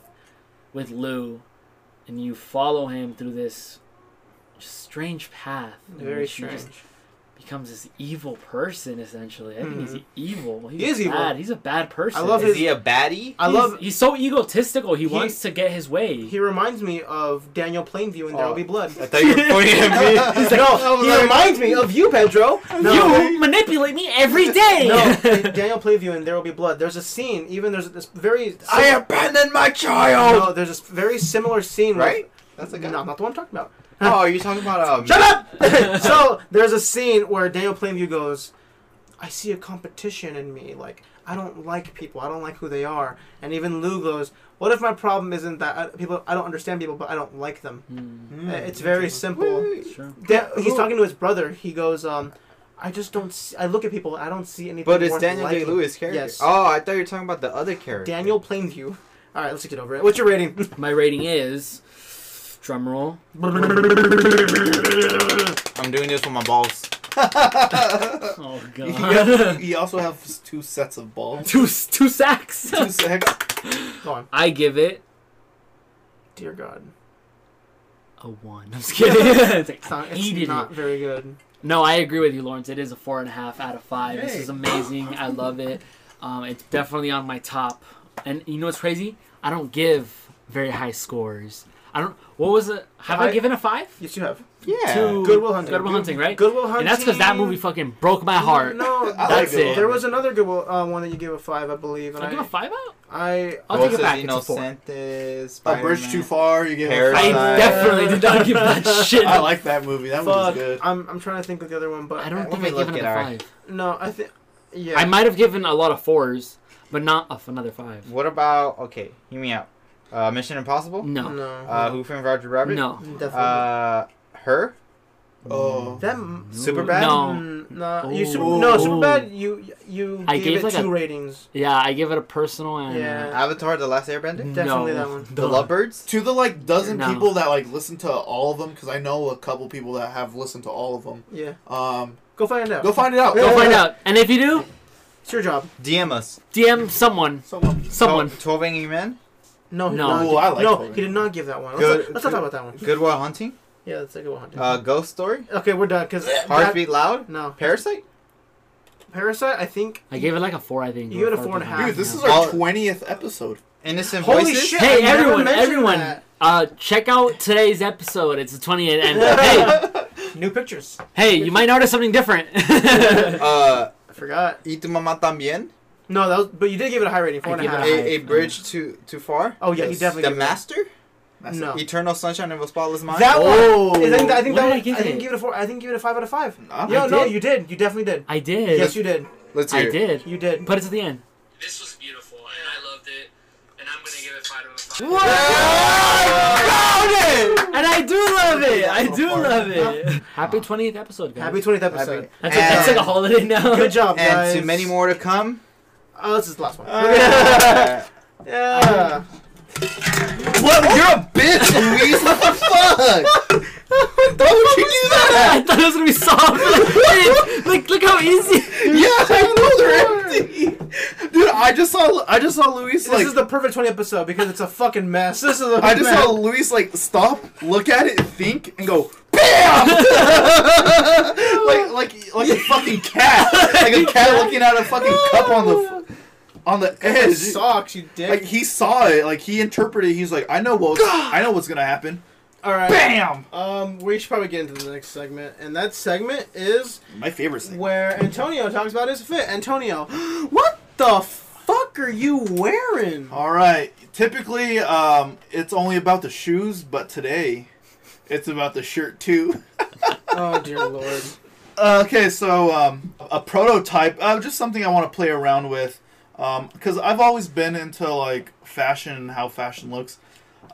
Speaker 2: with Lou, and you follow him through this just strange path. in
Speaker 1: Very
Speaker 2: which he just
Speaker 1: strange.
Speaker 2: becomes this evil person essentially. I think he's
Speaker 1: Mhm.
Speaker 2: evil. He's
Speaker 1: He is evil.
Speaker 2: bad. He's a bad person.
Speaker 1: I love
Speaker 5: Is
Speaker 1: his-
Speaker 5: he a baddie?
Speaker 1: I
Speaker 2: He's-
Speaker 1: love.
Speaker 2: He's so egotistical. He,
Speaker 1: He-
Speaker 2: wants to get his way.
Speaker 1: He reminds me of Daniel Plainview in There Will
Speaker 3: Oh.
Speaker 1: Be Blood.
Speaker 4: I thought you were pointing at
Speaker 1: (laughs)
Speaker 4: me.
Speaker 1: He's like, no, he reminds me of you, Pedro. No,
Speaker 2: you manipulate me every day. (laughs) Hmm,
Speaker 1: no, (laughs) Daniel Plainview in There Will Be Blood. There's a scene. Even there's this very.
Speaker 4: abandoned my child. (laughs)
Speaker 1: No, there's this very similar scene. with-
Speaker 4: Right? That's a guy.
Speaker 1: No, not the one I'm talking about.
Speaker 4: Oh, are you talking about um?
Speaker 1: Shut (laughs) up! so there's a scene where Daniel Plainview goes, "I see a competition in me. Like I don't like people. I don't like who they are." And even Lou goes, "What if my problem isn't that I, people? I don't understand people, but I don't like them.
Speaker 2: Hmm,
Speaker 3: Hmm,
Speaker 1: Uh, it's very simple."
Speaker 2: sure.
Speaker 1: Da- he's talking to his brother. He goes, um, "I just don't. See, I look at people. and I don't see anything."
Speaker 4: But it's
Speaker 1: worth
Speaker 4: Daniel Day
Speaker 1: liking."
Speaker 4: Lewis character.
Speaker 1: Yes.
Speaker 4: Oh, I thought you were talking about the other character.
Speaker 1: Daniel Plainview. All right, let's get over it. What's your rating? (laughs)
Speaker 2: My rating is drum roll.
Speaker 4: I'm doing this with my balls.
Speaker 1: Uh,
Speaker 2: Oh
Speaker 1: (laughs)
Speaker 3: You
Speaker 2: god. (laughs)
Speaker 3: have- you also have two sets of balls.
Speaker 2: two two sacks.
Speaker 3: two sets.
Speaker 1: Go on.
Speaker 2: I give it
Speaker 1: Dear God,
Speaker 2: a one. (laughs) I'm just
Speaker 1: (laughs)
Speaker 2: kidding. it's like,
Speaker 1: it's
Speaker 2: I
Speaker 1: not,
Speaker 2: hated
Speaker 1: it's
Speaker 2: it.
Speaker 1: not very good.
Speaker 2: No, I agree with you, Lawrence. It is a four and a half out of five. This
Speaker 1: Hey.
Speaker 2: is amazing. I love it. Um, it's definitely on my top. And you know what's crazy? I don't give very high scores. I don't. What was it? Have I,
Speaker 1: I-
Speaker 2: given a five?
Speaker 1: Yes, you have.
Speaker 4: Yeah.
Speaker 2: To
Speaker 1: Goodwill Hunting.
Speaker 2: Goodwill Hunting, right?
Speaker 1: Goodwill Hunting.
Speaker 2: and that's because that movie fucking broke my heart. (laughs)
Speaker 1: No,
Speaker 3: I like
Speaker 2: That's
Speaker 3: Goodwill
Speaker 2: it.
Speaker 1: There was another good one, uh, one that you gave a five, I believe, and
Speaker 2: I give a
Speaker 1: I,
Speaker 2: five out.
Speaker 1: I,
Speaker 2: I'll
Speaker 4: Voces
Speaker 2: take it back. It's a four.
Speaker 4: Inocentes,
Speaker 3: A
Speaker 4: Spider-Man.
Speaker 3: bridge too far. You get a
Speaker 2: I
Speaker 4: Parasite.
Speaker 3: five.
Speaker 2: definitely did not give that
Speaker 4: (laughs)
Speaker 2: shit.
Speaker 3: I like that movie. That movie was
Speaker 1: fuck,
Speaker 3: good.
Speaker 1: I'm, I'm trying to think of the other one, but
Speaker 2: I don't
Speaker 4: Let
Speaker 2: think
Speaker 4: me
Speaker 2: I've given
Speaker 4: look
Speaker 2: it a
Speaker 4: at our-
Speaker 2: five.
Speaker 1: No, I think, yeah,
Speaker 2: I might have given a lot of fours, but not of another five.
Speaker 4: What about okay? Hear me out. Uh, Mission Impossible.
Speaker 1: no,
Speaker 2: No.
Speaker 4: Uh, Who Framed Roger Rabbit?
Speaker 2: No.
Speaker 1: definitely.
Speaker 4: Uh, her.
Speaker 2: Mm.
Speaker 3: Oh,
Speaker 1: that m-
Speaker 4: Superbad?
Speaker 2: No.
Speaker 1: mm, no, you
Speaker 2: Ooh.
Speaker 1: super, no
Speaker 2: Ooh.
Speaker 1: Superbad. You you
Speaker 2: I
Speaker 1: gave,
Speaker 2: gave
Speaker 1: it
Speaker 2: like
Speaker 1: two
Speaker 2: a-
Speaker 1: ratings.
Speaker 2: Yeah, I give it a personal and.
Speaker 1: Yeah.
Speaker 4: Avatar: The Last Airbender.
Speaker 1: Definitely
Speaker 2: no.
Speaker 1: that one.
Speaker 4: The Lovebirds.
Speaker 3: to the like dozen
Speaker 2: No.
Speaker 3: people that like listen to all of them because I know a couple people that have listened to all of them.
Speaker 1: Yeah,
Speaker 3: Um,
Speaker 1: go find out.
Speaker 3: go find it out.
Speaker 2: Go find out. And if you do,
Speaker 1: It's your job.
Speaker 4: DM us.
Speaker 2: DM someone.
Speaker 3: Someone.
Speaker 2: Someone.
Speaker 1: Oh.
Speaker 4: Twel- Twelve Angry Men.
Speaker 1: No, he
Speaker 2: No.
Speaker 1: did not
Speaker 3: Ooh,
Speaker 1: give-
Speaker 3: I like
Speaker 1: no,
Speaker 3: Conan.
Speaker 1: he did not give that one. Let's,
Speaker 4: Good-
Speaker 1: not, let's not talk about that one.
Speaker 4: Goodwill Hunting.
Speaker 1: Yeah, let's take a one.
Speaker 4: Uh, Ghost Story.
Speaker 1: okay, we're done. Cause
Speaker 4: Heartbeat Loud.
Speaker 1: No,
Speaker 4: Parasite.
Speaker 1: Parasite. I think
Speaker 2: I gave it like a four, I think.
Speaker 1: You gave it a
Speaker 2: Or
Speaker 1: four and a
Speaker 2: five.
Speaker 1: half.
Speaker 3: Dude, this is
Speaker 4: All-
Speaker 3: our twentieth episode.
Speaker 4: Innocent
Speaker 1: Holy
Speaker 4: Voices.
Speaker 1: shit.
Speaker 2: Hey,
Speaker 1: I never
Speaker 2: everyone,
Speaker 1: mentioned
Speaker 2: everyone,
Speaker 1: that.
Speaker 2: uh, check out today's episode. It's the 28th. And uh,
Speaker 1: (laughs)
Speaker 2: hey,
Speaker 4: (laughs)
Speaker 1: new pictures.
Speaker 2: hey, you might notice something different.
Speaker 4: Uh,
Speaker 1: I forgot.
Speaker 4: Y tu mamá también.
Speaker 1: No, that was, but you did give it a high rating, four
Speaker 2: I
Speaker 1: and a
Speaker 2: give it
Speaker 1: half.
Speaker 2: a high-
Speaker 4: A, a bridge too too far.
Speaker 1: Oh yeah, he
Speaker 3: Yes.
Speaker 1: definitely.
Speaker 4: The
Speaker 1: gave
Speaker 4: Master.
Speaker 1: It. No,
Speaker 4: Eternal Sunshine of a Spotless Mind.
Speaker 1: that
Speaker 2: Oh.
Speaker 1: one. I think that, I think that
Speaker 2: What did
Speaker 1: one,
Speaker 2: I
Speaker 1: I,
Speaker 2: give
Speaker 1: didn't
Speaker 2: it?
Speaker 1: give it a four. I think you gave it a five out of five.
Speaker 3: I
Speaker 1: No, no,
Speaker 4: did?
Speaker 1: you did. You definitely did.
Speaker 2: (laughs) I did.
Speaker 1: Yes, you did.
Speaker 4: Let's hear
Speaker 2: I
Speaker 4: it.
Speaker 2: did.
Speaker 1: You did.
Speaker 2: Put it to the end.
Speaker 10: This was beautiful, and I loved it, and I'm gonna give it five out of five.
Speaker 4: Found it!
Speaker 2: Oh And I do love it. I do
Speaker 3: Far.
Speaker 2: love it. Happy 20th episode, guys.
Speaker 1: Happy twentieth episode.
Speaker 2: that's, a, that's like a
Speaker 4: And-
Speaker 2: holiday now. (laughs)
Speaker 1: Good job, guys.
Speaker 4: (laughs) And to many more
Speaker 1: (laughs)
Speaker 4: to come.
Speaker 1: Oh, this is the last one. yeah.
Speaker 2: Uh,
Speaker 4: What? You're a bitch, Luis. What the fuck?
Speaker 3: (laughs)
Speaker 4: Why would you
Speaker 2: (laughs)
Speaker 4: do
Speaker 2: I
Speaker 4: that?
Speaker 2: thought it was gonna be
Speaker 4: (laughs)
Speaker 2: soft. like, look how easy.
Speaker 4: Yeah, I know they're empty. Dude, I just saw I just saw Luis
Speaker 1: This is the perfect twenty episode because it's a fucking mess. This is a
Speaker 3: I just
Speaker 1: mess.
Speaker 3: saw Luis like stop, look at it, think, and go. "Bitch!" (laughs) like like like a fucking cat, like (laughs) a cat looking at a fucking cup on the f- on the
Speaker 1: Hey,
Speaker 3: edge.
Speaker 1: socks, you dick.
Speaker 3: Like he saw it, like he interpreted. He's like, I know what I know what's gonna happen.
Speaker 1: All right.
Speaker 3: Bam!
Speaker 1: Um, we should probably get into the next segment, and that segment is
Speaker 3: My favorite thing.
Speaker 1: where Antonio talks about his fit. Antonio, (gasps) what the fuck are you wearing?
Speaker 3: All right. Typically, um, it's only about the shoes, but today, it's about the shirt too.
Speaker 1: Oh dear lord.
Speaker 3: Uh, okay, so um, a prototype, uh, just something I want to play around with, because I've always been into like fashion and how fashion looks,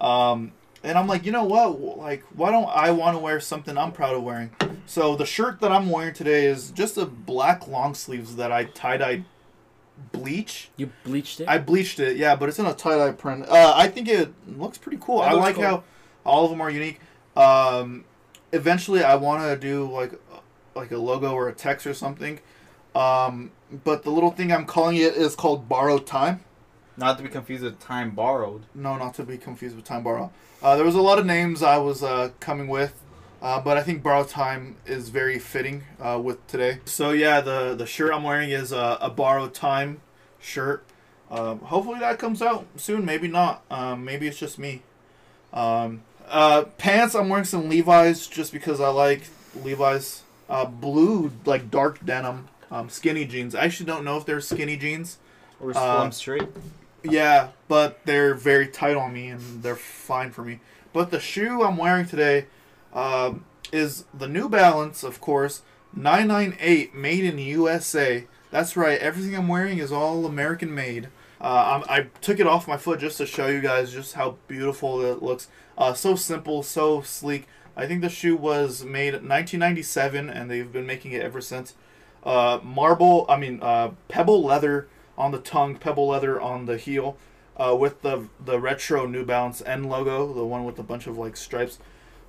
Speaker 3: um, and I'm like, you know what, w- like, why don't I want to wear something I'm proud of wearing? So the shirt that I'm wearing today is just a black long sleeves that I tie dye bleach.
Speaker 2: You bleached it.
Speaker 3: I bleached it, yeah, but it's in a tie dye print. Uh, I think it looks pretty cool.
Speaker 1: That
Speaker 3: I
Speaker 1: looks
Speaker 3: like
Speaker 1: cool.
Speaker 3: how all of them are unique. Um, eventually, I want to do like like a logo or a text or something. Um, but the little thing I'm calling it is called Borrowed Time.
Speaker 4: Not to be confused with time borrowed.
Speaker 3: No, not to be confused with Time Borrow. Uh, there was a lot of names I was uh, coming with, uh, but I think Borrow Time is very fitting uh, with today. So yeah, the the shirt I'm wearing is uh, a Borrow Time shirt. Um, hopefully that comes out soon. Maybe not. Um, maybe it's just me. Um, uh, pants I'm wearing some Levi's just because I like Levi's. Uh, blue like dark denim, um, skinny jeans. I actually don't know if they're skinny jeans.
Speaker 4: Or
Speaker 3: Uh,
Speaker 4: slum straight.
Speaker 3: Yeah, but they're very tight on me and they're fine for me. But the shoe I'm wearing today um, is the New Balance, of course, 998 made in USA. That's right, everything I'm wearing is all American made. Uh, i I took it off my foot just to show you guys just how beautiful it looks. Uh, so simple, so sleek. I think the shoe was made in 1997 and they've been making it ever since uh, marble, I mean, uh, pebble leather on the tongue, pebble leather on the heel, uh, with the the retro New Balance N logo, the one with a bunch of like stripes.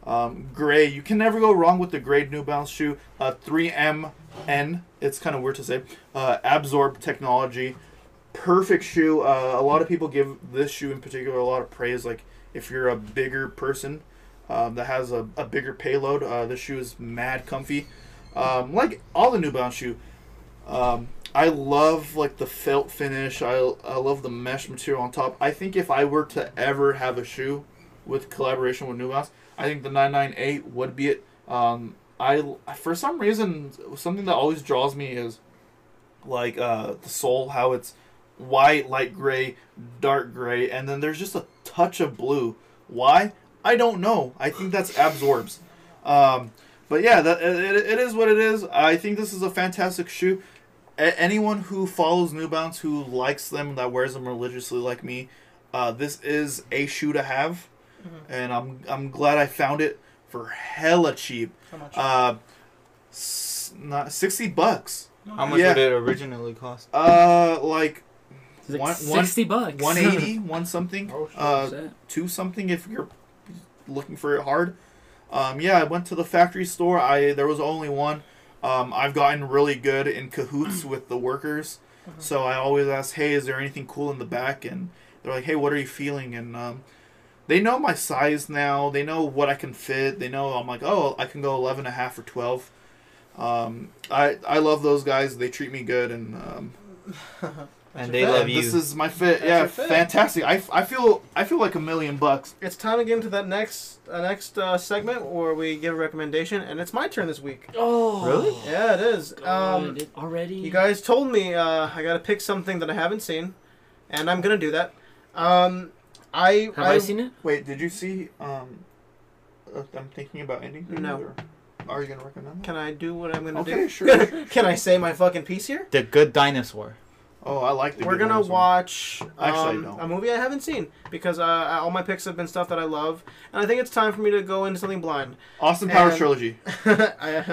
Speaker 3: Um, gray, you can never go wrong with the gray New Balance shoe. Uh, 3MN, it's kind of weird to say. Uh, absorb technology, perfect shoe. Uh, a lot of people give this shoe in particular a lot of praise. Like if you're a bigger person um, that has a, a bigger payload, uh, this shoe is mad comfy um, like all the New Balance shoe. Um, I love like the felt finish. I, I love the mesh material on top. I think if I were to ever have a shoe with collaboration with New Balance, I think the 998 would be it. Um, I for some reason something that always draws me is like uh, the sole, how it's white, light gray, dark gray, and then there's just a touch of blue. Why? I don't know. I think that's absorbs. Um, but yeah, that, it, it is what it is. I think this is a fantastic shoe. A- anyone who follows New Balance, who likes them, that wears them religiously, like me, uh, this is a shoe to have,
Speaker 2: Mm-hmm.
Speaker 3: and I'm I'm glad I found it for hella cheap.
Speaker 8: How much?
Speaker 3: Uh, s- not sixty bucks.
Speaker 4: How much
Speaker 3: Yeah.
Speaker 4: did it originally cost?
Speaker 3: Uh, like
Speaker 2: It's like
Speaker 3: one- one-
Speaker 2: sixty bucks. (laughs)
Speaker 3: 180, one something.
Speaker 2: Oh, shit,
Speaker 3: Uh,
Speaker 2: shit.
Speaker 3: two something if you're looking for it hard. Um, yeah, I went to the factory store. I there was only one. Um, I've gotten really good in
Speaker 1: (clears throat)
Speaker 3: cahoots with the workers,
Speaker 1: Uh-huh.
Speaker 3: so I always ask, "Hey, is there anything cool in the back?" And they're like, "Hey, what are you feeling?" And um, they know my size now. They know what I can fit. They know I'm like, "Oh, I can go 11 and a half or 12." Um, I I love those guys. They treat me good, and um,
Speaker 5: And
Speaker 1: your
Speaker 5: they
Speaker 1: fit.
Speaker 5: love you.
Speaker 3: this is my fit.
Speaker 1: That's
Speaker 3: yeah,
Speaker 1: your fit.
Speaker 3: fantastic. I, I feel I feel like a million bucks.
Speaker 1: It's time to get into that next uh, next uh, segment where we give a recommendation, and it's my turn this week.
Speaker 2: Oh,
Speaker 4: Really?
Speaker 1: Yeah, it is.
Speaker 2: God,
Speaker 1: Um,
Speaker 2: it already.
Speaker 1: you guys told me uh, I gotta pick something that I haven't seen, and I'm gonna do that. Um, I
Speaker 2: have I, seen it?
Speaker 3: Wait, did you see? Um, uh, I'm thinking about ending. things,
Speaker 1: No.
Speaker 3: or Are you gonna recommend that?
Speaker 1: Can I do what I'm gonna
Speaker 3: Okay,
Speaker 1: do? (laughs)
Speaker 3: sure.
Speaker 1: Can I say my fucking piece here?
Speaker 4: The Good Dinosaur.
Speaker 3: Oh, I like the.
Speaker 1: We're
Speaker 3: good
Speaker 1: gonna
Speaker 3: ones.
Speaker 1: watch
Speaker 3: Actually, I
Speaker 1: um,
Speaker 3: don't.
Speaker 1: a movie I haven't seen because uh, all my picks have been stuff that I love, and I think it's time for me to go into something blind. (laughs)
Speaker 3: Austin Powers
Speaker 1: and-
Speaker 3: trilogy.
Speaker 1: I-
Speaker 4: is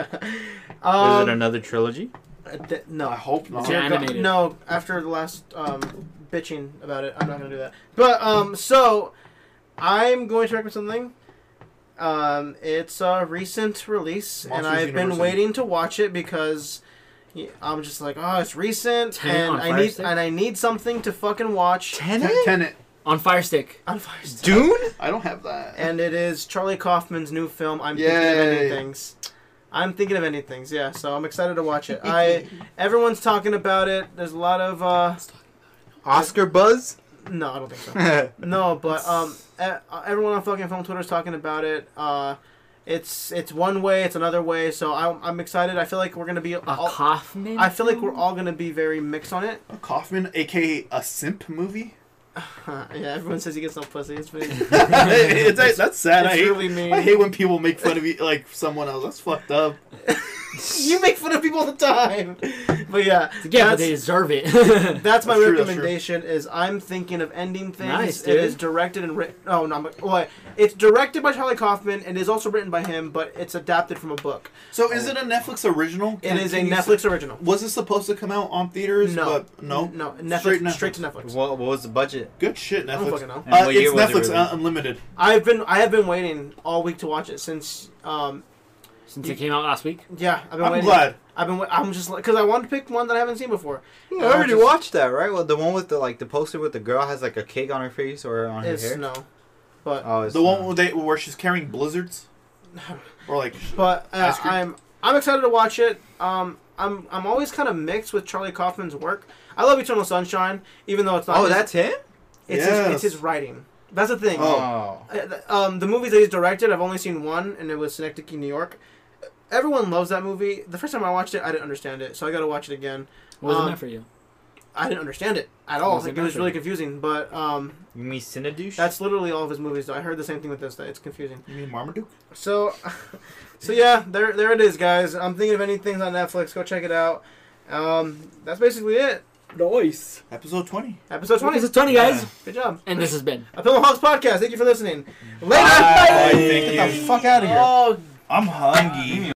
Speaker 1: um,
Speaker 4: it another trilogy?
Speaker 1: uh, th-
Speaker 3: I
Speaker 1: no,
Speaker 3: hope not.
Speaker 2: It's
Speaker 1: Dear God-
Speaker 2: animated.
Speaker 1: No, after the last um, bitching about it, I'm not gonna do that. But um, so I'm going to recommend something. Um, it's a recent release, and
Speaker 3: Monsters
Speaker 1: I've been
Speaker 3: University.
Speaker 1: waiting to watch it because yeah, I'm just like, oh, it's recent,
Speaker 2: Tenet
Speaker 1: and
Speaker 2: on
Speaker 1: I need
Speaker 2: Firestick?
Speaker 1: and I need something to fucking watch.
Speaker 3: Ten- Tenet.
Speaker 2: on Fire Stick.
Speaker 1: on Fire Stick.
Speaker 4: Dune?
Speaker 3: I don't have that. (laughs)
Speaker 1: And it is Charlie Kaufman's new film. I'm thinking of
Speaker 3: Yay.
Speaker 1: any things. I'm thinking of any things. Yeah, so I'm excited to watch
Speaker 3: (laughs)
Speaker 1: it. I everyone's talking about it. There's a lot of uh,
Speaker 4: Oscar buzz?
Speaker 1: no, I don't think so.
Speaker 4: That's
Speaker 1: No, but um, e- everyone on fucking film Twitter's talking about it. Uh, it's it's one way, it's another way. So I'm, I'm excited. I feel like we're gonna be.
Speaker 2: A
Speaker 1: All,
Speaker 2: Kaufman.
Speaker 1: I feel like
Speaker 2: film?
Speaker 1: we're all gonna be very mixed on it. (laughs)
Speaker 3: a Kaufman, aka a simp movie. (laughs)
Speaker 1: yeah, everyone says he gets no pussy. It's been,
Speaker 3: it's, that's sad. I
Speaker 1: it's
Speaker 3: hate,
Speaker 1: really mean. (laughs)
Speaker 3: I hate when people make fun of me, like someone else. That's fucked up.
Speaker 1: you make fun of people all the time. (laughs) But yeah,
Speaker 2: Yeah, but
Speaker 1: that's-
Speaker 2: they deserve it. (laughs)
Speaker 1: That's my
Speaker 3: That's true, that's true.
Speaker 1: recommendation. Is I'm thinking of ending things.
Speaker 2: Nice,
Speaker 1: It
Speaker 2: dude.
Speaker 1: is directed and written. Oh no, I'm, well, it's directed by Charlie Kaufman and is also written by him, but it's adapted from a book.
Speaker 3: So is it a Netflix original?
Speaker 1: It is a
Speaker 3: can you s-
Speaker 1: Netflix original.
Speaker 3: Was it supposed to come out on theaters?
Speaker 1: No.
Speaker 3: but no,
Speaker 1: no, Netflix straight,
Speaker 3: Straight Netflix.
Speaker 1: to Netflix.
Speaker 5: What, what was the budget?
Speaker 3: Good shit, Netflix.
Speaker 1: I don't fucking know.
Speaker 5: And
Speaker 3: Uh,
Speaker 5: what year
Speaker 3: it's
Speaker 5: was it
Speaker 3: Netflix
Speaker 5: released?
Speaker 3: uh, Unlimited.
Speaker 1: I've been I have been waiting all week to watch it since. Um,
Speaker 2: Since it came out last week.
Speaker 1: yeah, I've been
Speaker 3: I'm
Speaker 1: waiting.
Speaker 3: glad.
Speaker 1: I've been. Wa- I'm just because I wanted to pick one that I haven't seen before.
Speaker 4: I
Speaker 1: Uh,
Speaker 4: already
Speaker 1: just-
Speaker 4: watched that, right? Well, the one with the like the poster with the girl has like a cake on her face or on her
Speaker 1: It's
Speaker 4: hair.
Speaker 1: no, but
Speaker 4: oh, it's
Speaker 3: The one
Speaker 4: not.
Speaker 3: where, they, where she's carrying blizzards, or like
Speaker 1: But uh,
Speaker 3: Ice cream.
Speaker 1: I'm I'm excited to watch it. Um, I'm I'm always kind of mixed with Charlie Kaufman's work. I love Eternal Sunshine, even though it's not.
Speaker 4: Oh,
Speaker 1: his-
Speaker 4: that's him.
Speaker 1: it's his, it's
Speaker 3: Yes.
Speaker 1: his writing. That's the thing.
Speaker 4: Oh,
Speaker 1: Uh, th- Um, the movies that he's directed, I've only seen one, and it was Synecdoche, New York. Everyone loves that movie. The first time I watched it, I didn't understand it, so I got to watch it again.
Speaker 2: What was
Speaker 1: Um,
Speaker 2: it meant for you?
Speaker 1: I didn't understand it at all.
Speaker 2: Was it
Speaker 1: Like, it was
Speaker 2: good?
Speaker 1: really confusing. But um,
Speaker 5: You mean Cinedouche?
Speaker 1: that's literally all of his movies. Though I heard the same thing with this. That it's confusing.
Speaker 3: you mean Marmaduke?
Speaker 1: So, (laughs) so yeah, there there it is, guys. I'm thinking of anything on Netflix. Go check it out. Um, that's basically it.
Speaker 2: Nice.
Speaker 3: Episode twenty.
Speaker 1: Episode 20.
Speaker 2: This is twenty guys,
Speaker 1: Good job.
Speaker 2: and this has been.
Speaker 1: A Pillow Hogs podcast. Thank you for listening. Later.
Speaker 5: Bye.
Speaker 1: Get the fuck out of here.
Speaker 5: I'm hungry.